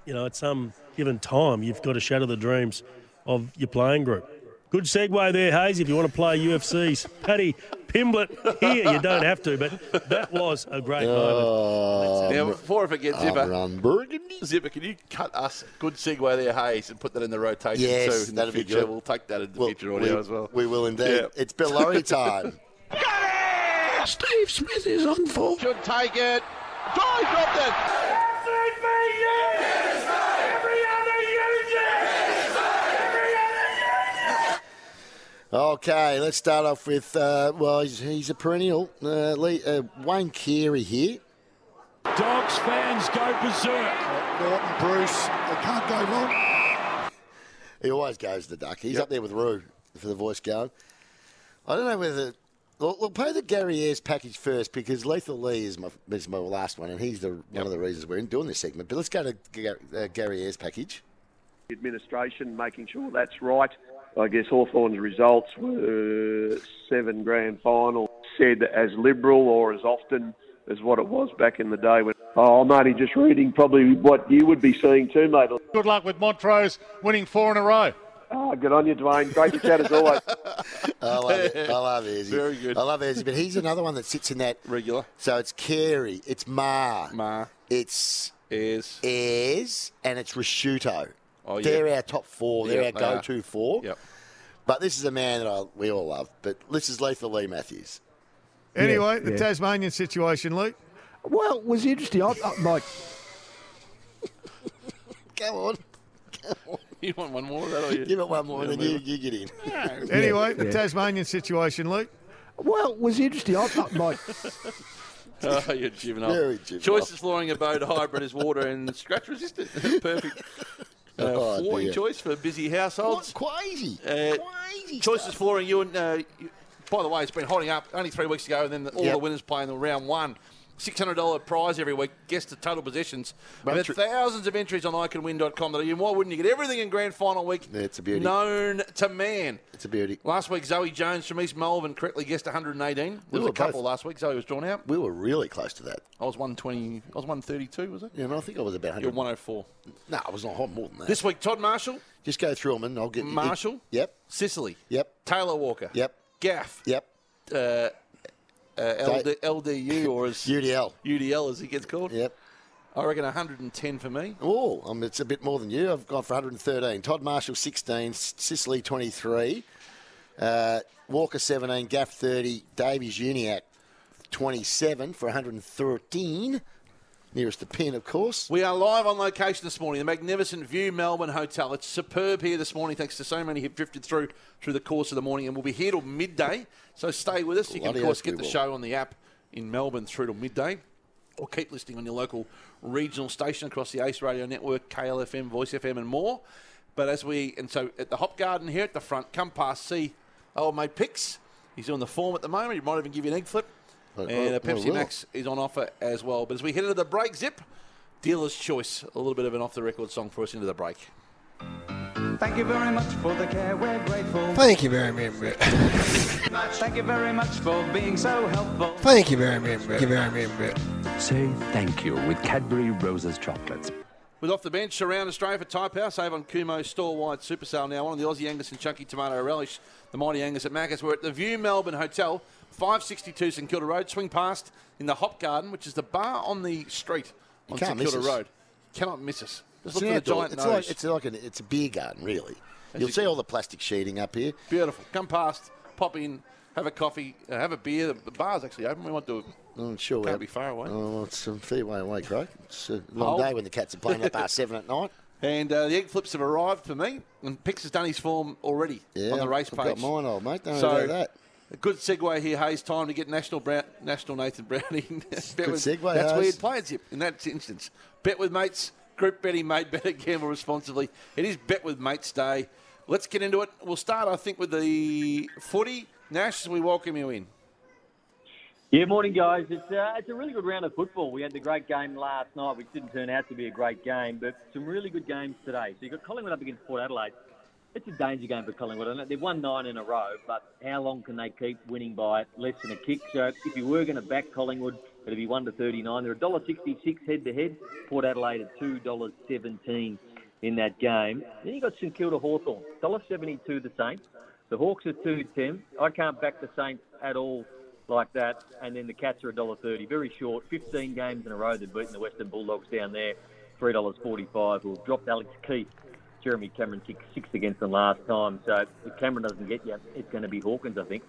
Speaker 21: You know, at some given time, you've got to shatter the dreams of your playing group. Good segue there, Hayes, if you want to play UFC's Paddy Pimblett here. You don't have to, but that was a great
Speaker 5: Um,
Speaker 21: moment.
Speaker 4: now, before if it gets
Speaker 21: I'm
Speaker 4: Zipper.
Speaker 5: Ron
Speaker 4: Zipper, can you cut us good segue there, Hayes, and put that in the rotation
Speaker 5: Yes,
Speaker 4: too? In
Speaker 5: that'd
Speaker 4: the
Speaker 5: be
Speaker 4: future,
Speaker 5: good.
Speaker 4: we'll take that into
Speaker 5: Well,
Speaker 4: future audio
Speaker 5: we-
Speaker 4: as well.
Speaker 5: we will indeed. It's Bill Lorry time.
Speaker 4: Steve Smith is on for. Should take it. Drive dropped it.
Speaker 5: Okay, let's start off with uh, well, he's, he's a perennial uh, Lee, uh, Wayne Carey here.
Speaker 30: Dogs fans go berserk. Uh, Norton Bruce, they can't go wrong.
Speaker 5: He always goes the duck. He's up there with Roo for the voice going. I don't know whether we'll, we'll play the Gary Ayres package first because Lethal Lee is my is my last one, and he's the one of the reasons we're in doing this segment. But let's go to Gary, uh, Gary Ayres package.
Speaker 2: administration, making sure that's right. I guess Hawthorn's results were seven grand final said as liberal or as often as what it was back in the day. When, oh, I'm only just reading probably what you would be seeing too, mate.
Speaker 31: Good luck with Montrose winning four in a row.
Speaker 2: Oh, good on you, Dwayne. Great to chat as always.
Speaker 5: Oh, I love it. I love Ezzy.
Speaker 2: Very good.
Speaker 5: I love Ezzy, but he's another one that sits in that
Speaker 4: regular.
Speaker 5: So it's Carey, it's Ma,
Speaker 4: Ma,
Speaker 5: it's
Speaker 4: Ayres,
Speaker 5: Ayres, and it's Rashuto.
Speaker 4: Oh, yeah.
Speaker 5: They're our top four. They're
Speaker 4: Yep,
Speaker 5: our
Speaker 4: they are.
Speaker 5: go-to four.
Speaker 4: Yep.
Speaker 5: But this is a man that I, we all love. But this is Lethal Lee Matthews.
Speaker 32: Anyway,
Speaker 5: Yeah,
Speaker 32: the
Speaker 5: yeah.
Speaker 32: Tasmanian situation, Luke.
Speaker 16: Well, it was interesting. I, I, like,
Speaker 5: Go on.
Speaker 4: You want one more of that, or you?
Speaker 5: Give it one more, and then you, you get in.
Speaker 32: Anyway, the
Speaker 16: yeah.
Speaker 32: Tasmanian situation, Luke.
Speaker 16: well, it was interesting. I, I, like,
Speaker 4: Oh, you're juvenile.
Speaker 32: Very juvenile.
Speaker 4: Choices flooring abode hybrid is water and scratch resistant. Perfect. Uh,
Speaker 5: Oh,
Speaker 4: flooring
Speaker 5: dear.
Speaker 4: choice for busy households.
Speaker 5: crazy.
Speaker 4: Uh, choices flooring. You and uh, you, by the way, it's been holding up only three weeks ago, and then the, all
Speaker 5: Yep.
Speaker 4: the winners play in the round one. Six hundred dollar prize every week. Guess the total possessions. We've
Speaker 5: Run
Speaker 4: had
Speaker 5: through-
Speaker 4: thousands of entries on iCanWin.com. Why wouldn't you get everything in grand final week?
Speaker 5: It's a beauty.
Speaker 4: Known to man.
Speaker 5: It's a beauty.
Speaker 4: Last week, Zoe Jones from East Melbourne correctly guessed 118.
Speaker 5: We
Speaker 4: There was
Speaker 5: were
Speaker 4: a couple
Speaker 5: both-
Speaker 4: last week. Zoe was drawn out.
Speaker 5: We were really close to that.
Speaker 4: I was 120. I was 132, was it?
Speaker 5: Yeah, but I think I was about 100.
Speaker 4: You're 104.
Speaker 5: No, I was not hot more than that.
Speaker 4: This week, Todd Marshall.
Speaker 5: Just go through them and I'll get
Speaker 4: Marshall.
Speaker 5: Yep.
Speaker 4: Sicily.
Speaker 5: Yep.
Speaker 4: Taylor Walker.
Speaker 5: Yep.
Speaker 4: Gaff.
Speaker 5: Yep.
Speaker 4: Uh, uh, LD, LDU or as
Speaker 5: UDL.
Speaker 4: UDL as he gets called.
Speaker 5: Yep.
Speaker 4: I reckon 110 for me.
Speaker 5: Oh, um, it's a bit more than you. I've gone for 113. Todd Marshall, 16. S- Sicily, 23. Uh, Walker, 17. Gaff, 30. Davies, Uniac, 27 for 113. Nearest the pin, of course.
Speaker 4: We are live on location this morning, the magnificent View Melbourne Hotel. It's superb here this morning, thanks to so many who've drifted through through the course of the morning, and we'll be here till midday. So stay with us. You can, of
Speaker 5: Bloody
Speaker 4: course,
Speaker 5: oath
Speaker 4: get
Speaker 5: we
Speaker 4: the
Speaker 5: will.
Speaker 4: show on the app in Melbourne through till midday, or keep listening on your local regional station across the Ace Radio Network, KLFM, Voice FM, and more. But as we and so at the Hop Garden here at the front, come past see old mate Picks. He's doing the form at the moment. He might even give you an egg flip.
Speaker 5: Well,
Speaker 4: and a
Speaker 5: well,
Speaker 4: Pepsi
Speaker 5: well.
Speaker 4: Max is on offer as well. But as we head into the break, Zip, dealer's choice, a little bit of an off the record song for us into the break.
Speaker 11: Thank you very much for the care. We're grateful.
Speaker 2: Thank you very much.
Speaker 11: Thank you very much for being so helpful.
Speaker 2: Thank you very much. Thank you very much.
Speaker 33: Say thank you with Cadbury Roses chocolates.
Speaker 4: With off the bench around Australia for Type House, save on Kumo store wide super sale now. One on the Aussie Angus and Chunky Tomato Relish, the mighty Angus at Macca's. We're at the View Melbourne Hotel, 562 St Kilda Road. Swing past in the Hop Garden, which is the bar on the street
Speaker 5: You
Speaker 4: on
Speaker 5: can't
Speaker 4: St
Speaker 5: miss
Speaker 4: Kilda
Speaker 5: us.
Speaker 4: Road. Cannot miss us.
Speaker 5: It's
Speaker 4: Just look
Speaker 5: an
Speaker 4: for the
Speaker 5: outdoor-
Speaker 4: giant
Speaker 5: it's
Speaker 4: nose.
Speaker 5: Like, it's like an, it's a beer garden, really. You'll
Speaker 4: you-
Speaker 5: see all the plastic sheeting up here.
Speaker 4: Beautiful. Come past, pop in, have a coffee, uh, have a beer. The bar's actually open. We might do
Speaker 5: I'm Mm, sure
Speaker 4: Can't
Speaker 5: we
Speaker 4: be far away.
Speaker 5: Oh, well, it's a fair way away, Craig. It's a long
Speaker 4: Hull.
Speaker 5: day when the cats are playing at past seven at night.
Speaker 4: And uh, the egg flips have arrived for me, and Pix has done his form already
Speaker 5: Yeah,
Speaker 4: on the race
Speaker 5: I've
Speaker 4: page.
Speaker 5: got mine, old mate. Don't
Speaker 4: so
Speaker 5: worry about
Speaker 4: A good segue here, Hayes. Time to get National Brown, National Nathan Browning.
Speaker 5: Good segue,
Speaker 4: That's where
Speaker 5: Hayes.
Speaker 4: you'd play it, Zip, in that instance. Bet with mates, group betting, made better, gamble responsibly. It is Bet with Mates Day. Let's get into it. We'll start, I think, with the footy. Nash, we welcome you in.
Speaker 17: Yeah, morning, guys. It's, uh, it's a really good round of football. We had the great game last night, which didn't turn out to be a great game, but some really good games today. So you've got Collingwood up against Port Adelaide. It's a danger game for Collingwood. I know They've won nine in a row, but how long can they keep winning by less than a kick? So if you were going to back Collingwood, it'd be one to thirty-nine. They're a dollar sixty-six head-to-head. Port Adelaide at two dollars seventeen in that game. Then you got St Kilda Hawthorn, dollar seventy-two the Saints. The Hawks are two ten. I can't back the Saints at all like that. And then the Cats are $1.30, very short. 15 games in a row they've beaten the Western Bulldogs down there, $3.45. We've dropped Alex Keith. Jeremy Cameron kicked six against them last time. So if Cameron doesn't get you, it's going to be Hawkins, I think.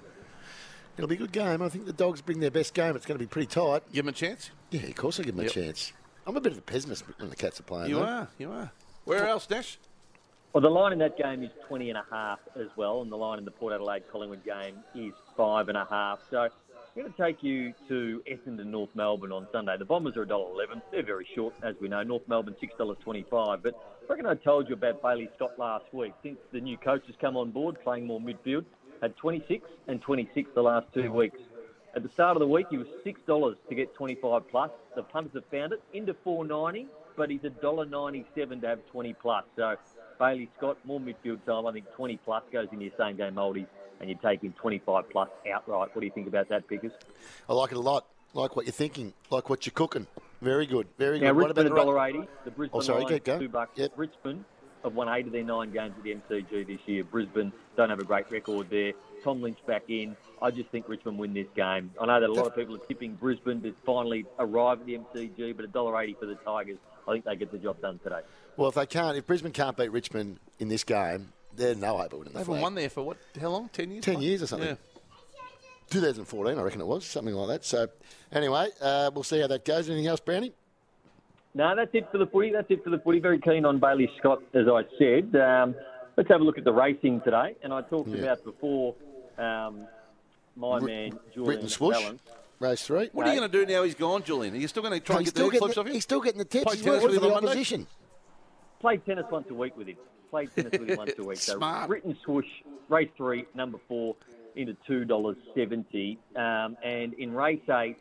Speaker 5: It'll be a good game. I think the dogs bring their best game. It's going to be pretty tight.
Speaker 4: Give them a chance.
Speaker 5: Yeah, of course I give them a
Speaker 17: Yep.
Speaker 5: chance. I'm a bit of a pessimist when the cats are playing.
Speaker 17: You
Speaker 5: though.
Speaker 17: are,
Speaker 4: you are. Where else, Nash?
Speaker 17: Well, the line in that game is 20 and a half as well, and the line in the Port Adelaide Collingwood game is five and a half. So I'm going to take you to Essendon, North Melbourne on Sunday. The Bombers are $1.11. They're very short, as we know. North Melbourne, $6.25. But I reckon I told you about Bailey Scott last week. Since the new coach has come on board, playing more midfield, had 26 and 26 the last two weeks. At the start of the week, he was six dollars to get 25 plus. The punters have found it into 4.90, but he's a dollar 97 to have 20 plus. So Bailey Scott, more midfield time. I think 20 plus goes in your same game oldies, and you're taking 25 plus outright. What do you think about that, Pickers?
Speaker 5: I like it a lot. Like what you're thinking. Like what you're cooking. Very good. Very
Speaker 17: Now
Speaker 5: good. what
Speaker 17: Richmond
Speaker 5: about
Speaker 17: a dollar
Speaker 5: Ra-
Speaker 17: eighty. The Brisbane
Speaker 5: Oh, sorry,
Speaker 17: Lions
Speaker 5: keep going.
Speaker 17: two bucks. Richmond have won eight of their nine games at the MCG this year. Brisbane don't have a great record there. Tom Lynch back in. I just think Richmond win this game. I know that a lot of people are tipping Brisbane to finally arrive at the MCG, but a dollar eighty for the Tigers. I think they get the job done today.
Speaker 5: Well, if they can't, if Brisbane can't beat Richmond in this game, they're no hope of
Speaker 4: They
Speaker 5: winning the
Speaker 4: haven't
Speaker 5: flag.
Speaker 4: won there for what? How long? Ten years.
Speaker 5: 10 years or something.
Speaker 4: Yeah.
Speaker 5: 2014, I reckon it was, something like that. So, anyway, uh, we'll see how that goes. Anything else, Brownie?
Speaker 17: No, that's it for the footy. That's it for the footy. Very keen on Bailey Scott, as I said. Um, let's have a look at the racing today. And I talked
Speaker 5: Yeah.
Speaker 17: about before um, my
Speaker 5: Br-
Speaker 17: man, Julian
Speaker 5: Britton Swoosh,
Speaker 17: McCallum.
Speaker 5: race three.
Speaker 4: What are you going to do now he's gone, Julian? Are you still going to try
Speaker 5: No,
Speaker 4: and
Speaker 5: he's
Speaker 4: get the
Speaker 5: still
Speaker 4: egg
Speaker 5: getting
Speaker 4: flips
Speaker 5: the-
Speaker 4: off him?
Speaker 5: he's still getting the tips.
Speaker 4: Play
Speaker 5: He's
Speaker 4: tennis
Speaker 5: working
Speaker 4: with
Speaker 5: for
Speaker 4: him
Speaker 5: the
Speaker 4: on Monday?
Speaker 5: opposition.
Speaker 17: Played tennis once a week with him. Played tennis with him once a week. So
Speaker 4: Smart.
Speaker 17: written swoosh, race three, number four, into two dollars seventy. Um, and in race eight,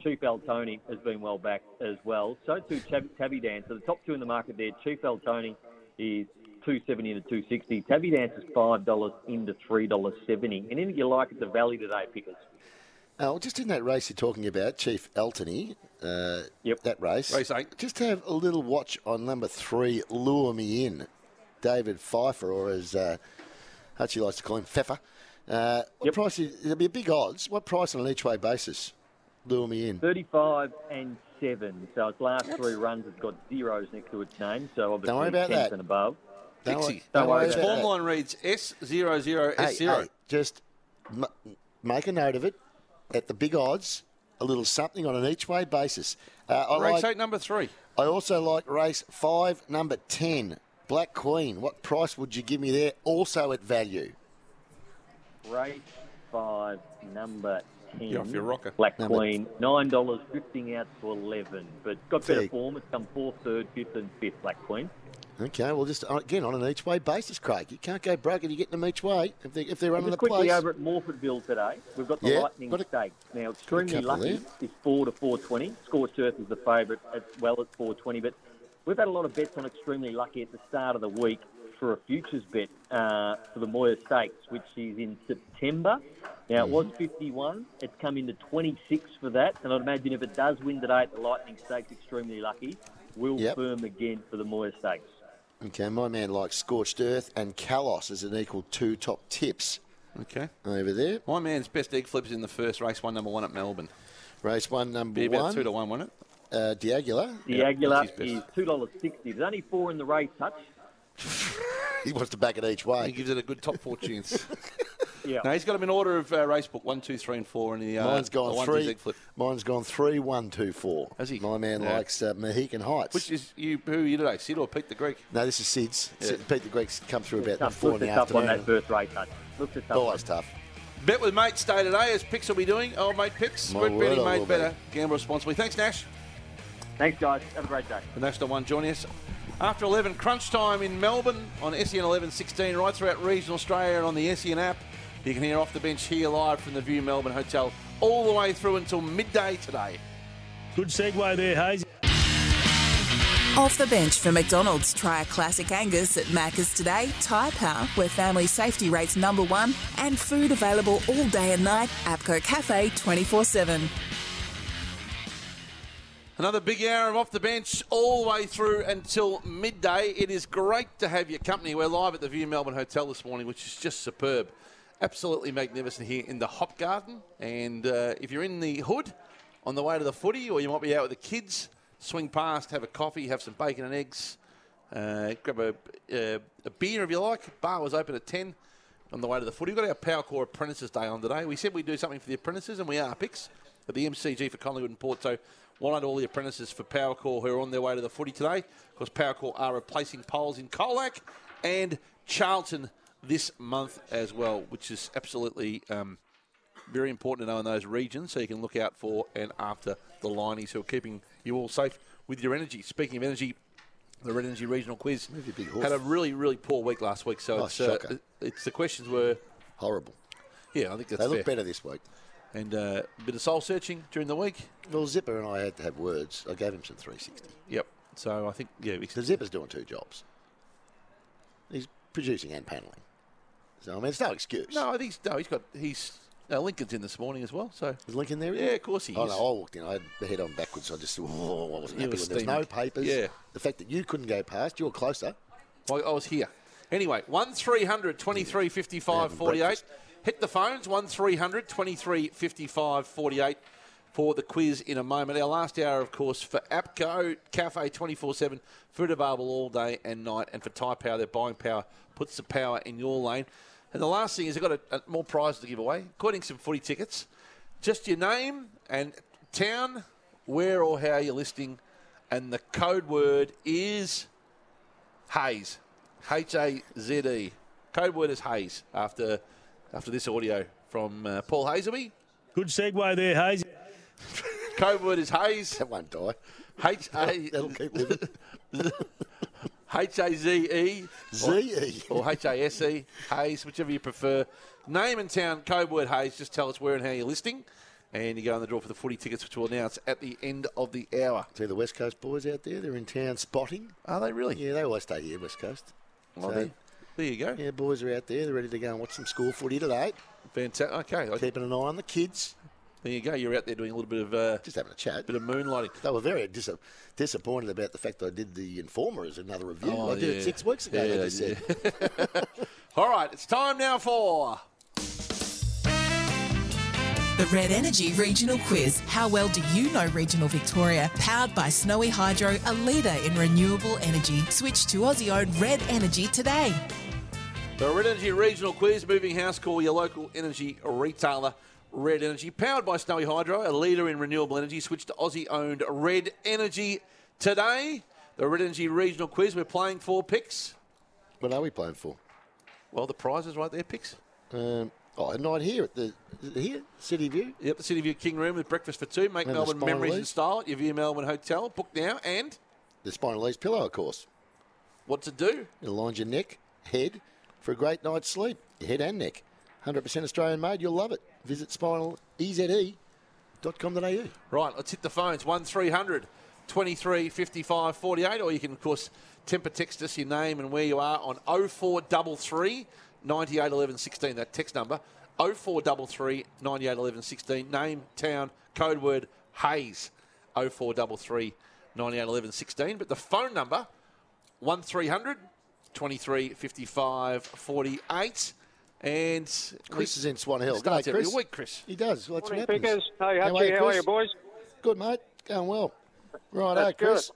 Speaker 17: Chief Altoni has been well back as well. So too Chab- Tabby Dan. So the top two in the market there, Chief Altoni is two seventy into two sixty. Tabby Dance is five dollars into three dollars seventy. And if you like at the Valley today, Pickers.
Speaker 5: Oh, just in that race you're talking about, Chief Eltony, uh,
Speaker 17: yep.
Speaker 5: that race.
Speaker 4: Race eight.
Speaker 5: Just have a little watch on number three, Lure Me In, David Pfeiffer, or as uh, Hutchie likes to call him, Pfeffer. Uh, what price is, it'll be a big odds. What price on an each way basis? Lure Me In.
Speaker 17: 35 and 7. So its last three runs has got zeros next to its name. So obviously
Speaker 5: Don't worry about
Speaker 17: 10th
Speaker 5: that.
Speaker 17: and above.
Speaker 5: Don't wor-
Speaker 17: Dixie.
Speaker 5: don't worry
Speaker 4: His
Speaker 5: about
Speaker 4: form
Speaker 5: that.
Speaker 4: line reads S00S0.
Speaker 5: Hey, hey, just m- make a note of it. At the big odds, a little something on an each way basis. Uh, I
Speaker 4: Race
Speaker 5: like-
Speaker 4: eight, number three.
Speaker 5: I also like race five, number 10, Black Queen. What price would you give me there? Also at value.
Speaker 17: Race 5, number 10.
Speaker 5: You're off your rocker.
Speaker 17: Black
Speaker 5: Number-
Speaker 17: Queen. $9, drifting out to 11. But got better
Speaker 5: Gee.
Speaker 17: form. It's come 4th, 3rd, 5th, and 5th, Black Queen.
Speaker 5: Okay, well, just uh, again on an each way basis, Craig. You can't go broke if you get them each way if, they, if they're running
Speaker 17: Just
Speaker 5: the
Speaker 17: quickly
Speaker 5: place.
Speaker 17: over at Morfordville today, we've got the
Speaker 5: Yeah,
Speaker 17: Lightning
Speaker 5: got a-
Speaker 17: Stake. Now, extremely
Speaker 5: couple
Speaker 17: lucky is four to four twenty. Scorched Earth is the favourite as well at four twenty, but we've had a lot of bets on extremely lucky at the start of the week for a futures bet uh, for the Moyer Stakes, which is in September. Now it
Speaker 5: Mm-hmm.
Speaker 17: was fifty one. It's come into twenty six for that, and I'd imagine if it does win today at the Lightning Stakes, extremely lucky, will
Speaker 5: Yep.
Speaker 17: firm again for the Moyer Stakes.
Speaker 5: Okay, my man likes Scorched Earth and Kalos as an equal two top tips.
Speaker 4: Okay.
Speaker 5: Over there.
Speaker 4: My man's best egg flips in the first race, one number one at Melbourne.
Speaker 5: Race one number
Speaker 4: Be about
Speaker 5: one.
Speaker 4: two to one, wasn't
Speaker 5: it? Uh, Diagula.
Speaker 4: Yeah,
Speaker 17: Diagula
Speaker 4: that's his
Speaker 17: is
Speaker 4: best.
Speaker 17: two dollars sixty. There's only four in the race, touch.
Speaker 5: He wants to back it each way.
Speaker 4: He gives it a good top four chance.
Speaker 17: Yeah.
Speaker 4: No, he's got him in order of uh, race book one, two, three, and four, and the uh,
Speaker 5: Mine's gone
Speaker 4: the one, two,
Speaker 5: three.
Speaker 4: egg flip.
Speaker 5: Mine's gone three, one, two, four. Has he? My man
Speaker 4: Yeah.
Speaker 5: likes uh, Mohican Heights.
Speaker 4: Which is you? Who are you today? Sid or Pete the Greek?
Speaker 5: no, this is Sid's.
Speaker 4: Yeah.
Speaker 5: Sid- Pete the Greek's come through about
Speaker 4: tough.
Speaker 5: four in
Speaker 4: Looked
Speaker 5: the
Speaker 4: it up on
Speaker 5: afternoon.
Speaker 4: that first
Speaker 17: race, mate. Looked it
Speaker 4: up.
Speaker 5: Always tough.
Speaker 4: Bet with mates day today. As picks will be doing. Old mate picks.
Speaker 5: My
Speaker 4: We're
Speaker 5: word, I
Speaker 4: betting
Speaker 5: will
Speaker 4: made
Speaker 5: be.
Speaker 4: better. Gamble responsibly. Thanks, Nash.
Speaker 17: Thanks, guys. Have a great day.
Speaker 4: The National One joining us after 11 crunch time in Melbourne on E SEN 1116, right throughout regional Australia and on the SEN app. You can hear off the bench here live from the View Melbourne Hotel all the way through until midday today.
Speaker 9: Good segue there, Hayes.
Speaker 1: Off the bench for McDonald's, try a classic Angus at Macca's today, Thai Power, where family safety rates number one, and food available all day and night, APCO Cafe 24 7.
Speaker 4: Another big hour of off the bench all the way through until midday. It is great to have your company. We're live at the View Melbourne Hotel this morning, which is just superb. Absolutely magnificent here in the Hop Garden. And uh, if you're in the hood on the way to the footy, or you might be out with the kids, swing past, have a coffee, have some bacon and eggs, uh, grab a, uh, a beer if you like. Bar was open at 10 on the way to the footy. We've got our Power Core Apprentices Day on today. We said we'd do something for the apprentices, and we are picks at the MCG for Collingwood and Porto. Wanted all the apprentices for Power Core who are on their way to the footy today. Of course, Power Core are replacing polls in Colac and Charlton this month as well, which is absolutely um, very important to know in those regions so you can look out for and after the lineys who are keeping you all safe with your energy. Speaking of energy, the Red Energy Regional Quiz
Speaker 5: hoof.
Speaker 4: had a really, really poor week last week. So
Speaker 5: Oh,
Speaker 4: it's, uh,
Speaker 5: shocker.
Speaker 4: it's the questions were
Speaker 5: horrible.
Speaker 4: Yeah, I think that's
Speaker 5: They look
Speaker 4: fair.
Speaker 5: better this week.
Speaker 4: And uh, a bit of soul searching during the week.
Speaker 5: Well, Zipper and I had to have words. I gave him some 360.
Speaker 4: Yep. So I think, yeah. The
Speaker 5: Zipper's doing two jobs. He's producing and panelling. So, I mean, it's no excuse.
Speaker 4: No, I think he's, no, he's got he's uh, Lincoln's in this morning as well. So
Speaker 5: Is Lincoln there?
Speaker 4: Yeah, of course he
Speaker 5: oh,
Speaker 4: is.
Speaker 5: No, I walked in. I had the head on backwards. I just, oh, I wasn't
Speaker 4: You
Speaker 5: happy
Speaker 4: were
Speaker 5: when there was no
Speaker 4: steaming.
Speaker 5: papers.
Speaker 4: Yeah.
Speaker 5: The fact that you couldn't go past, you were closer.
Speaker 4: I, I was oh, here. Anyway, 1300 23 55 48. Hit the phones, 1300 23 55 48 for the quiz in a moment. Our last hour, of course, for APCO, cafe 24 7, food available all day and night. And for Thai Power, their buying power puts the power in your lane. And the last thing is, I've got a, a, more prizes to give away, including some footy tickets. Just your name and town, where or how you're listing. And the code word is. Haze. H A Z E. Code word is haze after after this audio from uh, Paul Hazelby.
Speaker 9: Good segue there, Hayes.
Speaker 4: Code word is haze. That
Speaker 5: won't die.
Speaker 4: H A H A Z E.
Speaker 5: Z-E.
Speaker 4: Or H A S E. Haze, whichever you prefer. Name and town, code word haze. Just tell us where and how you're listing. And you go on the draw for the footy tickets, which we'll announce at the end of the hour.
Speaker 5: See the West Coast boys out there? They're in town spotting.
Speaker 4: Are they really?
Speaker 5: Yeah, they always stay here, West Coast.
Speaker 4: Well, there- there you go.
Speaker 5: Yeah, boys are out there. They're ready to go and watch some school footy today.
Speaker 4: Fantastic. Okay.
Speaker 5: Keeping an eye on the kids.
Speaker 4: There you go. You're out there doing a little bit of. Uh,
Speaker 5: Just having a chat.
Speaker 4: Bit of moonlighting.
Speaker 5: They were very dis- disappointed about the fact that I did the Informer as another review.
Speaker 4: Oh,
Speaker 5: I did
Speaker 4: yeah.
Speaker 5: it six weeks ago,
Speaker 4: Yeah,
Speaker 5: they just said.
Speaker 4: All right, it's time now for.
Speaker 1: The Red Energy Regional Quiz. How well do you know regional Victoria? Powered by Snowy Hydro, a leader in renewable energy. Switch to Aussie owned Red Energy today.
Speaker 4: The Red Energy Regional Quiz Moving House Call, your local energy retailer, Red Energy. Powered by Snowy Hydro, a leader in renewable energy. Switch to Aussie owned Red Energy today. The Red Energy Regional Quiz, we're playing for picks.
Speaker 5: What are we playing for?
Speaker 4: Well, the prize is right there, picks.
Speaker 5: Um, oh, a night here at the is it here City View.
Speaker 4: Yep, the City View King Room with breakfast for two. Make
Speaker 5: And the
Speaker 4: Melbourne
Speaker 5: Spinal
Speaker 4: memories
Speaker 5: Leaf.
Speaker 4: and style at your View Melbourne Hotel. Book now and.
Speaker 5: The Spinal Lee's pillow, of course.
Speaker 4: What to do?
Speaker 5: It'll line your neck, head for a great night's sleep. Your head and neck. 100% Australian made. You'll love it. Visit E spinaleze.com.au.
Speaker 4: Right, let's hit the phones. 1300 23 55 48. Or you can, of course, temper text us your name and where you are on 0433 98 11 16. That text number 0433 98 11 16. Name, town, code word Hayes 0433 98 11 16. But the phone number 1300 23 55 48. And
Speaker 5: Chris is in Swan Hill.
Speaker 4: Starts
Speaker 5: G'day,
Speaker 4: every
Speaker 5: Chris.
Speaker 4: week, Chris.
Speaker 5: He does. Well, that's
Speaker 4: Morning,
Speaker 5: what happens.
Speaker 4: Pickers. Hey,
Speaker 5: How
Speaker 4: Hutchie,
Speaker 5: are you,
Speaker 4: how are
Speaker 5: Chris?
Speaker 4: you, boys?
Speaker 5: Good, mate. Going well. Right, eh,
Speaker 4: That's good.
Speaker 5: Chris.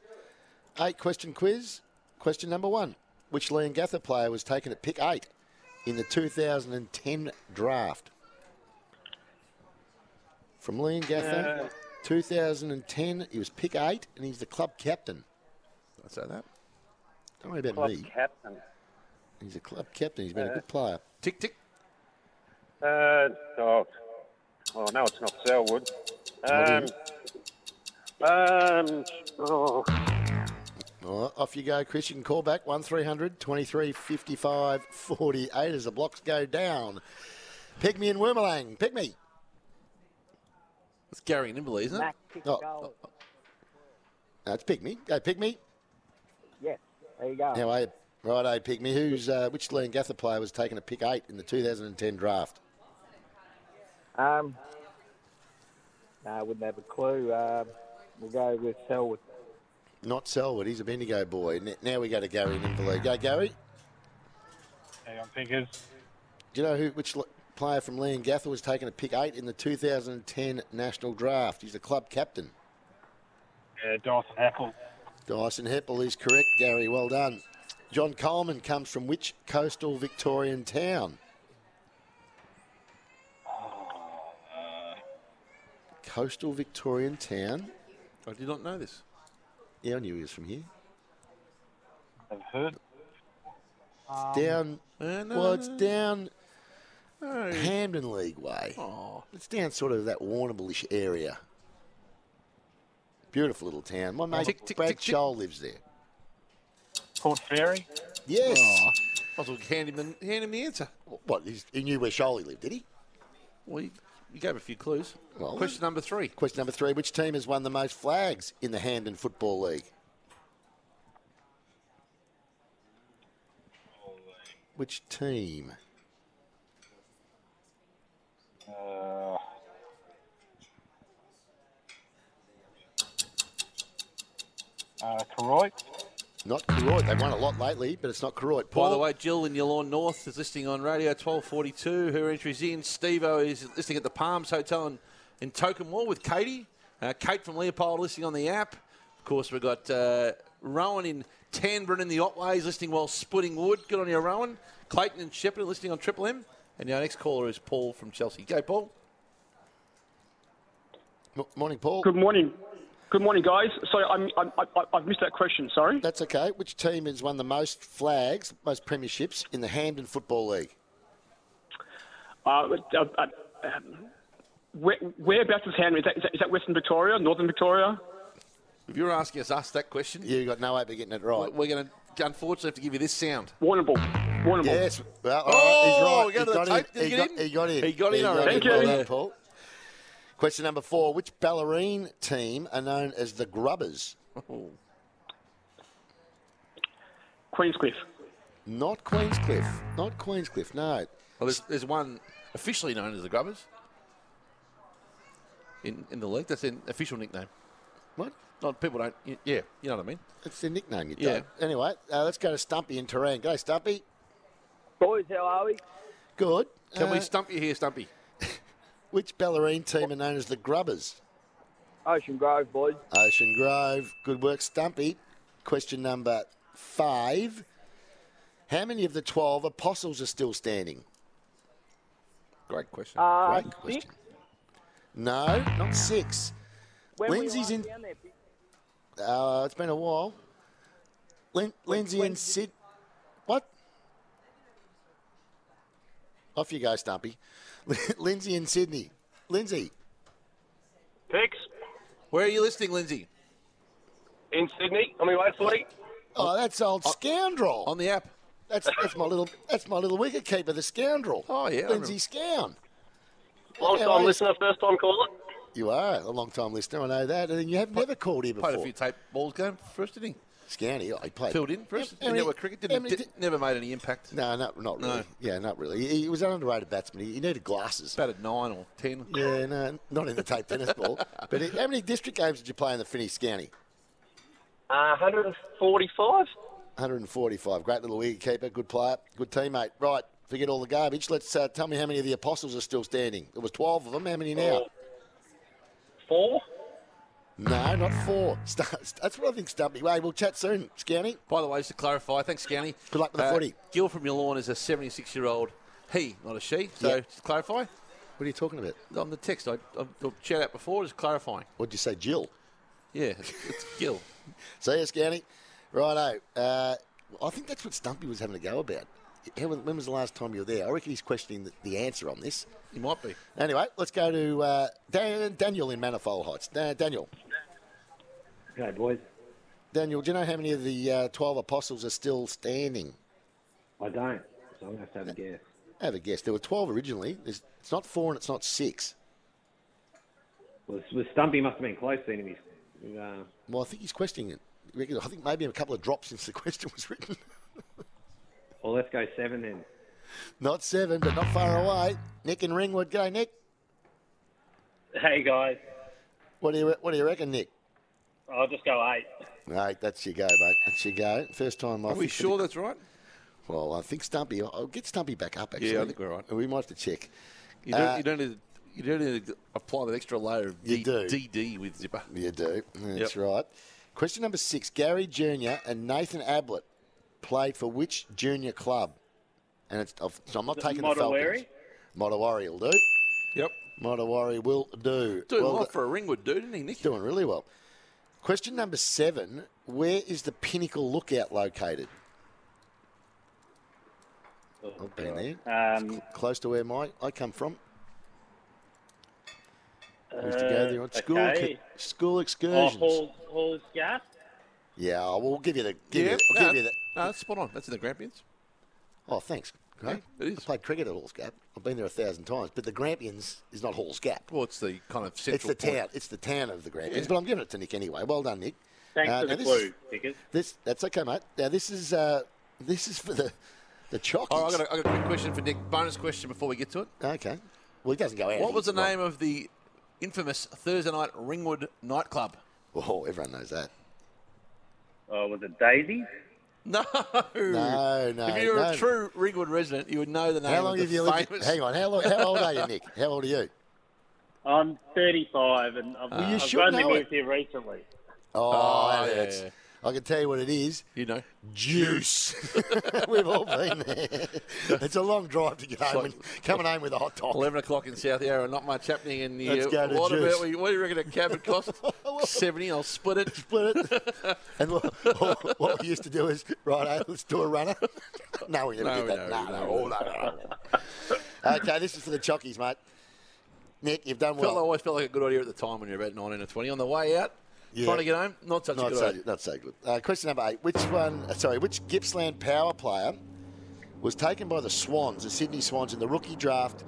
Speaker 5: Eight question quiz. Question number one. Which Liam Gather player was taken at pick eight in the 2010 draft? From Liam Gather,
Speaker 4: Uh.
Speaker 5: 2010, he was pick eight and he's the club captain.
Speaker 4: I say that.
Speaker 5: Don't worry about
Speaker 3: Club
Speaker 5: me.
Speaker 3: captain.
Speaker 5: He's a club captain. He's been
Speaker 3: Uh.
Speaker 5: a good player.
Speaker 4: Tick, tick.
Speaker 3: Uh, oh, oh, no, it's not Selwood.
Speaker 19: Uh,
Speaker 3: Um,
Speaker 5: Not
Speaker 3: um, oh,
Speaker 5: All right, off you go, Chris. You can call back 1300 23 55 48 as the blocks go down. Pygmy and Wormalang. Pygmy.
Speaker 4: It's Gary Nimbley, isn't it?
Speaker 5: Oh, no, it's Pygmy. Go, Pygmy.
Speaker 6: Yes, there you
Speaker 3: Oh.
Speaker 6: go.
Speaker 5: How are you? Righto, Pygmy. Who's, uh, which Liam Gather player was taken at pick eight in the 2010 draft?
Speaker 6: Um, no, I wouldn't have a clue. Um, we'll go with Selwood.
Speaker 5: Not Selwood. He's a Bendigo boy. N- Now we go to Gary Nimbley. Go, Gary.
Speaker 6: Hang on, Pickers.
Speaker 5: Do you know who, which l- player from Liam Gather was taken at pick eight in the 2010 national draft? He's the club captain.
Speaker 6: Yeah, Dyson Apple.
Speaker 5: Dyson Heppel is correct, Gary. Well done. John Coleman comes from which coastal Victorian town?
Speaker 6: Oh, uh,
Speaker 5: Coastal Victorian town?
Speaker 4: I did not know this.
Speaker 5: Yeah, I knew he was from here.
Speaker 6: I've heard. um,
Speaker 5: It's down. well,
Speaker 25: uh,
Speaker 5: it's down
Speaker 4: No.
Speaker 5: Hamden League way. It's down sort of that Warrnamboolish area. Beautiful little town. My mate
Speaker 4: Tick, tick,
Speaker 5: Brad
Speaker 4: tick, tick.
Speaker 5: Scholl lives there.
Speaker 6: Port Fairy?
Speaker 5: Yes.
Speaker 4: Oh, I was hand him the hand him the answer.
Speaker 5: What? he's- He knew where Sholey lived, did he?
Speaker 4: Well, you, you gave a few clues.
Speaker 5: Well,
Speaker 4: Question number three.
Speaker 5: Question number three. Which team has won the most flags in the Hamden Football League? Which team?
Speaker 6: Uh,
Speaker 5: Uh, Koroit. Not Koroit. They've won a lot lately, but it's not Koroit. Paul,
Speaker 4: By the way, Jill in Yalorn North is listening on radio 1242. Her entry's in. Stevo is listening at the Palms Hotel in, in Tokenmore with Katie. Uh, Kate from Leopold listening on the app. Of course, we've got uh, Rowan in Tanbrin in the Otways listening while splitting wood. Good on you, Rowan. Clayton and Shepherd listening on Triple M. And our next caller is Paul from Chelsea. Go, Paul.
Speaker 5: morning, Paul.
Speaker 8: Good morning. Good morning, guys. Sorry, I'm, I'm, I, I- I've missed that question. Sorry.
Speaker 5: That's okay. Which team has won the most flags, most premierships in the Hamden Football League?
Speaker 8: Uh, uh, uh, um, where, whereabouts is Hanley? Is that, is, that, is that Western Victoria, Northern Victoria?
Speaker 4: If you're asking us, us that question,
Speaker 5: you got no hope of getting it right.
Speaker 4: We're going to unfortunately have to give you this sound.
Speaker 8: Warnable. Warnable.
Speaker 5: Yes. Well, all
Speaker 4: Oh,
Speaker 5: right, he's
Speaker 4: we go
Speaker 5: right.
Speaker 4: to
Speaker 5: He
Speaker 4: the
Speaker 5: got
Speaker 4: tape. Did
Speaker 5: He
Speaker 4: he get
Speaker 5: got,
Speaker 4: in?
Speaker 5: he got in.
Speaker 4: He got in
Speaker 5: He
Speaker 4: already. Thank
Speaker 5: Well
Speaker 4: you.
Speaker 5: done, Paul. Question number four. Which ballerine team are known as the Grubbers?
Speaker 8: Queenscliff.
Speaker 5: Not Queenscliff. Not Queenscliff, no.
Speaker 4: Well, there's, there's one officially known as the Grubbers in, in the league. That's an official nickname.
Speaker 5: What?
Speaker 4: Not people don't. y- Yeah, you know what I mean.
Speaker 5: It's their nickname, you
Speaker 4: Yeah.
Speaker 5: don't. Anyway, uh, let's go to Stumpy in Terang. Go, Stumpy.
Speaker 6: Boys, how are we?
Speaker 5: Good.
Speaker 4: Can we
Speaker 5: Uh,
Speaker 4: stump you here, Stumpy?
Speaker 5: Which ballerine team are known as the Grubbers?
Speaker 6: Ocean Grove, boys.
Speaker 5: Ocean Grove. Good work, Stumpy. Question number five. How many of the 12 apostles are still standing?
Speaker 4: Great question.
Speaker 6: Uh,
Speaker 5: Great
Speaker 6: six?
Speaker 5: question. No, not six.
Speaker 6: When
Speaker 5: Lindsay's
Speaker 6: were you
Speaker 5: in.
Speaker 6: last down there, Pick?
Speaker 5: Uh, it's been a while. Lin- Lindsay and Sid. What? Off you go, Stumpy. Lindsay and Sydney. Lindsay.
Speaker 4: Picks. Where are you listening, Lindsay?
Speaker 8: In Sydney, on my way, 40.
Speaker 5: Oh, that's old scoundrel
Speaker 4: on the app.
Speaker 5: That's that's my little that's my little wicket keeper, the scoundrel. Oh
Speaker 4: yeah, I
Speaker 5: Lindsay Scown.
Speaker 18: Long
Speaker 5: How
Speaker 18: time
Speaker 5: are you?
Speaker 18: listener, first time caller.
Speaker 5: You are a long time listener, I know that, and you have never called here before.
Speaker 4: Played a few tape balls game first, didn't he?
Speaker 5: Scoundy, I played.
Speaker 4: Filled in first.
Speaker 5: How many-
Speaker 4: network cricket
Speaker 5: how
Speaker 4: didn't,
Speaker 5: many
Speaker 4: did, never made any impact.
Speaker 5: No, not not really.
Speaker 4: No.
Speaker 5: Yeah, not really. He, he was an underrated batsman. He, he needed glasses.
Speaker 4: Batted nine or ten.
Speaker 5: Yeah, no, not in the tape tennis ball. But it- how many district games did you play in the Finnish Scounty?
Speaker 18: Uh, 145.
Speaker 5: 145. Great little wicketkeeper, good player, good teammate. Right, forget all the garbage. Let's uh, tell me how many of the apostles are still standing. There was 12 of them. How many now?
Speaker 18: Four.
Speaker 5: No, not four. Stu- stu- That's what I think, Stumpy. Hey, we'll chat soon, Scounty.
Speaker 4: By the way, just to clarify, thanks, Scounty. Good
Speaker 5: luck with the footy.
Speaker 4: Gil from your lawn is a 76 year old he, not a she. So just to clarify.
Speaker 5: What are you talking about? Uh,
Speaker 4: On the text, I, I, I shout out before, just clarifying.
Speaker 5: What did you say, Jill?
Speaker 4: Yeah, it's, it's Gil.
Speaker 5: See you, Scounty. Righto. Uh, I think that's what Stumpy was having a go about. How, when was the last time you were there? I reckon he's questioning the, the answer on this.
Speaker 4: He might be.
Speaker 5: Anyway, let's go to uh, Dan, Daniel in Manifold Heights. Da- Daniel.
Speaker 19: Hey, boys.
Speaker 5: Daniel, do you know how many of the uh, 12 apostles are still standing?
Speaker 19: I don't, so I'm going to have to have a guess.
Speaker 5: Have a guess. There were 12 originally. There's, it's not four and it's not six.
Speaker 19: Was, was Stumpy must have been close then. if he's- Uh,
Speaker 5: Well, I think he's questioning it. I think maybe a couple of drops since the question was written.
Speaker 19: well, let's go seven then.
Speaker 5: Not seven, but not far away. Nick and Ringwood. G'day, Nick.
Speaker 19: Hey, guys.
Speaker 5: What do you, what do you reckon, Nick?
Speaker 19: I'll just go eight.
Speaker 5: Mate, that's your go, mate. That's your go. First time. I
Speaker 4: Are we
Speaker 5: think-
Speaker 4: sure that's right?
Speaker 5: Well, I think Stumpy. I'll get Stumpy back up. Actually,
Speaker 4: Yeah, I think we're right.
Speaker 5: We might have to check.
Speaker 4: You don't,
Speaker 5: Uh,
Speaker 4: you don't need to. You don't need to apply that extra layer of
Speaker 5: You
Speaker 4: D-
Speaker 5: do.
Speaker 4: DD with zipper.
Speaker 5: You do. That's right. Question number six: Gary Junior and Nathan Ablett played for which junior club? And it's, I've- so I'm not
Speaker 19: Is it
Speaker 5: taking the Falcons.
Speaker 19: Motowari?
Speaker 5: Motowari will do.
Speaker 4: Yep.
Speaker 5: Motowari will do.
Speaker 4: Doing well,
Speaker 5: Well
Speaker 4: for a Ringwood dude, isn't he, Nick?
Speaker 5: Doing really well. Question number seven: Where is the Pinnacle Lookout located? I've been there. It's cl- close to where my I come from. We used to go there on
Speaker 19: Uh,
Speaker 5: school
Speaker 19: okay.
Speaker 5: co- school excursions.
Speaker 19: Hall, Hall's Gap?
Speaker 5: Yeah, I will give you the give
Speaker 4: yeah,
Speaker 5: you, I'll
Speaker 4: no,
Speaker 5: give you that.
Speaker 4: No, that's spot on. That's in the Grampians.
Speaker 5: Oh, thanks. Great. I played cricket at Halls Gap. I've been there a thousand times, but the Grampians is not Halls Gap.
Speaker 4: Well, it's the kind of
Speaker 5: it's
Speaker 4: central
Speaker 5: the
Speaker 4: point.
Speaker 5: town. It's the town of the Grampians,
Speaker 4: Yeah.
Speaker 5: but I'm giving it to Nick anyway. Well done, Nick.
Speaker 19: Thanks
Speaker 5: Uh,
Speaker 19: for
Speaker 5: now
Speaker 19: the
Speaker 5: this,
Speaker 19: clue, Dickers.
Speaker 5: This that's okay, mate. Now this is uh, this is for the the chockies.
Speaker 4: Oh, I got, a, I got a quick question for Nick. Bonus question before we get to it.
Speaker 5: Okay. Well, he doesn't go out.
Speaker 4: What was the
Speaker 5: He- right.
Speaker 4: name of the infamous Thursday night Ringwood nightclub?
Speaker 5: Oh, everyone knows that.
Speaker 19: Oh, was it Daisy?
Speaker 4: No.
Speaker 5: No, no,
Speaker 4: If you were
Speaker 5: no.
Speaker 4: a true Ringwood resident, you would know the name.
Speaker 5: How long
Speaker 4: of
Speaker 5: have
Speaker 4: the
Speaker 5: you lived?
Speaker 4: famous...
Speaker 5: Hang on. How, long, how old are you, Nick? How old are you?
Speaker 19: I'm 35 and I've,
Speaker 5: Well, you
Speaker 19: I've
Speaker 5: should
Speaker 19: only
Speaker 5: know
Speaker 19: moved here recently.
Speaker 5: Oh,
Speaker 19: Oh,
Speaker 5: that
Speaker 19: yeah,
Speaker 5: hurts. I can tell you what it is.
Speaker 4: You know,
Speaker 5: juice. We've all been there. It's a long drive to get
Speaker 4: It's
Speaker 5: home.
Speaker 4: like-
Speaker 5: and coming home with a hot dog.
Speaker 4: Eleven o'clock in South Yarra, not much happening in the.
Speaker 5: Let's
Speaker 4: uh,
Speaker 5: go to
Speaker 4: what
Speaker 5: juice.
Speaker 4: about we- what do you reckon a cab would cost? Seventy. I'll split it.
Speaker 5: Split it. And what, what we used to do is, right, let's do a runner. no, we never
Speaker 4: No,
Speaker 5: did that.
Speaker 4: no,
Speaker 5: No,
Speaker 4: no,
Speaker 5: no, oh, no, no, no. okay, this is for the chockies, mate. Nick, you've done
Speaker 4: Felt, I
Speaker 5: well.
Speaker 4: always felt like a good idea at the time when you're about nineteen or twenty. On the way out,
Speaker 5: Yeah.
Speaker 4: trying to get home, not such a
Speaker 5: Not
Speaker 4: good
Speaker 5: so,
Speaker 4: idea.
Speaker 5: not so good. Uh, question number eight. Which one, uh, sorry, which Gippsland power player was taken by the Swans, the Sydney Swans, in the rookie draft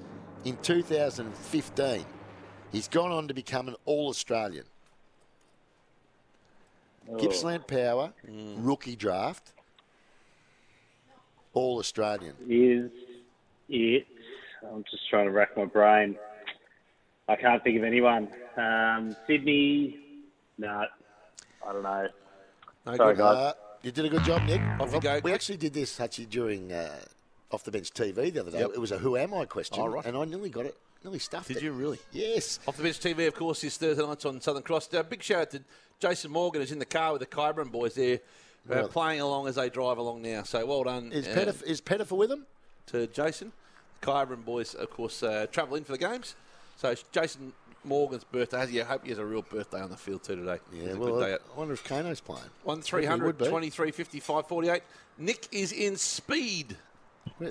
Speaker 5: in 2015? He's gone on to become an All Australian. Gippsland Power,
Speaker 4: Hmm.
Speaker 5: rookie draft, All Australian.
Speaker 19: Is it? I'm just trying to rack my brain. I can't think of anyone. Um, Sydney? No. I don't know. Sorry, guys.
Speaker 5: Uh, you did a good job, Nick. We actually did this, Hutchie, during uh, Off the Bench TV the other day.
Speaker 4: Yep.
Speaker 5: It was a Who Am I question,
Speaker 4: Oh, right.
Speaker 5: and I nearly got it, nearly stuffed it.
Speaker 4: Did you really?
Speaker 5: Yes.
Speaker 4: Off the bench TV, of course, is Thursday nights on Southern Cross. Uh, big shout out to Jason Morgan, who's in the car with the Kyburn boys there, uh,
Speaker 5: Really?
Speaker 4: playing along as they drive along now. So well done.
Speaker 5: Is
Speaker 4: uh,
Speaker 5: Pettif- is Pettifer with him?
Speaker 4: To Jason. The Kyburn boys, of course, uh, travel in for the games. So it's Jason Morgan's birthday. Has he- I hope he has a real birthday on the field too today.
Speaker 5: Yeah,
Speaker 4: It's a
Speaker 5: well,
Speaker 4: good day
Speaker 5: I,
Speaker 4: out.
Speaker 5: I wonder if Kano's playing.
Speaker 4: One
Speaker 5: I think he would
Speaker 4: 300,
Speaker 5: be.
Speaker 4: 23, 55, 48. Nick is in speed.
Speaker 19: Hey,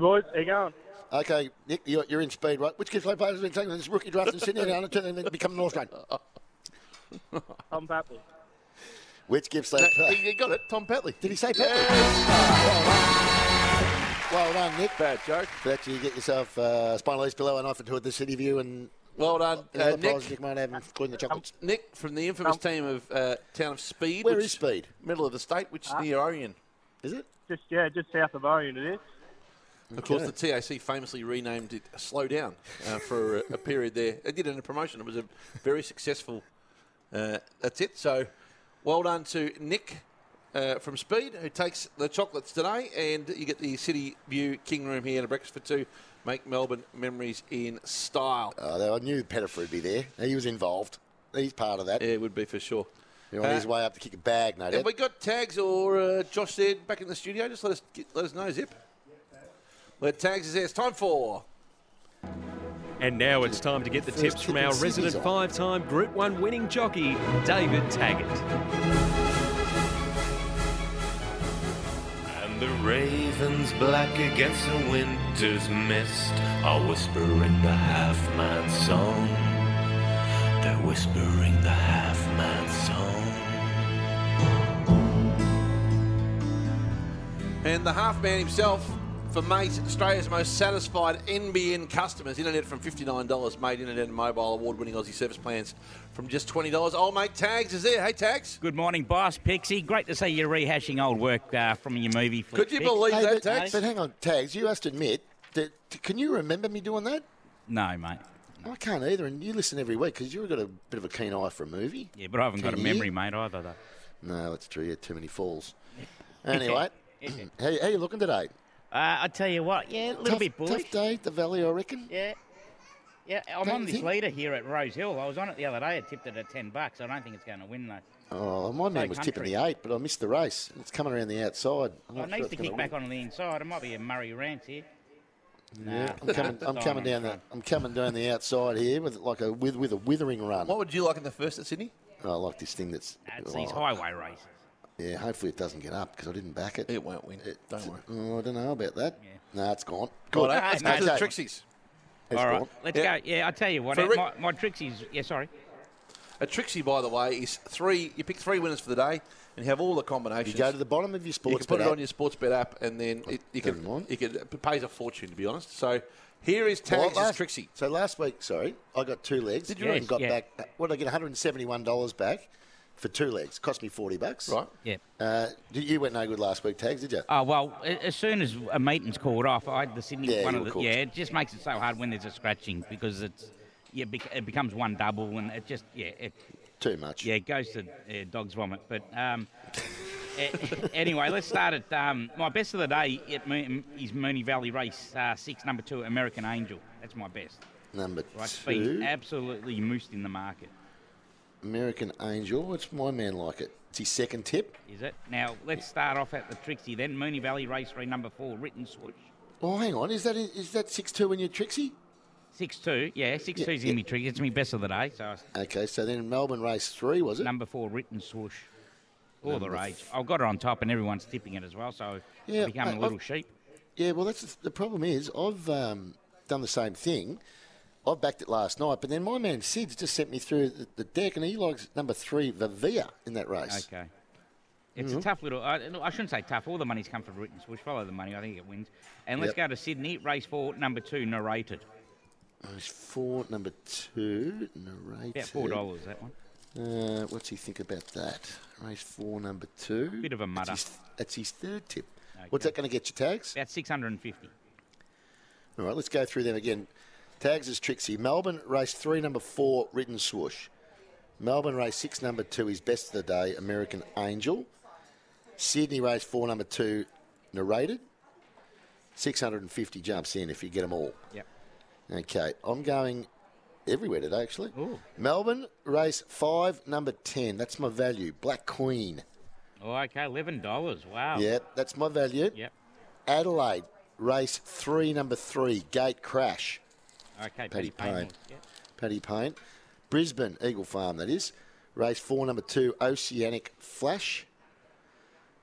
Speaker 19: boys. How you going?
Speaker 5: Okay, Nick, you're, you're in speed, right? Which Gippsland player has been taken in this rookie draft in Sydney and then become an All Australian?
Speaker 19: I'm happy.
Speaker 5: Which gives they
Speaker 4: No,
Speaker 5: play?
Speaker 4: you got it, Tom Petley.
Speaker 5: Did he say Petley? Well done, Nick. Bad joke. For that, you get yourself uh, spinal east pillow and offer to the City View and.
Speaker 4: Well done,
Speaker 5: another
Speaker 4: uh, Nick.
Speaker 5: prize Nick might have, including the chocolates.
Speaker 4: Nick from the infamous team of uh, Town of Speed.
Speaker 5: Where
Speaker 4: which-
Speaker 5: is Speed?
Speaker 4: Middle of the state, which is near Orion.
Speaker 5: Is it?
Speaker 20: Ah. Just yeah, just south of Orion it is.
Speaker 4: Of course,
Speaker 20: Okay.
Speaker 4: the TAC famously renamed it Slow Down uh, for a, a period there. They did it in a promotion. It was a very successful. Uh, that's it. So, well done to Nick uh, from Speed, who takes the chocolates today, and you get the City View King Room here and a breakfast for two. Make Melbourne memories in style.
Speaker 5: Oh, I knew Pettifer would be there. He was involved. He's part of that. Yeah,
Speaker 4: it would be for sure.
Speaker 5: You're on
Speaker 4: Uh,
Speaker 5: his way up to kick a bag, no doubt.
Speaker 4: Have we got tags or uh, Josh there back in the studio? Just let us get, let us know, Zip. Where tags is there? It's time for
Speaker 21: And now it's time to get the tips from our resident five time Group 1 winning jockey, David Taggart.
Speaker 13: And the ravens black against the winter's mist are whispering the half man's song. They're whispering the half man's song.
Speaker 4: And the half man himself for Mate, Australia's most satisfied NBN customers. Internet from $59, Mate Internet and Mobile Award winning Aussie service plans from just $20. Oh, Mate, Tags is there. Hey, Tags.
Speaker 15: Good morning, boss Pixie. Great to see you rehashing old work uh, from your movie. Flick Fix.
Speaker 5: Hey, but, But hang on, Tags, you must admit that. t- Can you remember me doing that?
Speaker 15: No, mate.
Speaker 5: I can't either, and you listen every week because you've got a bit of a keen eye for a movie.
Speaker 15: Yeah, but I haven't got a
Speaker 5: Can
Speaker 15: memory,
Speaker 5: you?
Speaker 15: mate, either. Though.
Speaker 5: No, that's true. You had too many falls. Anyway, how, how you looking today?
Speaker 15: Uh, I tell you what, yeah, a little
Speaker 5: Tough-
Speaker 15: bit bullish.
Speaker 5: Tough day, at the valley, I reckon.
Speaker 15: Yeah. Yeah, I'm
Speaker 5: Don't
Speaker 15: on
Speaker 5: you
Speaker 15: this
Speaker 5: think-
Speaker 15: leader here at Rose Hill. I was on it the other day. I tipped it at ten bucks. I don't think it's going to win though.
Speaker 5: Oh, my man
Speaker 15: Say
Speaker 5: was tipping
Speaker 15: country.
Speaker 5: the eight, but I missed the race. It's coming around the outside. I'm
Speaker 15: I
Speaker 5: not
Speaker 15: need
Speaker 5: sure
Speaker 15: to
Speaker 5: it's gonna
Speaker 15: kick back on the inside. It might be a Murray Rance here.
Speaker 5: win. Yeah,
Speaker 15: Nah,
Speaker 5: I'm coming. I'm
Speaker 15: sorry,
Speaker 5: coming
Speaker 15: I'm
Speaker 5: down the. I'm coming down the outside here with like a with with a withering run.
Speaker 4: What would you like in the first at Sydney?
Speaker 5: I like this thing that's.
Speaker 15: That's these
Speaker 5: oh,
Speaker 15: highway races.
Speaker 5: Yeah, hopefully it doesn't get up because I didn't back it. It
Speaker 4: won't win. don't worry.
Speaker 5: Oh, I don't know about that. No, it's gone.
Speaker 15: Righto,
Speaker 5: Good.
Speaker 15: let's go to the
Speaker 5: Okay.
Speaker 15: Trixies.
Speaker 5: It's
Speaker 15: All right,
Speaker 5: gone.
Speaker 15: let's go. Yeah, I tell you what,
Speaker 4: For
Speaker 15: uh,
Speaker 4: Rick-
Speaker 15: my, my Trixie's. Yeah, sorry.
Speaker 4: A Trixie, by the way, is three. You pick three winners for the day and you have all the combinations.
Speaker 5: You go to the bottom of your
Speaker 4: You can
Speaker 5: sports
Speaker 4: put
Speaker 5: bet
Speaker 4: it
Speaker 5: app.
Speaker 4: on your sports bet app and then it, you can. You can it pays a fortune, to be honest. So here is
Speaker 5: Well,
Speaker 4: Tags'
Speaker 5: last-
Speaker 4: Trixie.
Speaker 5: So last week, sorry, I got two legs.
Speaker 4: Did you
Speaker 5: and
Speaker 4: really?
Speaker 5: got
Speaker 4: Yeah.
Speaker 5: back? What did I get? One hundred and seventy-one dollars back for two legs. Cost me forty bucks.
Speaker 15: Right. Yeah.
Speaker 5: Uh, you- you went no good last week, tags, did you?
Speaker 15: Oh well, a- as soon as a meeting's called off, I the Sydney
Speaker 5: Yeah,
Speaker 15: one
Speaker 5: you
Speaker 15: of
Speaker 5: were
Speaker 15: the,
Speaker 5: caught.
Speaker 15: yeah, it just makes it so hard when there's a scratching because it's yeah, it bec- it becomes one double and it just yeah, it
Speaker 5: too much.
Speaker 15: Yeah, it goes to uh, dog's vomit. But um, a- anyway, let's start at um, my best of the day at Moon, is Mooney Valley Race uh, Six, number two, American Angel. That's my best.
Speaker 5: Number
Speaker 15: Right, it's
Speaker 5: two,
Speaker 15: been absolutely moosed in the market.
Speaker 5: American Angel. What's my man like it? It's his second tip.
Speaker 15: Is it? Now let's start off at the Trixie then. Mooney Valley Race Three, number four, Written Switch.
Speaker 5: Oh, hang on. Is that is that six two in your Trixie?
Speaker 15: Six two, yeah, six
Speaker 5: Yeah,
Speaker 15: two's
Speaker 5: yeah.
Speaker 15: in me trick. It's me best of the day. So I-
Speaker 5: Okay, so then Melbourne race three was it?
Speaker 15: Number four, written swoosh. all the
Speaker 5: Number
Speaker 15: rage. I've got her on top, and everyone's tipping it as well. So
Speaker 5: Yeah,
Speaker 15: yeah, becoming
Speaker 5: I-
Speaker 15: a little
Speaker 5: I've-
Speaker 15: sheep.
Speaker 5: Yeah, well, that's the, the problem is I've um, done the same thing. I backed it last night, but then my man Sid's just sent me through the, the deck, and he likes number three Vivia in that race.
Speaker 15: Okay. It's
Speaker 5: Mhm.
Speaker 15: a tough little. I, no, I shouldn't say tough. All the money's come from written swoosh. Follow the money. I think it wins. And let's
Speaker 5: Yep.
Speaker 15: go to Sydney. Race four, number two, narrated.
Speaker 5: Race four, number two, narrated.
Speaker 15: About four dollars that one.
Speaker 5: Uh, what's he think about that? Race four, number two.
Speaker 15: Bit of a
Speaker 5: That's
Speaker 15: mutter.
Speaker 5: his, that's his third tip. What's that going to get you, Tags?
Speaker 15: About six hundred and fifty.
Speaker 5: All right, let's go through them again. Tags is Trixie. Melbourne race three, number four, Written Swoosh. Melbourne race six, number two, is best of the day, American Angel. Sydney race four, number two, narrated. 650 jumps in if you get them all.
Speaker 15: Yep.
Speaker 5: Okay, I'm going everywhere today, actually. Melbourne race five, number 10. That's my value. Black Queen.
Speaker 15: Oh, okay, eleven dollars. Wow.
Speaker 5: Yeah, that's my value.
Speaker 15: Oh. Yep.
Speaker 5: Adelaide race three, number three, Gate Crash.
Speaker 15: Okay, Paddy
Speaker 5: Paddy Payne.
Speaker 15: Payne.
Speaker 5: Paddy Payne. Brisbane, Eagle Farm, that is. Race four, number two, Oceanic Flash.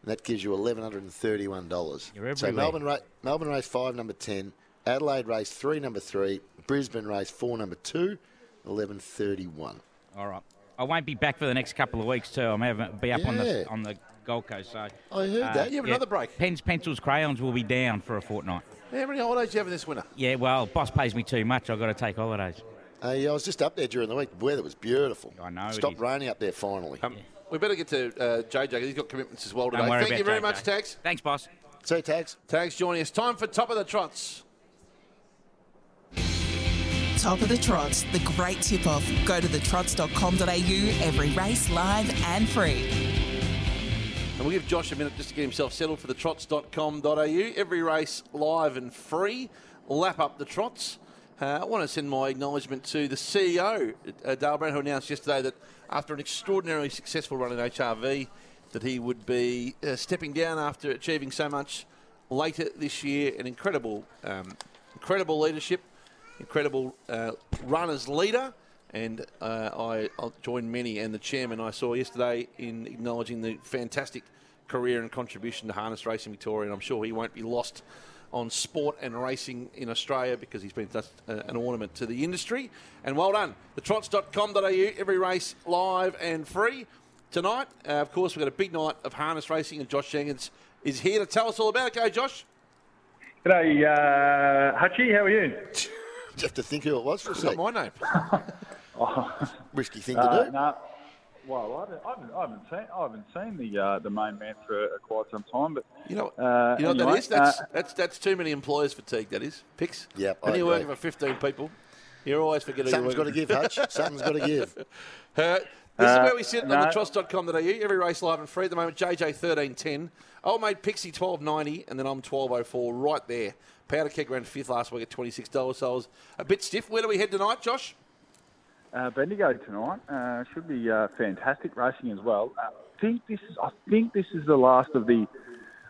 Speaker 5: And that gives you $1,131.
Speaker 15: You're
Speaker 5: so
Speaker 15: everywhere.
Speaker 5: Melbourne, ra- Melbourne race five, number 10. Adelaide race three, number three. Brisbane race four, number two, 1131.
Speaker 15: All right. I I won't be back for the next couple of weeks too. I'm having be up on
Speaker 5: Yeah.
Speaker 15: the on the Gold Coast. So
Speaker 5: I heard that. You have another
Speaker 15: break. Pens, pencils, crayons will be down for a fortnight.
Speaker 4: How many holidays do you have this winter?
Speaker 15: Yeah, well, boss pays me too much. I've got to take holidays.
Speaker 5: Uh, yeah, I was just up there during the week. The weather was beautiful. I know.
Speaker 15: it
Speaker 5: Stopped raining up there finally.
Speaker 4: We better get to uh, JJ. He's got commitments as well
Speaker 5: Don't
Speaker 4: today.
Speaker 5: worry
Speaker 4: Thank
Speaker 5: about
Speaker 4: you very
Speaker 5: JJ.
Speaker 4: much, Tags.
Speaker 15: Thanks, boss.
Speaker 5: See you, Tags.
Speaker 4: Tags joining us. Time for Top of the Trots.
Speaker 1: Top of the Trots, the great tip off. Go to thetrots.com.au, every race live and free.
Speaker 4: And we'll give Josh a minute just to get himself settled for the trots.com.au. Every race live and free. Lap up the trots. Uh, I want to send my acknowledgement to the CEO, uh, Dale Brown, who announced yesterday that after an extraordinarily successful run in HRV, that he would be uh, stepping down after achieving so much later this year. An incredible, um, incredible leadership, incredible uh, run as leader. And uh, I I'll join many and the chairman I saw yesterday in acknowledging the fantastic career and contribution to harness racing Victoria. And I'm sure he won't be lost on sport and racing in Australia because he's been such uh, an ornament to the industry. And well done. The trots.com.au, every race live and free. Tonight, uh, of course, we've got a big night of harness racing, and Josh Jenkins is here to tell us all about it. Go, Josh.
Speaker 22: G'day, uh, Hutchie. How are you?
Speaker 5: Just have to think who it was for a Oh. second.
Speaker 4: my name.
Speaker 5: Risky thing
Speaker 22: Uh,
Speaker 5: to do.
Speaker 22: no. Well, I haven't, I haven't, I haven't seen, I haven't seen the uh, the main man for uh, quite some time, but
Speaker 4: you know,
Speaker 22: uh,
Speaker 4: you know what
Speaker 22: anyway,
Speaker 4: that is? That's,
Speaker 22: uh,
Speaker 4: that's, that's too many employers fatigue, that is. Picks?
Speaker 5: Yep,
Speaker 4: When
Speaker 5: I
Speaker 4: you're working
Speaker 5: agree.
Speaker 4: for 15 people, you always forget who you're
Speaker 5: Something's
Speaker 4: working
Speaker 5: gotta
Speaker 4: for.
Speaker 5: give, Hutch. Something's gotta give.
Speaker 4: Uh, this is
Speaker 5: Uh,
Speaker 4: where we sit on
Speaker 5: no.
Speaker 4: the trots.com.au. Every race live and free at the moment. JJ 1310. Old mate Pixie 1290, and then I'm 1204 right there. Powder keg ran fifth last week at $26, so I was a bit stiff. Where do we head tonight, Josh?
Speaker 22: uh, Bendigo tonight uh, should be uh, fantastic racing as well. Uh, I think this is, I think this is the last of the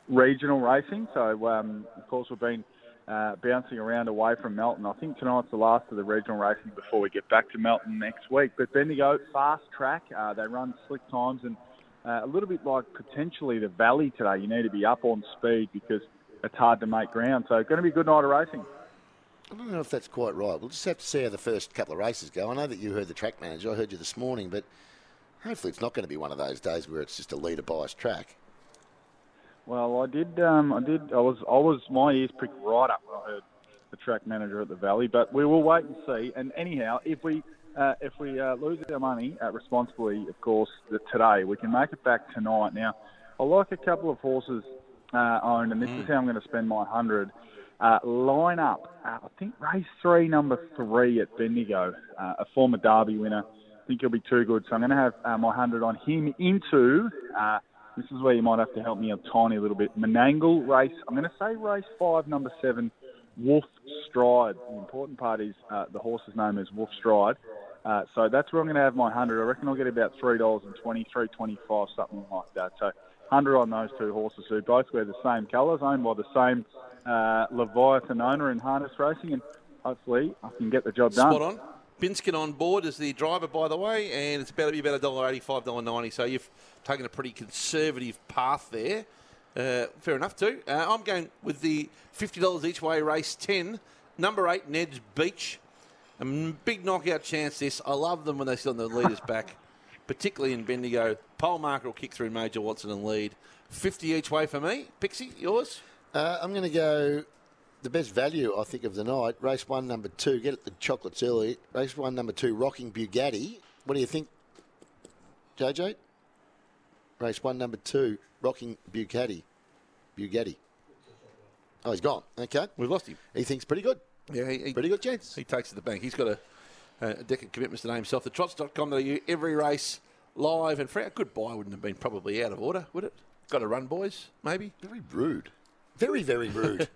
Speaker 22: regional racing. So um, of course we've been uh, bouncing around away from Melton. I think tonight's the last of the regional racing before we get back to Melton next week. But Bendigo fast track, uh, they run slick times and uh, a little bit like potentially the Valley today. You need to be up on speed because it's hard to make ground. So it's going to be a good night of racing.
Speaker 5: I don't know if that's quite right. We'll just have to see how the first couple of races go. I know that you heard the track manager. I heard you this morning, but hopefully it's not going to be one of those days where it's just a leader biased track.
Speaker 22: Well, I did. Um, I did. I was. I was. My ears pricked right up when I heard the track manager at the Valley. But we will wait and see. And anyhow, if we uh, if we uh, lose our money uh, responsibly, of course, the, today we can make it back tonight. Now, I like a couple of horses uh, owned, and this is how I'm going to spend my hundred. Uh, line up. Uh, I think race three, number three at Bendigo, uh, a former Derby winner. I think he'll be too good. So I'm going to have uh, my 100 on him into, uh, this is where you might have to help me a tiny little bit, Menangle race. I'm going to say race five, number seven, Wolf Stride. The important part is uh, the horse's name is Wolf Stride. Uh, so that's where I'm going to have my 100. I reckon I'll get about $3.20, 25 something like that. So 100 on those two horses who both wear the same colours, owned by the same uh, Leviathan owner in harness racing. And hopefully I can get the job done.
Speaker 4: Spot on. Binskin on board as the driver, by the way, and it's about to be about $1.85, $1.90. So you've taken a pretty conservative path there. Uh, fair enough, too. Uh, I'm going with the $50 each way race 10, number 8, Ned's Beach. A m- big knockout chance this. I love them when they sit on the leader's back, particularly in Bendigo. Pole marker will kick through Major Watson and lead. 50 each way for me. Pixie, yours?
Speaker 5: Uh, I'm going to go the best value, I think, of the night. Race one, number two. Get at the chocolates early. Race one, number two, Rocking Bugatti. What do you think, JJ? Race one, number two, Rocking Bugatti. Bugatti. Oh, he's gone. Okay.
Speaker 4: We've lost him.
Speaker 5: He thinks pretty good.
Speaker 4: Yeah, he,
Speaker 5: pretty good chance.
Speaker 4: He takes it to the bank. He's got a, a deck of commitments to name himself. The trots.com.au, every race live and free. A good buy wouldn't have been probably out of order, would it? Got to run, boys, maybe?
Speaker 5: Very rude. Very, very rude.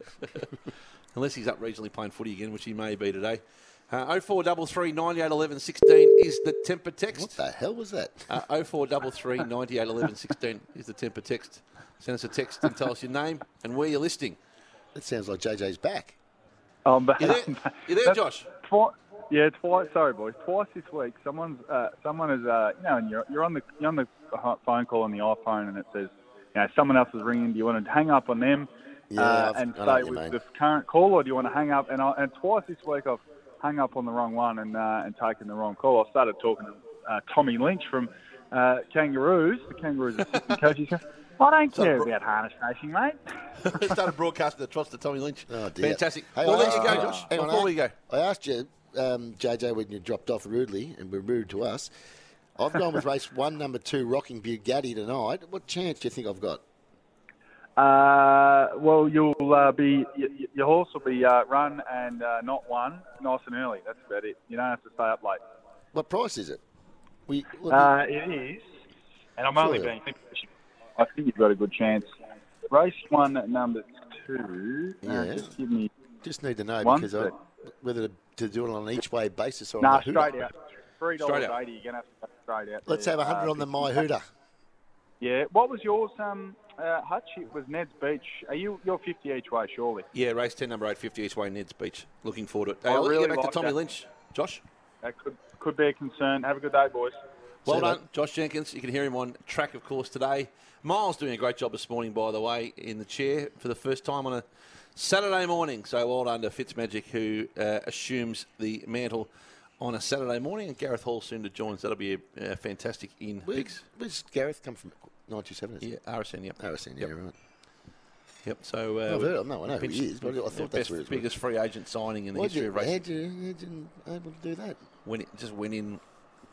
Speaker 4: Unless he's up regionally playing footy again, which he may be today. Uh, 0433 98 11 16 is the temper text. What
Speaker 5: the hell was that?
Speaker 4: Uh, 0433 98 11 16 is the temper text. Send us a text and tell us your name and where you're listing.
Speaker 5: That sounds like JJ's back.
Speaker 22: Um, but
Speaker 4: You there, you there
Speaker 22: That's
Speaker 4: Josh?
Speaker 22: Twi- yeah, twice. Sorry, boys. Twice this week, someone's uh, someone is uh, you know, and you're, you're on the you're on the phone call on the iPhone, and it says, you know, someone else is ringing. Do you want to hang up on them
Speaker 5: Yeah,
Speaker 22: uh,
Speaker 5: I've- I know
Speaker 22: and
Speaker 5: what
Speaker 22: stay
Speaker 5: you
Speaker 22: with
Speaker 5: mean.
Speaker 22: the current call, or do you want to hang up? And I, and twice this week, I've hung up on the wrong one and uh, and taken the wrong call. I started talking to uh, Tommy Lynch from uh, Kangaroos, the Kangaroos assistant coach. He goes, I don't
Speaker 4: So
Speaker 22: care
Speaker 4: bro-
Speaker 22: about harness racing, mate.
Speaker 4: Started broadcasting the trust to Tommy Lynch.
Speaker 5: Oh, dear.
Speaker 4: Fantastic.
Speaker 5: Hey,
Speaker 4: well,
Speaker 5: I
Speaker 4: there
Speaker 5: asked-
Speaker 4: you go, Josh.
Speaker 5: hang on,
Speaker 4: Before
Speaker 5: I-
Speaker 4: we go,
Speaker 5: I asked you, um, JJ, when you dropped off rudely and were rude to us. I've gone with race one, number two, Rocking Bugatti tonight. What chance do you think I've got?
Speaker 22: Uh, well, you'll uh, be y- y- your horse will be uh, run and uh, not won, nice and early. That's about it. You don't have to stay up late.
Speaker 5: What price is it? We,
Speaker 22: Uh, it is, and I'm only
Speaker 5: Sure.
Speaker 22: being. I think you've got a good chance. Uh, Race one, number two. Uh,
Speaker 5: Yeah.
Speaker 22: just give me
Speaker 5: Just need to know
Speaker 22: One
Speaker 5: because I, whether to, to do it on an each way basis or
Speaker 22: nah,
Speaker 5: on the hooter.
Speaker 22: straight out. Three dollars
Speaker 5: Straight out.
Speaker 22: eighty. You're gonna have to go straight out.
Speaker 5: Let's
Speaker 22: there.
Speaker 5: have a hundred
Speaker 22: Uh,
Speaker 5: on the my hooter.
Speaker 22: Yeah. What was yours, um, uh, Hutch? It was Ned's Beach. Are you? You're fifty each way, surely.
Speaker 4: yeah, race 10, number 850 each way, Ned's Beach. Looking forward to it. Hey,
Speaker 22: I
Speaker 4: I'll let you
Speaker 22: really
Speaker 4: get back
Speaker 22: like
Speaker 4: to Tommy
Speaker 22: that.
Speaker 4: Lynch. Josh?
Speaker 22: That could could be a concern. Have a good day, boys.
Speaker 4: Well done, Josh Jenkins. You can hear him on track, of course, today. Miles doing a great job this morning, by the way, in the chair for the first time on a Saturday morning. So well done to Fitzmagic, who uh, assumes the mantle on a Saturday morning. And Gareth Hall soon to join, so that'll be uh, fantastic in Bix.
Speaker 5: Where's Gareth come from? 97,
Speaker 4: Yeah, RSN, yep.
Speaker 5: RSN, yeah, right.
Speaker 4: Yep, so... Uh,
Speaker 5: I've heard of him. No, I know who
Speaker 4: pinched-
Speaker 5: he is, but I thought
Speaker 4: the
Speaker 5: that's
Speaker 4: best,
Speaker 5: where it was.
Speaker 4: biggest free agent signing in the
Speaker 5: Why'd
Speaker 4: history
Speaker 5: you,
Speaker 4: of racing.
Speaker 5: how'd you, how'd you able to do that?
Speaker 4: When it just went in...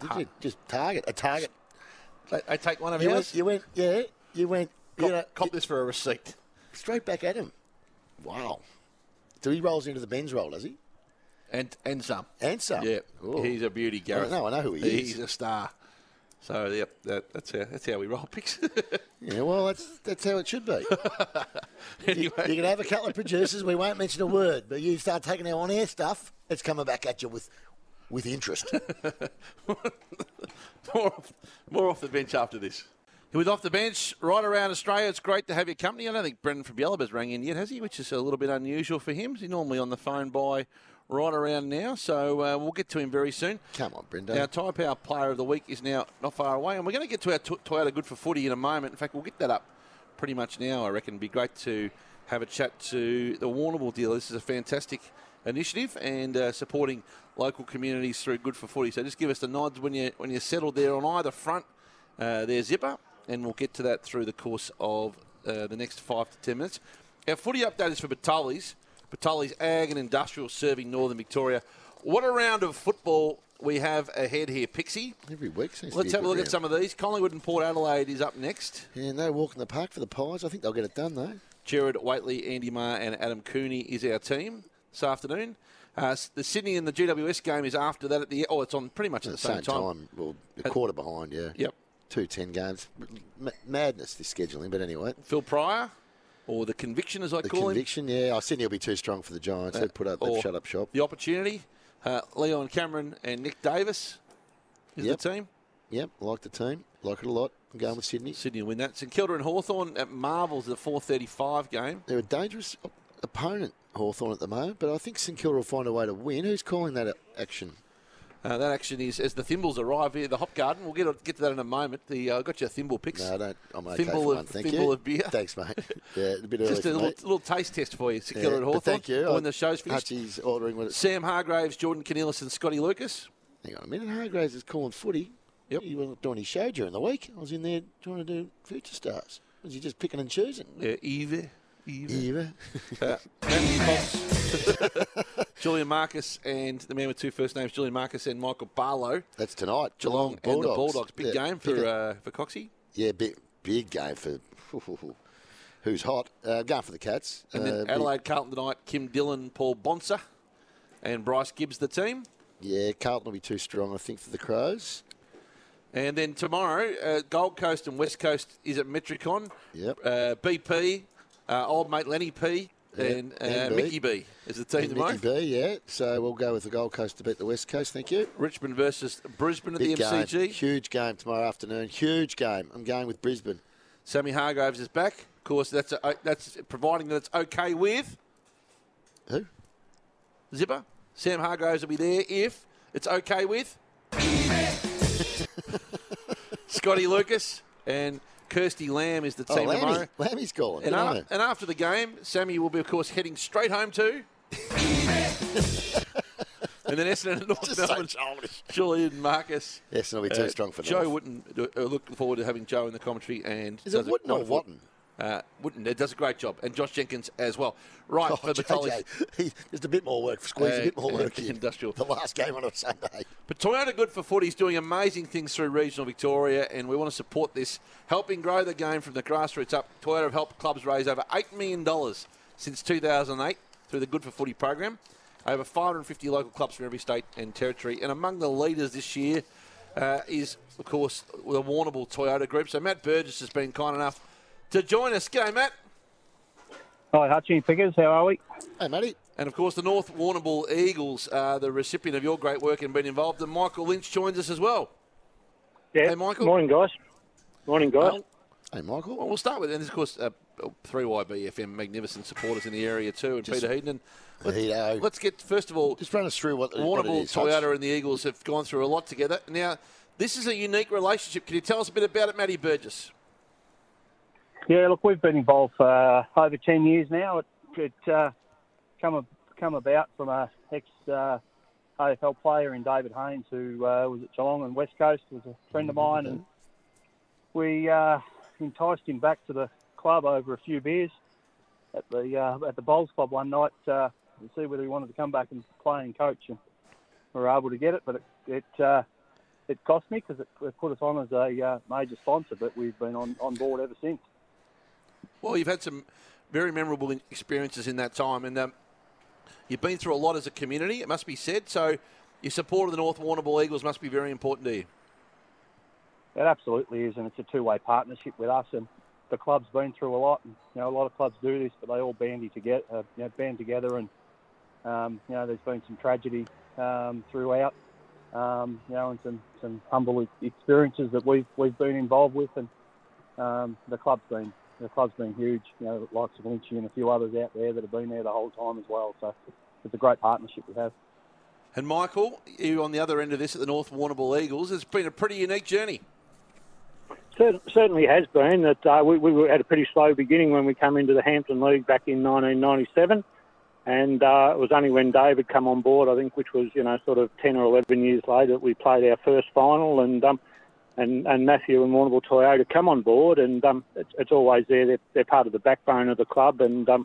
Speaker 5: Did you just target a target?
Speaker 4: They, they take one of
Speaker 5: you
Speaker 4: yours?
Speaker 5: Went, you went, yeah, you went. you
Speaker 4: Cop-
Speaker 5: know,
Speaker 4: cop this for a receipt.
Speaker 5: Straight back at him. Wow. So he rolls into the Ben's roll, does he?
Speaker 4: And and some.
Speaker 5: And some.
Speaker 4: Yeah,
Speaker 5: Ooh.
Speaker 4: he's a beauty,
Speaker 5: I don't
Speaker 4: Gareth.
Speaker 5: know, I know who he is.
Speaker 4: He's a star. So yep, that, that's how that's how we roll picks.
Speaker 5: Yeah, well, that's that's how it should be.
Speaker 4: anyway,
Speaker 5: You can have a couple of producers. We won't mention a word, but you start taking our on-air stuff. It's coming back at you with, with interest.
Speaker 4: more off, more off the bench after this. He was off the bench right around Australia. It's great to have your company. I don't think Brendan from Yellowbus rang in yet, has he? Which is a little bit unusual for him. He's normally on the phone by right around now, so uh, we'll get to him very soon.
Speaker 5: Come on, Brendan.
Speaker 4: Our Tyre Power Player of the Week is now not far away, and we're going to get to our t- Toyota Good for Footy in a moment. In fact, we'll get that up pretty much now, I reckon. It'd be great to have a chat to the Warnable dealer. This is a fantastic initiative and uh, supporting local communities through Good for Footy. So just give us the nods when you when you're settled there on either front, uh, their zipper, and we'll get to that through the course of uh, the next five to ten minutes. Our footy update is for Batali's. Batali's Ag and Industrial serving Northern Victoria. What a round of football we have ahead here, Pixie.
Speaker 5: Every week seems to
Speaker 4: Let's
Speaker 5: be a
Speaker 4: have a
Speaker 5: good
Speaker 4: look
Speaker 5: round.
Speaker 4: at some of these. Collingwood and Port Adelaide is up next.
Speaker 5: Yeah, no walk in the park for the Pies. I think they'll get it done though.
Speaker 4: Jared Waitley, Andy Marr, and Adam Cooney is our team this afternoon. Uh, s- the Sydney and the GWS game is after that at the oh, it's on pretty much at the same, time.
Speaker 5: well, a quarter behind. Yeah.
Speaker 4: Yep.
Speaker 5: Two ten games. M- madness this scheduling, but anyway.
Speaker 4: Phil Pryor, or the conviction as I
Speaker 5: The
Speaker 4: call him,
Speaker 5: conviction, yeah. I think he'll be too strong for the Giants.
Speaker 4: Uh,
Speaker 5: They've put up,
Speaker 4: or-
Speaker 5: they've shut up shop.
Speaker 4: the opportunity. Uh, Leon Cameron and Nick Davis is
Speaker 5: Yep.
Speaker 4: the team.
Speaker 5: Yep, like the team, like it a lot. I'm going with Sydney.
Speaker 4: Sydney will win that. St Kilda and Hawthorn at Marvels the 4:35 game.
Speaker 5: They're a dangerous op- opponent, Hawthorn at the moment, but I think St Kilda will find a way to win. Who's calling that a- action?
Speaker 4: Uh, that action is as the thimbles arrive here, the Hop Garden. We'll get get to that in a moment. The uh, got your thimble picks.
Speaker 5: No, I don't. I'm okay
Speaker 4: thimble
Speaker 5: for
Speaker 4: of,
Speaker 5: one, thank
Speaker 4: thimble
Speaker 5: you.
Speaker 4: of beer.
Speaker 5: Thanks, mate. Yeah, a bit early
Speaker 4: Just a
Speaker 5: for
Speaker 4: little,
Speaker 5: me.
Speaker 4: little taste test for you, St
Speaker 5: Yeah,
Speaker 4: Kilda and
Speaker 5: but
Speaker 4: Hawthorn.
Speaker 5: thank you.
Speaker 4: When
Speaker 5: I-
Speaker 4: the show's finished.
Speaker 5: Hutchie's ordering what it's...
Speaker 4: Sam Hargraves, Jordan Canilis, and Scotty Lucas.
Speaker 5: Hang on a minute. Hargraves is calling footy. Yep. He wasn't doing his show during the week. I was in there trying to do Future Stars. Was he just picking and choosing?
Speaker 4: Yeah, Eva. Eva.
Speaker 5: Eva.
Speaker 4: Uh, Matthew Cox, Julian Marcus and the man with two first names, Julian Marcus and Michael Barlow.
Speaker 5: That's tonight.
Speaker 4: Geelong, and the Bulldogs. Big
Speaker 5: Yeah,
Speaker 4: game
Speaker 5: pick
Speaker 4: for
Speaker 5: it.
Speaker 4: uh, for Coxie.
Speaker 5: Yeah, big, big game for who's hot. Uh, going for the Cats.
Speaker 4: And
Speaker 5: Uh,
Speaker 4: then
Speaker 5: big-
Speaker 4: Adelaide Carlton tonight, Kim Dillon, Paul Bonser, and Bryce Gibbs, the team.
Speaker 5: yeah, Carlton will be too strong, I think, for the Crows.
Speaker 4: And then tomorrow, uh, Gold Coast and West Coast is at Metricon.
Speaker 5: Yep.
Speaker 4: Uh, BP, uh, old mate Lenny P,
Speaker 5: Yeah,
Speaker 4: and, uh,
Speaker 5: and B.
Speaker 4: Mickey B is the team
Speaker 5: And
Speaker 4: tomorrow.
Speaker 5: Mickey B, yeah. So we'll go with the Gold Coast to beat the West Coast. Thank you.
Speaker 4: Richmond versus Brisbane at
Speaker 5: Big
Speaker 4: the
Speaker 5: game.
Speaker 4: MCG.
Speaker 5: Huge game tomorrow afternoon. Huge game. I'm going with Brisbane.
Speaker 4: Sammy Hargraves is back. Of course, that's a, uh, that's providing that it's okay with
Speaker 5: who
Speaker 4: Zipper. Sam Hargraves will be there if it's okay with Scotty Lucas and Kirsty Lamb is the
Speaker 5: Oh,
Speaker 4: team
Speaker 5: Lammy.
Speaker 4: tomorrow.
Speaker 5: Lammy's calling.
Speaker 4: And,
Speaker 5: Good
Speaker 4: a-
Speaker 5: on her.
Speaker 4: and after the game, Sammy will be, of course, heading straight home to And then Essendon and North
Speaker 5: Just so
Speaker 4: Melbourne. Julian Marcus. uh,
Speaker 5: Essendon will be too strong for
Speaker 4: Joe
Speaker 5: North.
Speaker 4: Wooden. uh, Look forward to having Joe in the commentary. And
Speaker 5: Is it
Speaker 4: does
Speaker 5: Wooten or
Speaker 4: wonderful.
Speaker 5: Wotton?
Speaker 4: Uh, Wooden. It does a great job, and Josh Jenkins as well. Right
Speaker 5: Oh,
Speaker 4: for
Speaker 5: JJ,
Speaker 4: Batoli's
Speaker 5: he, there's a bit more work. Squeeze
Speaker 4: Uh,
Speaker 5: a bit more
Speaker 4: uh,
Speaker 5: work in.
Speaker 4: industrial.
Speaker 5: The last game on a Sunday.
Speaker 4: But Toyota Good for Footy is doing amazing things through regional Victoria, and we want to support this, helping grow the game from the grassroots up. Toyota have helped clubs raise over $8 million since 2008 through the Good for Footy program. Over 550 local clubs from every state and territory, and among the leaders this year uh, is, of course, the Warnable Toyota Group. So Matt Burgess has been kind enough to join us. G'day, Matt.
Speaker 7: Hi, Hutchie and Pickers. How are we?
Speaker 5: Hey, matey.
Speaker 4: And of course, the North Warrnambool Eagles are the recipient of your great work and been involved. And Michael Lynch joins us as well.
Speaker 7: Yeah.
Speaker 4: Hey, Michael.
Speaker 7: Morning, guys. Morning, guys.
Speaker 5: Hey, Michael.
Speaker 4: Well, we'll start with, and of course, uh, 3YBFM, magnificent supporters in the area too, and
Speaker 5: Just-
Speaker 4: Peter Heaton. And
Speaker 5: Hedo.
Speaker 4: let's, let's get, first of all,
Speaker 5: just run us through what, what it
Speaker 4: Warrnambool,
Speaker 5: is. Hutch.
Speaker 4: Toyota, and the Eagles have gone through a lot together. Now, this is a unique relationship. Can you tell us a bit about it, Matty Burgess?
Speaker 7: Yeah, look, we've been involved for uh, over 10 years now. It, it uh, come, come about from a ex uh, AFL player in David Haynes, who uh, was at Geelong and West Coast, was a friend of mine, and we uh, enticed him back to the club over a few beers at the uh, at the bowls club one night uh, to see whether he wanted to come back and play and coach, and we were able to get it, but it it, uh, it cost me because it, it put us on as a uh, major sponsor, but we've been on, on board ever since.
Speaker 4: Well, you've had some very memorable in- experiences in that time, and um, you've been through a lot as a community. It must be said. So, your support of the North Warrnambool Eagles must be very important to you.
Speaker 7: It absolutely is, and it's a two-way partnership with us. And the club's been through a lot. And, you know, a lot of clubs do this, but they all bandy together, uh, you know, band together. And um, you know, there's been some tragedy um, throughout, um, you know, and some, some humble e- experiences that we've we've been involved with. And um, the club's been the club's been huge. You know, the likes of Lynchy and a few others out there that have been there the whole time as well. So it's a great partnership we have.
Speaker 4: And Michael, you on the other end of this at the North Warrnambool Eagles. It's been a pretty unique journey.
Speaker 7: Cer-
Speaker 10: Certainly has been that uh, we, we had a pretty slow beginning when we come into the Hampton League back in 1997, and uh, it was only when David come on board, I think, which was you know sort of 10 or 11 years later, that we played our first final, and um, and and Matthew and Warrnambool Toyota come on board, and um, it's, it's always there. They're, they're part of the backbone of the club, and um,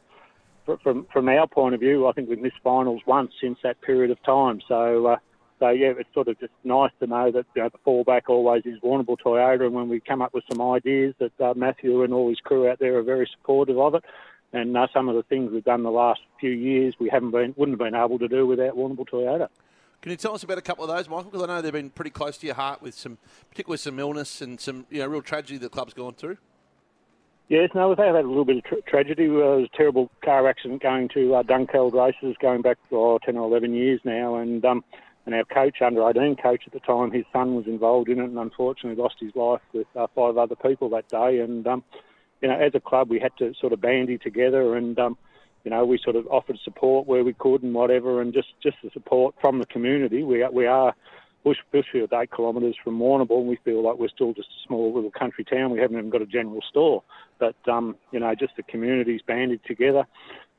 Speaker 10: fr- from from our point of view, I think we've missed finals once since that period of time. So. Uh, so yeah, it's sort of just nice to know that you know, the fallback always is Warrnambool Toyota, and when we come up with some ideas, that uh, Matthew and all his crew out there are very supportive of it. And uh, some of the things we've done the last few years, we haven't been wouldn't have been able to do without Warrnambool Toyota.
Speaker 4: Can you tell us about a couple of those, Michael? Because I know they've been pretty close to your heart with some, particularly some illness and some you know real tragedy the club's gone through.
Speaker 10: Yes, no, they have had a little bit of tra- tragedy. Uh, there was a terrible car accident going to uh, Dunkeld races going back oh, 10 or 11 years now. And um, and our coach, under 18 coach at the time, his son was involved in it and unfortunately lost his life with uh, five other people that day. And, um, you know, as a club, we had to sort of bandy together and, um, you know, we sort of offered support where we could and whatever. And just, just the support from the community. We, are- we are Bush, Bushfield, eight kilometres from Warrnambool, and we feel like we're still just a small little country town. We haven't even got a general store. But, um, you know, just the communities banded together.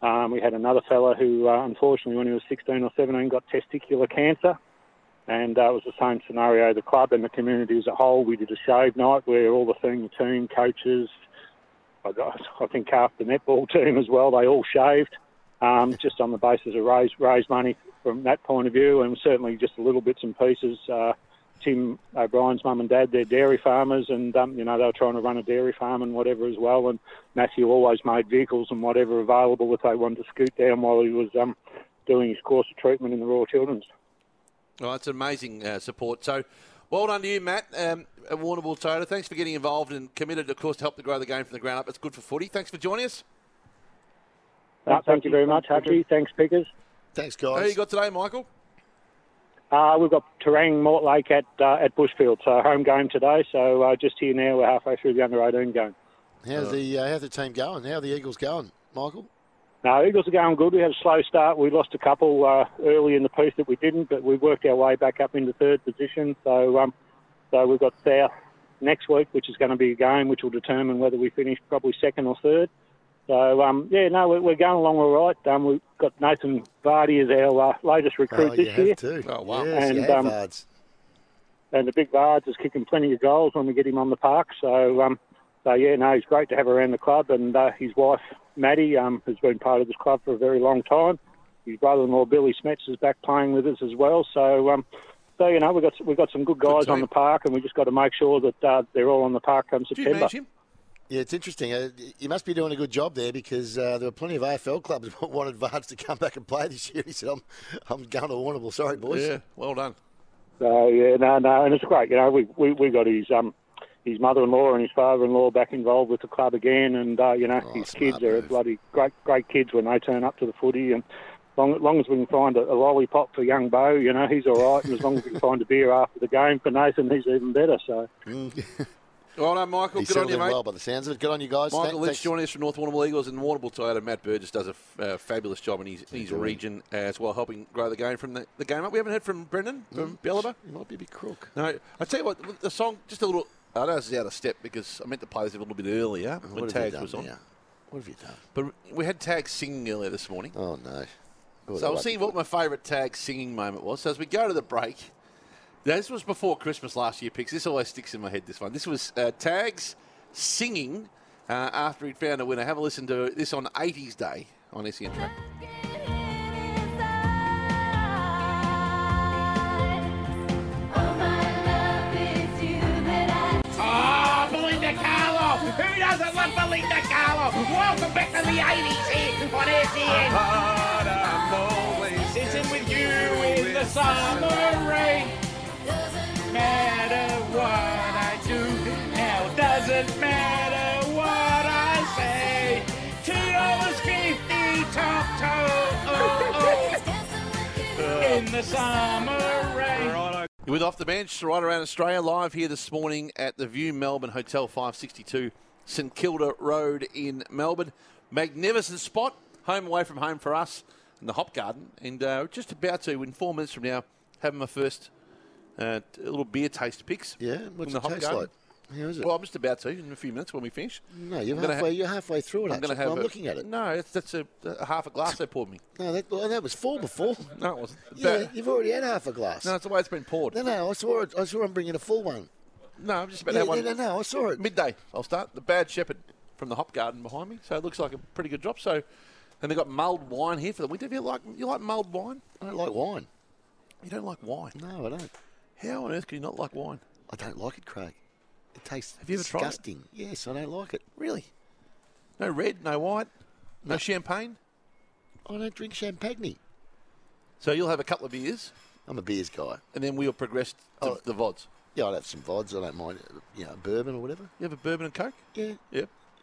Speaker 10: Um, we had another fella who, uh, unfortunately, when he was 16 or 17, got testicular cancer. And uh, it was the same scenario. The club and the community as a whole, we did a shave night where all the senior team, coaches, I, got, I think half the netball team as well, they all shaved um, just on the basis of raise, raise money from that point of view, and certainly just the little bits and pieces. Uh, Tim O'Brien's mum and dad, they're dairy farmers, and um, you know they were trying to run a dairy farm and whatever as well. And Matthew always made vehicles and whatever available if they wanted to scoot down while he was um, doing his course of treatment in the Royal Children's.
Speaker 4: Well, that's amazing uh, support. So, well done to you, Matt um, at Warrnambool Toyota. Thanks for getting involved and committed, of course, to help to grow the game from the ground up. It's good for footy. Thanks for joining us.
Speaker 10: Uh, thank you very much, Hutchie. Thanks, Pickers.
Speaker 5: Thanks,
Speaker 4: Who you got today, Michael?
Speaker 10: Uh, we've got Terang Mortlake at uh, at Bushfield, so home game today. So uh, just here now, we're halfway through the under 18 game.
Speaker 5: How's the uh, how's the team going? How are the Eagles going, Michael?
Speaker 10: No, Eagles are going good. We had a slow start. We lost a couple uh, early in the piece that we didn't, but we worked our way back up into third position. So, um, so we've got South next week, which is going to be a game which will determine whether we finish probably second or third. So um, yeah, no, we're, we're going along all right. Um, we've got Nathan Vardy as our uh, latest recruit
Speaker 5: Oh, you
Speaker 10: this year.
Speaker 5: have too. Oh, wow. Yes, you have, Vards.
Speaker 10: and the big Vards is kicking plenty of goals when we get him on the park. So um, so yeah, no, he's great to have around the club, and uh, his wife Maddie um, has been part of this club for a very long time. His brother-in-law Billy Smets is back playing with us as well. So. Um, so you know we've got we've got some good guys on the park, and we just got to make sure that uh, they're all on the park come September.
Speaker 5: Yeah, it's interesting. Uh, You must be doing a good job there because uh, there were plenty of AFL clubs that wanted Vards to come back and play this year. He said, "I'm, I'm going to Warrnambool. Sorry, boys."
Speaker 4: Yeah, well done.
Speaker 10: So yeah, no, no, and it's great. You know, we we, we got his um his mother-in-law and his father-in-law back involved with the club again, and uh, you know his kids are bloody great great kids when they turn up to the footy, and long long as we can find a, a lollipop for young Bo, you know he's all right, and as long as we can find a beer after the game for Nathan, he's even better. So.
Speaker 4: Well done, Michael.
Speaker 5: He
Speaker 4: Good on
Speaker 5: settled
Speaker 4: you,
Speaker 5: in
Speaker 4: mate.
Speaker 5: well by the sounds of it. Good on you guys.
Speaker 4: Michael
Speaker 5: Thank-
Speaker 4: Lynch
Speaker 5: thanks.
Speaker 4: joining us from North Warrnambool Eagles and Warrnambool Toyota. Matt Burgess does a f- uh, fabulous job in his, in his
Speaker 5: doing.
Speaker 4: region as well, helping grow the game from the, the game up. We haven't heard from Brendan
Speaker 5: Hmm?
Speaker 4: from Bellaba. He might be a bit crook. No, I tell you what, the song just a little. I know this is out of step because I meant to play this a little bit earlier when
Speaker 5: what have you
Speaker 4: Tags
Speaker 5: done
Speaker 4: was on.
Speaker 5: now? What have you done?
Speaker 4: But we had Tags singing earlier this morning.
Speaker 5: Oh no. Oh,
Speaker 4: so I was
Speaker 5: that-
Speaker 4: seeing what my favourite tag singing moment was. So as we go to the break, this was before Christmas last year. Picks. This always sticks in my head. This one. This was uh, tags singing uh, after he'd found a winner. Have a listen to this on '80s Day on SEN Track.
Speaker 12: Oh, Belinda Carlo! Who doesn't love Belinda Carlo? Welcome back to the 80s here on E
Speaker 13: Ah,
Speaker 12: SEN. Sitting with you in the summer rain. Doesn't matter what I do now, doesn't matter what I say. Two dollars fifty top toe oh, oh. in the summer rain.
Speaker 4: You're with Off the Bench, right around Australia, live here this morning at the View Melbourne Hotel 562 St Kilda Road in Melbourne. Magnificent spot, home away from home for us in the Hop Garden. And uh, we're just about to, in four minutes from now, having my first uh, t- little beer taste picks. Yeah,
Speaker 5: what's it taste like? How is it?
Speaker 4: Well, I'm just about to in a few minutes when we finish.
Speaker 5: No, you're
Speaker 4: I'm gonna
Speaker 5: halfway.
Speaker 4: ha-
Speaker 5: you're halfway through it.
Speaker 4: I'm going to
Speaker 5: Hutch.
Speaker 4: have.
Speaker 5: Well, I'm
Speaker 4: a-
Speaker 5: looking at it.
Speaker 4: No, it's, that's a, a half a glass they poured me.
Speaker 5: No, that, well, that was four before.
Speaker 4: No, it wasn't.
Speaker 5: Yeah,
Speaker 4: But-
Speaker 5: you've already had half a glass.
Speaker 4: No, it's the way it's been poured.
Speaker 5: No, no, I saw it. I saw him bringing a full one.
Speaker 4: No, I'm just about
Speaker 5: Yeah,
Speaker 4: to have one.
Speaker 5: no, no,
Speaker 4: I saw it. Midday, I'll start. The Bad Shepherd from the Hop Garden behind me. So it looks like a pretty good drop. So, and they've got mulled wine here for the winter. Do you like, you like mulled wine?
Speaker 5: I don't like wine.
Speaker 4: You don't like wine?
Speaker 5: No, I don't.
Speaker 4: How on earth can you not like wine?
Speaker 5: I don't like it, Craig. It tastes
Speaker 4: Have you ever tried it?
Speaker 5: disgusting. Yes, I don't like it.
Speaker 4: Really? No red, no white, no, champagne?
Speaker 5: I don't drink champagne.
Speaker 4: So you'll have a couple of beers,
Speaker 5: I'm a beers guy.
Speaker 4: and then we'll progress to
Speaker 5: Oh.
Speaker 4: the vods.
Speaker 5: Yeah, I'd have some vods. I don't mind, uh, you know, bourbon or whatever.
Speaker 4: You have a bourbon and coke?
Speaker 5: Yeah.
Speaker 4: Yep.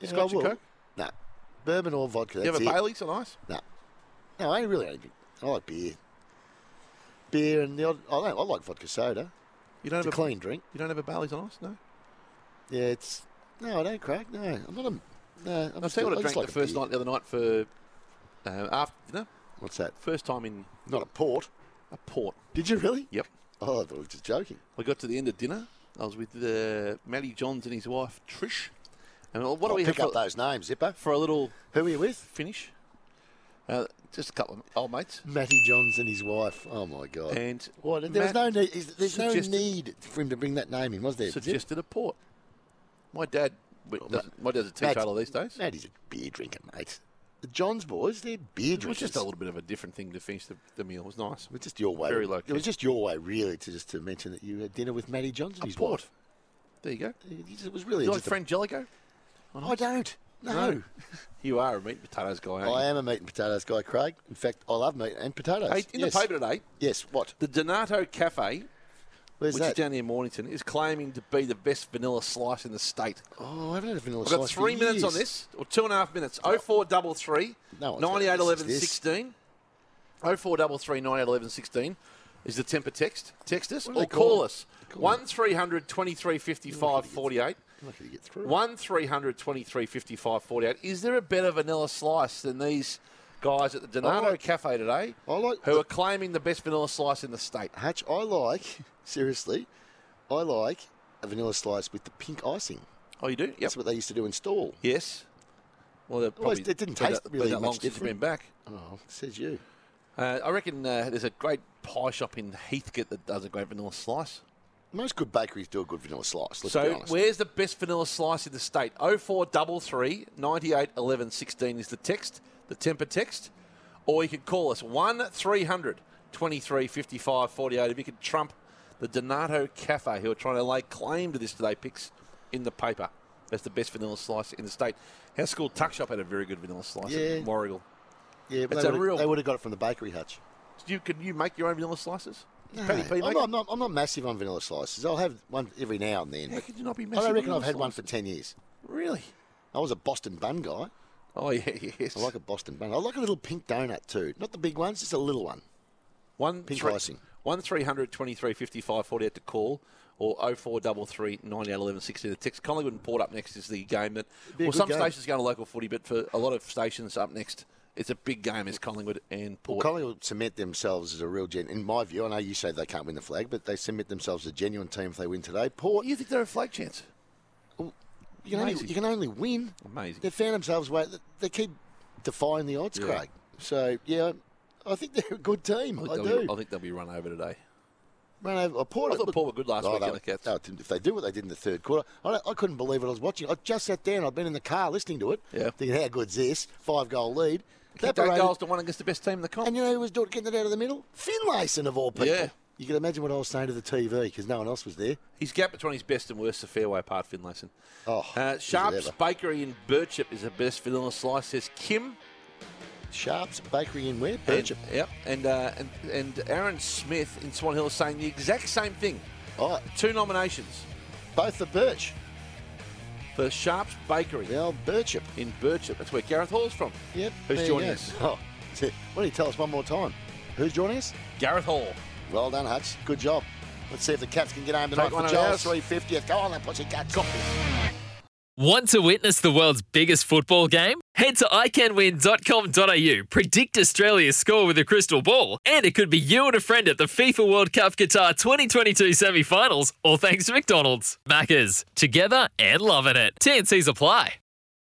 Speaker 5: Yeah,
Speaker 4: Scotch
Speaker 5: I
Speaker 4: and
Speaker 5: will.
Speaker 4: coke?
Speaker 5: No. Bourbon or vodka.
Speaker 4: You have
Speaker 5: that's
Speaker 4: a
Speaker 5: it.
Speaker 4: Bailey's on ice?
Speaker 5: No. No, I really don't drink. I like beer. Beer and the odd. I don't. I like vodka soda.
Speaker 4: You don't
Speaker 5: it's
Speaker 4: have
Speaker 5: a clean drink.
Speaker 4: You don't have a Bailey's on ice? No.
Speaker 5: Yeah, it's. No, I don't, Craig. No, I'm not a. No, I'm
Speaker 4: I'll tell you what I
Speaker 5: just
Speaker 4: drank
Speaker 5: like
Speaker 4: the
Speaker 5: a
Speaker 4: first
Speaker 5: beer.
Speaker 4: night the other night for uh, after dinner.
Speaker 5: What's that?
Speaker 4: First time in
Speaker 5: Not a port.
Speaker 4: A port.
Speaker 5: Did you really?
Speaker 4: Yep.
Speaker 5: Oh, I thought I was just joking.
Speaker 4: I got to the end of dinner. I was with uh, Matty Johns and his wife Trish. And what do
Speaker 5: I'll
Speaker 4: we
Speaker 5: pick
Speaker 4: have
Speaker 5: up those names, Zipper?
Speaker 4: for a little?
Speaker 5: Who were you with?
Speaker 4: Finish. Uh, just a couple of old mates.
Speaker 5: Matty Johns and his wife. Oh my God.
Speaker 4: And
Speaker 5: What? There was
Speaker 4: Matt
Speaker 5: no need. is- There's no
Speaker 4: suggested-
Speaker 5: need for him to bring that name in, was there? Zip?
Speaker 4: Suggested a port. My dad. w- doesn't- My dad's a
Speaker 5: Matt's-
Speaker 4: teetotaler these days.
Speaker 5: Matt is a beer drinker, mate. The Johns boys, they're beer drinkers.
Speaker 4: It was just a little bit of a different thing to finish the, the meal. It was nice. It
Speaker 5: was just your way.
Speaker 4: Very low.
Speaker 5: It was just your way, really, to just to mention that you had dinner with Matty Johns and his
Speaker 4: port.
Speaker 5: wife.
Speaker 4: There you go.
Speaker 5: It was really
Speaker 4: you like
Speaker 5: just a-
Speaker 4: Frangelico?
Speaker 5: I don't. No.
Speaker 4: You are a meat and potatoes guy, aren't
Speaker 5: I
Speaker 4: you?
Speaker 5: am a meat and potatoes guy, Craig. In fact, I love meat and potatoes.
Speaker 4: Hey, in
Speaker 5: Yes.
Speaker 4: the paper today,
Speaker 5: Yes. What?
Speaker 4: the Donato Cafe,
Speaker 5: Where's
Speaker 4: which is
Speaker 5: that?
Speaker 4: down near Mornington, is claiming to be the best vanilla slice in the state.
Speaker 5: Oh, I haven't had a vanilla
Speaker 4: I've got
Speaker 5: slice for
Speaker 4: three minutes on
Speaker 5: years.
Speaker 4: this, or two and a half minutes. Oh four double three,
Speaker 5: No one's
Speaker 4: ninety eight
Speaker 5: gonna
Speaker 4: eleven
Speaker 5: resist this.
Speaker 4: sixteen. Oh four double three ninety eight eleven sixteen is the temper text. Text us
Speaker 5: What do
Speaker 4: or
Speaker 5: they
Speaker 4: call,
Speaker 5: call it?
Speaker 4: us one 2355 48
Speaker 5: I'm lucky to get through.
Speaker 4: One 55 48 Is there a better vanilla slice than these guys at the Donato Cafe today?
Speaker 5: I like
Speaker 4: who are claiming the best vanilla slice in the state.
Speaker 5: Hutch, I like seriously, I like a vanilla slice with the pink icing.
Speaker 4: Oh, you do?
Speaker 5: That's what they used to do in stall.
Speaker 4: Yes. Well, they're
Speaker 5: Well,
Speaker 4: probably,
Speaker 5: it didn't
Speaker 4: been
Speaker 5: taste
Speaker 4: that- been
Speaker 5: really
Speaker 4: that
Speaker 5: much
Speaker 4: long since it's been
Speaker 5: different.
Speaker 4: back.
Speaker 5: Oh, says you.
Speaker 4: Uh, I reckon uh, there's a great pie shop in Heathcote that does a great vanilla slice.
Speaker 5: Most good bakeries do a good vanilla slice. Let's be
Speaker 4: so,
Speaker 5: honest.
Speaker 4: where's the best vanilla slice in the state? 0433 98 11 16 is the text, the temper text. Or you could call us 1 300 23 55 48 if you could trump the Donato Cafe, who are trying to lay claim to this today, picks in the paper. That's the best vanilla slice in the state. Our school tuck shop had a very good vanilla slice
Speaker 5: Yeah.
Speaker 4: at Warrigal.
Speaker 5: Yeah, but
Speaker 4: It's
Speaker 5: they
Speaker 4: a
Speaker 5: would've-
Speaker 4: real-
Speaker 5: they would have got it from the bakery hutch.
Speaker 4: You, can you make your own vanilla slices?
Speaker 5: No,
Speaker 4: Paddy P,
Speaker 5: I'm,
Speaker 4: make
Speaker 5: not, I'm, not, I'm not massive on vanilla slices. I'll have one every now and then.
Speaker 4: How
Speaker 5: but
Speaker 4: could you not be
Speaker 5: I
Speaker 4: massive
Speaker 5: don't
Speaker 4: on
Speaker 5: reckon I've
Speaker 4: vanilla
Speaker 5: had one for 10 years.
Speaker 4: Really?
Speaker 5: I was a Boston bun guy.
Speaker 4: Oh, yeah, yes.
Speaker 5: I like a Boston bun. I like a little pink donut too. Not the big ones, just a little one.
Speaker 4: One
Speaker 5: Pink
Speaker 4: three,
Speaker 5: icing.
Speaker 4: One 55 48 to call or 0433 98 11 16 to text. Collingwood and Port up next is the game that.
Speaker 5: Be a
Speaker 4: Well,
Speaker 5: good
Speaker 4: some
Speaker 5: game.
Speaker 4: stations go to local footy, but for a lot of stations up next, it's a big game is Collingwood and
Speaker 5: Well,
Speaker 4: Port.
Speaker 5: Collingwood cement themselves as a real gen. In my view, I know you say they can't win the flag, but they cement themselves as a genuine team if they win today. Port,
Speaker 4: you think they're a flag chance?
Speaker 5: You can, only,
Speaker 4: Amazing.
Speaker 5: you can only win.
Speaker 4: Amazing.
Speaker 5: They found themselves way. They keep defying the odds,
Speaker 4: Yeah.
Speaker 5: Craig. So yeah, I think they're a good team.
Speaker 4: I
Speaker 5: I,
Speaker 4: think, they'll
Speaker 5: do.
Speaker 4: Be, I think they'll be run over today.
Speaker 5: Ran over. oh, Port,
Speaker 4: I thought Port were good last
Speaker 5: Oh,
Speaker 4: week
Speaker 5: they-
Speaker 4: in the Cats.
Speaker 5: no, if they do what they did in the third quarter, I, don't- I couldn't believe what I was watching. I just sat down. I'd been in the car listening to it,
Speaker 4: Yeah.
Speaker 5: thinking, "How good's this? Five goal lead."
Speaker 4: Kicked eight goals to one against the best team in the comp.
Speaker 5: And you know who was doing, getting it out of the middle? Finlayson of all people.
Speaker 4: Yeah.
Speaker 5: You can imagine what I was saying to the TV because no one else was there.
Speaker 4: His gap between his best and worst is a fair way apart, Finlayson.
Speaker 5: Oh,
Speaker 4: uh, Sharp's
Speaker 5: ever.
Speaker 4: Bakery in Birchip is the best vanilla slice, says Kim.
Speaker 5: Sharp's Bakery in where?
Speaker 4: Birchip. yep. And, uh, and and Aaron Smith in Swan Hill is saying the exact same thing.
Speaker 5: Oh.
Speaker 4: Two nominations.
Speaker 5: Both for Birch.
Speaker 4: For Sharp's Bakery.
Speaker 5: Well, Birchip.
Speaker 4: In Birchip. That's where Gareth Hall's from.
Speaker 5: Yep.
Speaker 4: Who's
Speaker 5: there you
Speaker 4: joining
Speaker 5: go.
Speaker 4: us?
Speaker 5: Oh, why don't you tell us one more time? Who's joining us?
Speaker 4: Gareth Hall.
Speaker 5: Well done, Hutch. Good job. Let's see if the Cats can get home tonight
Speaker 4: Take one
Speaker 5: for
Speaker 4: of
Speaker 5: Joel's
Speaker 4: ours.
Speaker 5: 350th. Go on, then, pussy cats.
Speaker 34: Want to witness the world's biggest football game? Head to iCanWin.com.au, predict Australia's score with a crystal ball, and it could be you and a friend at the FIFA World Cup Qatar 2022 semi finals, all thanks to McDonald's. Maccas, together and loving it. TNCs apply.